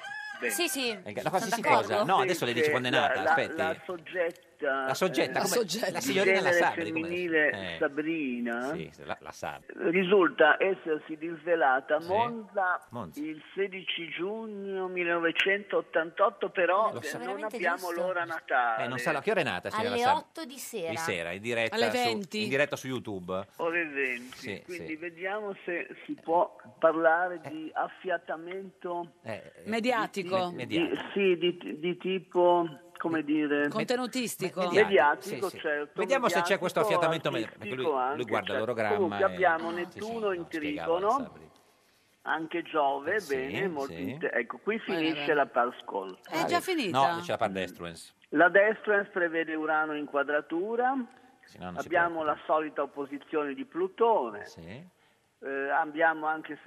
[SPEAKER 12] Sì, sì.
[SPEAKER 2] Eh, No, qualsiasi
[SPEAKER 12] sono d'accordo.
[SPEAKER 2] cosa. No, adesso le dice
[SPEAKER 16] Sì,
[SPEAKER 2] quando è
[SPEAKER 16] la-
[SPEAKER 2] nata.
[SPEAKER 16] la-
[SPEAKER 2] Aspetti.
[SPEAKER 16] La soggetta. eh,
[SPEAKER 2] La soggetta, come- La soggetta. la signorina
[SPEAKER 16] genere
[SPEAKER 2] La Sabri, come-
[SPEAKER 16] femminile
[SPEAKER 2] eh.
[SPEAKER 16] Sabrina.
[SPEAKER 2] Sì, la, la Sabri.
[SPEAKER 16] Risulta essersi disvelata
[SPEAKER 2] Sì.
[SPEAKER 16] Monza,
[SPEAKER 2] Monza.
[SPEAKER 16] il 16 giugno 1988, però
[SPEAKER 2] Lo sa-
[SPEAKER 16] non
[SPEAKER 12] veramente
[SPEAKER 16] abbiamo
[SPEAKER 12] giusto.
[SPEAKER 16] l'ora natale.
[SPEAKER 2] Eh, non sa a che ora è nata, signora
[SPEAKER 12] Alle
[SPEAKER 2] La Sabri?
[SPEAKER 12] 8 di sera.
[SPEAKER 2] Di sera, in diretta,
[SPEAKER 12] Alle
[SPEAKER 2] Su,
[SPEAKER 12] 20.
[SPEAKER 2] in diretta su YouTube.
[SPEAKER 16] Ore 20,
[SPEAKER 2] Sì,
[SPEAKER 16] quindi
[SPEAKER 2] sì.
[SPEAKER 16] vediamo se si può parlare di affiatamento
[SPEAKER 2] Eh, eh,
[SPEAKER 1] Mediatico.
[SPEAKER 16] Di- di- sì, di, di tipo, come dire...
[SPEAKER 1] Contenutistico.
[SPEAKER 16] Mediatico,
[SPEAKER 2] Mediatico, sì, sì.
[SPEAKER 16] certo.
[SPEAKER 2] Vediamo se c'è questo affiatamento
[SPEAKER 16] mediatico,
[SPEAKER 2] mediatico, perché lui-
[SPEAKER 16] artistico
[SPEAKER 2] lui guarda
[SPEAKER 16] certo.
[SPEAKER 2] l'orogramma
[SPEAKER 16] Comunque
[SPEAKER 2] e- Ah,
[SPEAKER 16] abbiamo
[SPEAKER 2] Sì, sì,
[SPEAKER 16] Nettuno in
[SPEAKER 2] spiegava la
[SPEAKER 16] trigono, anche Giove,
[SPEAKER 2] Sì,
[SPEAKER 16] bene, molto
[SPEAKER 2] sì.
[SPEAKER 16] inte- ecco, qui finisce
[SPEAKER 2] bene.
[SPEAKER 16] la parscol.
[SPEAKER 1] È già finita.
[SPEAKER 2] No, c'è la parte Estruens.
[SPEAKER 16] La destra prevede Urano in quadratura,
[SPEAKER 2] Sì, no, Ah, non si
[SPEAKER 16] abbiamo la solita opposizione di Plutone,
[SPEAKER 2] può- Sì.
[SPEAKER 16] eh, abbiamo anche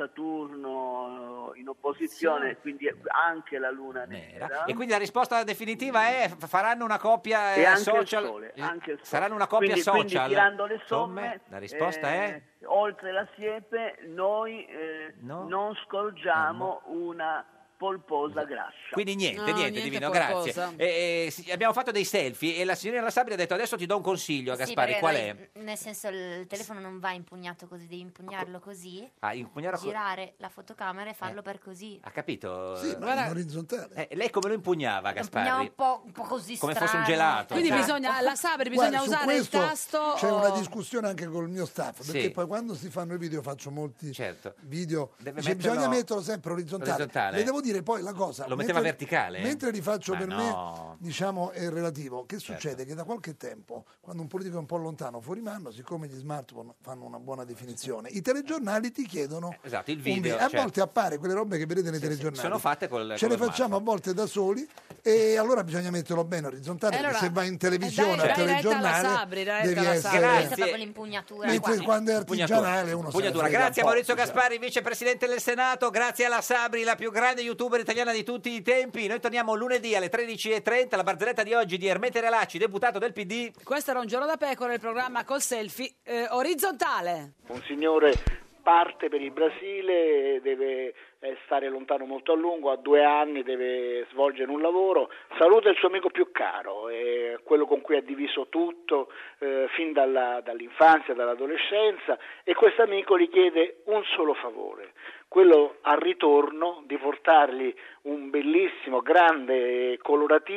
[SPEAKER 16] Saturno eh, in opposizione, quindi anche la Luna nera.
[SPEAKER 2] E quindi la risposta definitiva è f- faranno una coppia
[SPEAKER 16] E
[SPEAKER 2] eh,
[SPEAKER 16] anche il
[SPEAKER 2] social.
[SPEAKER 16] sole,
[SPEAKER 2] eh,
[SPEAKER 16] anche il sole.
[SPEAKER 2] Saranno una coppia
[SPEAKER 16] Quindi-
[SPEAKER 2] social.
[SPEAKER 16] quindi tirando le somme,
[SPEAKER 2] la risposta
[SPEAKER 16] eh,
[SPEAKER 2] è
[SPEAKER 16] Oltre la siepe noi eh, non scorgiamo una polposa grascia.
[SPEAKER 2] Quindi niente,
[SPEAKER 16] No,
[SPEAKER 2] niente,
[SPEAKER 16] niente
[SPEAKER 2] Divino,
[SPEAKER 16] qualcosa.
[SPEAKER 2] grazie. Eh, eh, sì, abbiamo fatto dei selfie e la signorina La Sabri ha detto adesso ti do un consiglio a
[SPEAKER 12] Sì,
[SPEAKER 2] Gaspari,
[SPEAKER 12] perché
[SPEAKER 2] qual
[SPEAKER 12] noi-
[SPEAKER 2] è?
[SPEAKER 12] Nel senso, il telefono non va impugnato così, devi impugnarlo così,
[SPEAKER 2] Ah, impugnare co- Eh. Ah,
[SPEAKER 12] girare la fotocamera e farlo per così.
[SPEAKER 2] Ha capito?
[SPEAKER 13] Sì, ma
[SPEAKER 2] Guarda-
[SPEAKER 13] in orizzontale.
[SPEAKER 2] Eh, lei come lo impugnava
[SPEAKER 12] Impugniamo
[SPEAKER 2] Gaspari?
[SPEAKER 12] un po', un po' così
[SPEAKER 2] Come
[SPEAKER 12] strano.
[SPEAKER 2] fosse un gelato.
[SPEAKER 1] Quindi
[SPEAKER 2] Esatto.
[SPEAKER 1] bisogna, la Sabri, bisogna
[SPEAKER 13] Guarda, su
[SPEAKER 1] usare il
[SPEAKER 13] questo
[SPEAKER 1] tasto. oh.
[SPEAKER 13] C'è
[SPEAKER 1] o-
[SPEAKER 13] una discussione anche col mio staff, perché
[SPEAKER 2] Sì. Certo.
[SPEAKER 13] poi quando si fanno i video faccio molti video.
[SPEAKER 2] Deve
[SPEAKER 13] dice,
[SPEAKER 2] metterlo-
[SPEAKER 13] bisogna metterlo sempre orizzontale.
[SPEAKER 2] Orizzontale.
[SPEAKER 13] Le devo dire poi la cosa.
[SPEAKER 2] Lo metteva
[SPEAKER 13] mentre-
[SPEAKER 2] verticale?
[SPEAKER 13] Mentre li faccio
[SPEAKER 2] Ma
[SPEAKER 13] per
[SPEAKER 2] no. Certo.
[SPEAKER 13] me, diciamo, è relativo. Che succede? Che da qualche tempo, quando un politico è un po' lontano, fuori mano, siccome gli smartphone fanno una buona definizione, i telegiornali ti chiedono
[SPEAKER 2] Esatto, il
[SPEAKER 13] un
[SPEAKER 2] video.
[SPEAKER 13] A
[SPEAKER 2] certo.
[SPEAKER 13] volte appare quelle robe che vedete nei telegiornali.
[SPEAKER 2] Sono fatte col
[SPEAKER 13] Ce
[SPEAKER 2] col
[SPEAKER 13] le facciamo a volte da soli e allora bisogna metterlo bene orizzontale
[SPEAKER 12] E
[SPEAKER 13] perché
[SPEAKER 12] allora-
[SPEAKER 13] se vai in
[SPEAKER 12] eh,
[SPEAKER 13] televisione, al
[SPEAKER 12] dai, dai retta alla
[SPEAKER 13] telegiornale
[SPEAKER 12] Sabri, dai retta
[SPEAKER 13] devi
[SPEAKER 12] alla
[SPEAKER 13] essere
[SPEAKER 12] Questa è proprio l'impugnatura.
[SPEAKER 13] mentre
[SPEAKER 12] qua.
[SPEAKER 13] quando è
[SPEAKER 2] Impugnatura.
[SPEAKER 13] artigianale uno se ne
[SPEAKER 2] Impugnatura.
[SPEAKER 13] frega
[SPEAKER 2] Grazie a
[SPEAKER 13] un po',
[SPEAKER 2] Maurizio
[SPEAKER 13] diciamo.
[SPEAKER 2] Gaspari, vicepresidente del Senato, grazie alla Sabri, la più grande youtuber italiana di tutti i tempi. Noi torniamo lunedì alle 13.30, la barzelletta di oggi di Ermete Relacci, deputato del PD.
[SPEAKER 1] Questo era un giorno da pecora, il programma col selfie eh, orizzontale.
[SPEAKER 16] Un signore parte per il Brasile, deve eh, stare lontano molto a lungo, a due anni deve svolgere un lavoro, saluta il suo amico più caro, eh, quello con cui ha diviso tutto eh, fin dalla- dall'infanzia, dall'adolescenza e questo amico gli chiede un solo favore, quello al ritorno di portargli un bellissimo, grande, e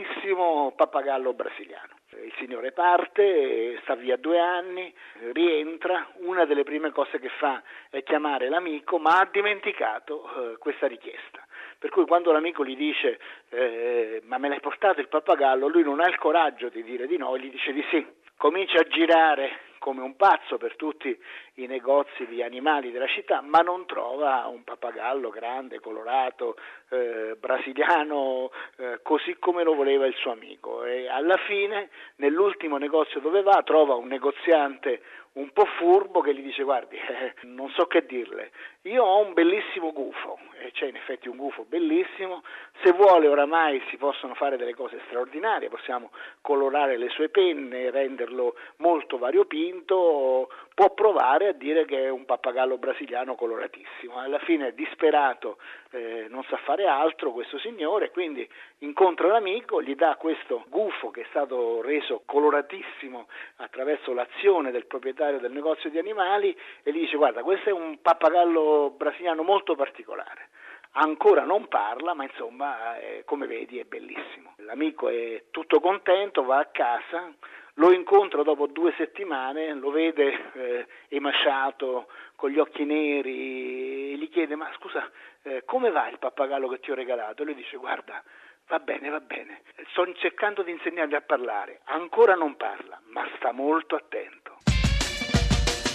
[SPEAKER 16] coloratissimo pappagallo brasiliano. Il signore parte, eh, sta via due anni, eh, rientra, una delle prime cose che fa è chiamare l'amico, ma ha dimenticato eh, questa richiesta.
[SPEAKER 18] Per cui quando l'amico gli dice eh, ma me l'hai portato il pappagallo, lui non ha il coraggio di dire di no, e gli dice di sì. Comincia a girare come un pazzo per tutti i negozi di animali della città, ma non trova un pappagallo grande, colorato, eh, brasiliano, eh, così come lo voleva il suo amico. E alla fine, nell'ultimo negozio dove va, trova un negoziante un po' furbo che gli dice guardi, eh, non so che dirle, io ho un bellissimo gufo, e c'è in effetti un gufo bellissimo, se vuole oramai si possono fare delle cose straordinarie, possiamo colorare le sue penne, renderlo molto variopinto, può provare a dire che è un pappagallo brasiliano coloratissimo. Alla fine è disperato, eh, non sa fare altro questo signore, quindi incontra l'amico, gli dà questo gufo che è stato reso coloratissimo attraverso l'azione del proprietario del negozio di animali e gli dice guarda questo è un pappagallo brasiliano molto particolare ancora non parla, ma insomma, eh, come vedi, è bellissimo. L'amico è tutto contento, va a casa, lo incontra dopo due settimane, lo vede eh, emasciato, con gli occhi neri, e gli chiede: Ma scusa, eh, come va il pappagallo che ti ho regalato? E lui dice: Guarda. Va bene, va bene. Sto cercando di insegnargli a parlare. Ancora non parla, ma sta molto attento.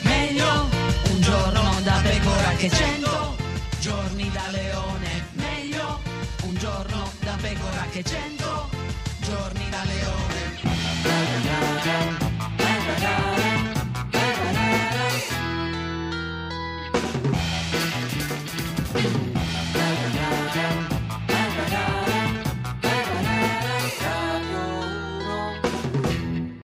[SPEAKER 4] Meglio un giorno da pecora che cento giorni da leone. Meglio un giorno da pecora che cento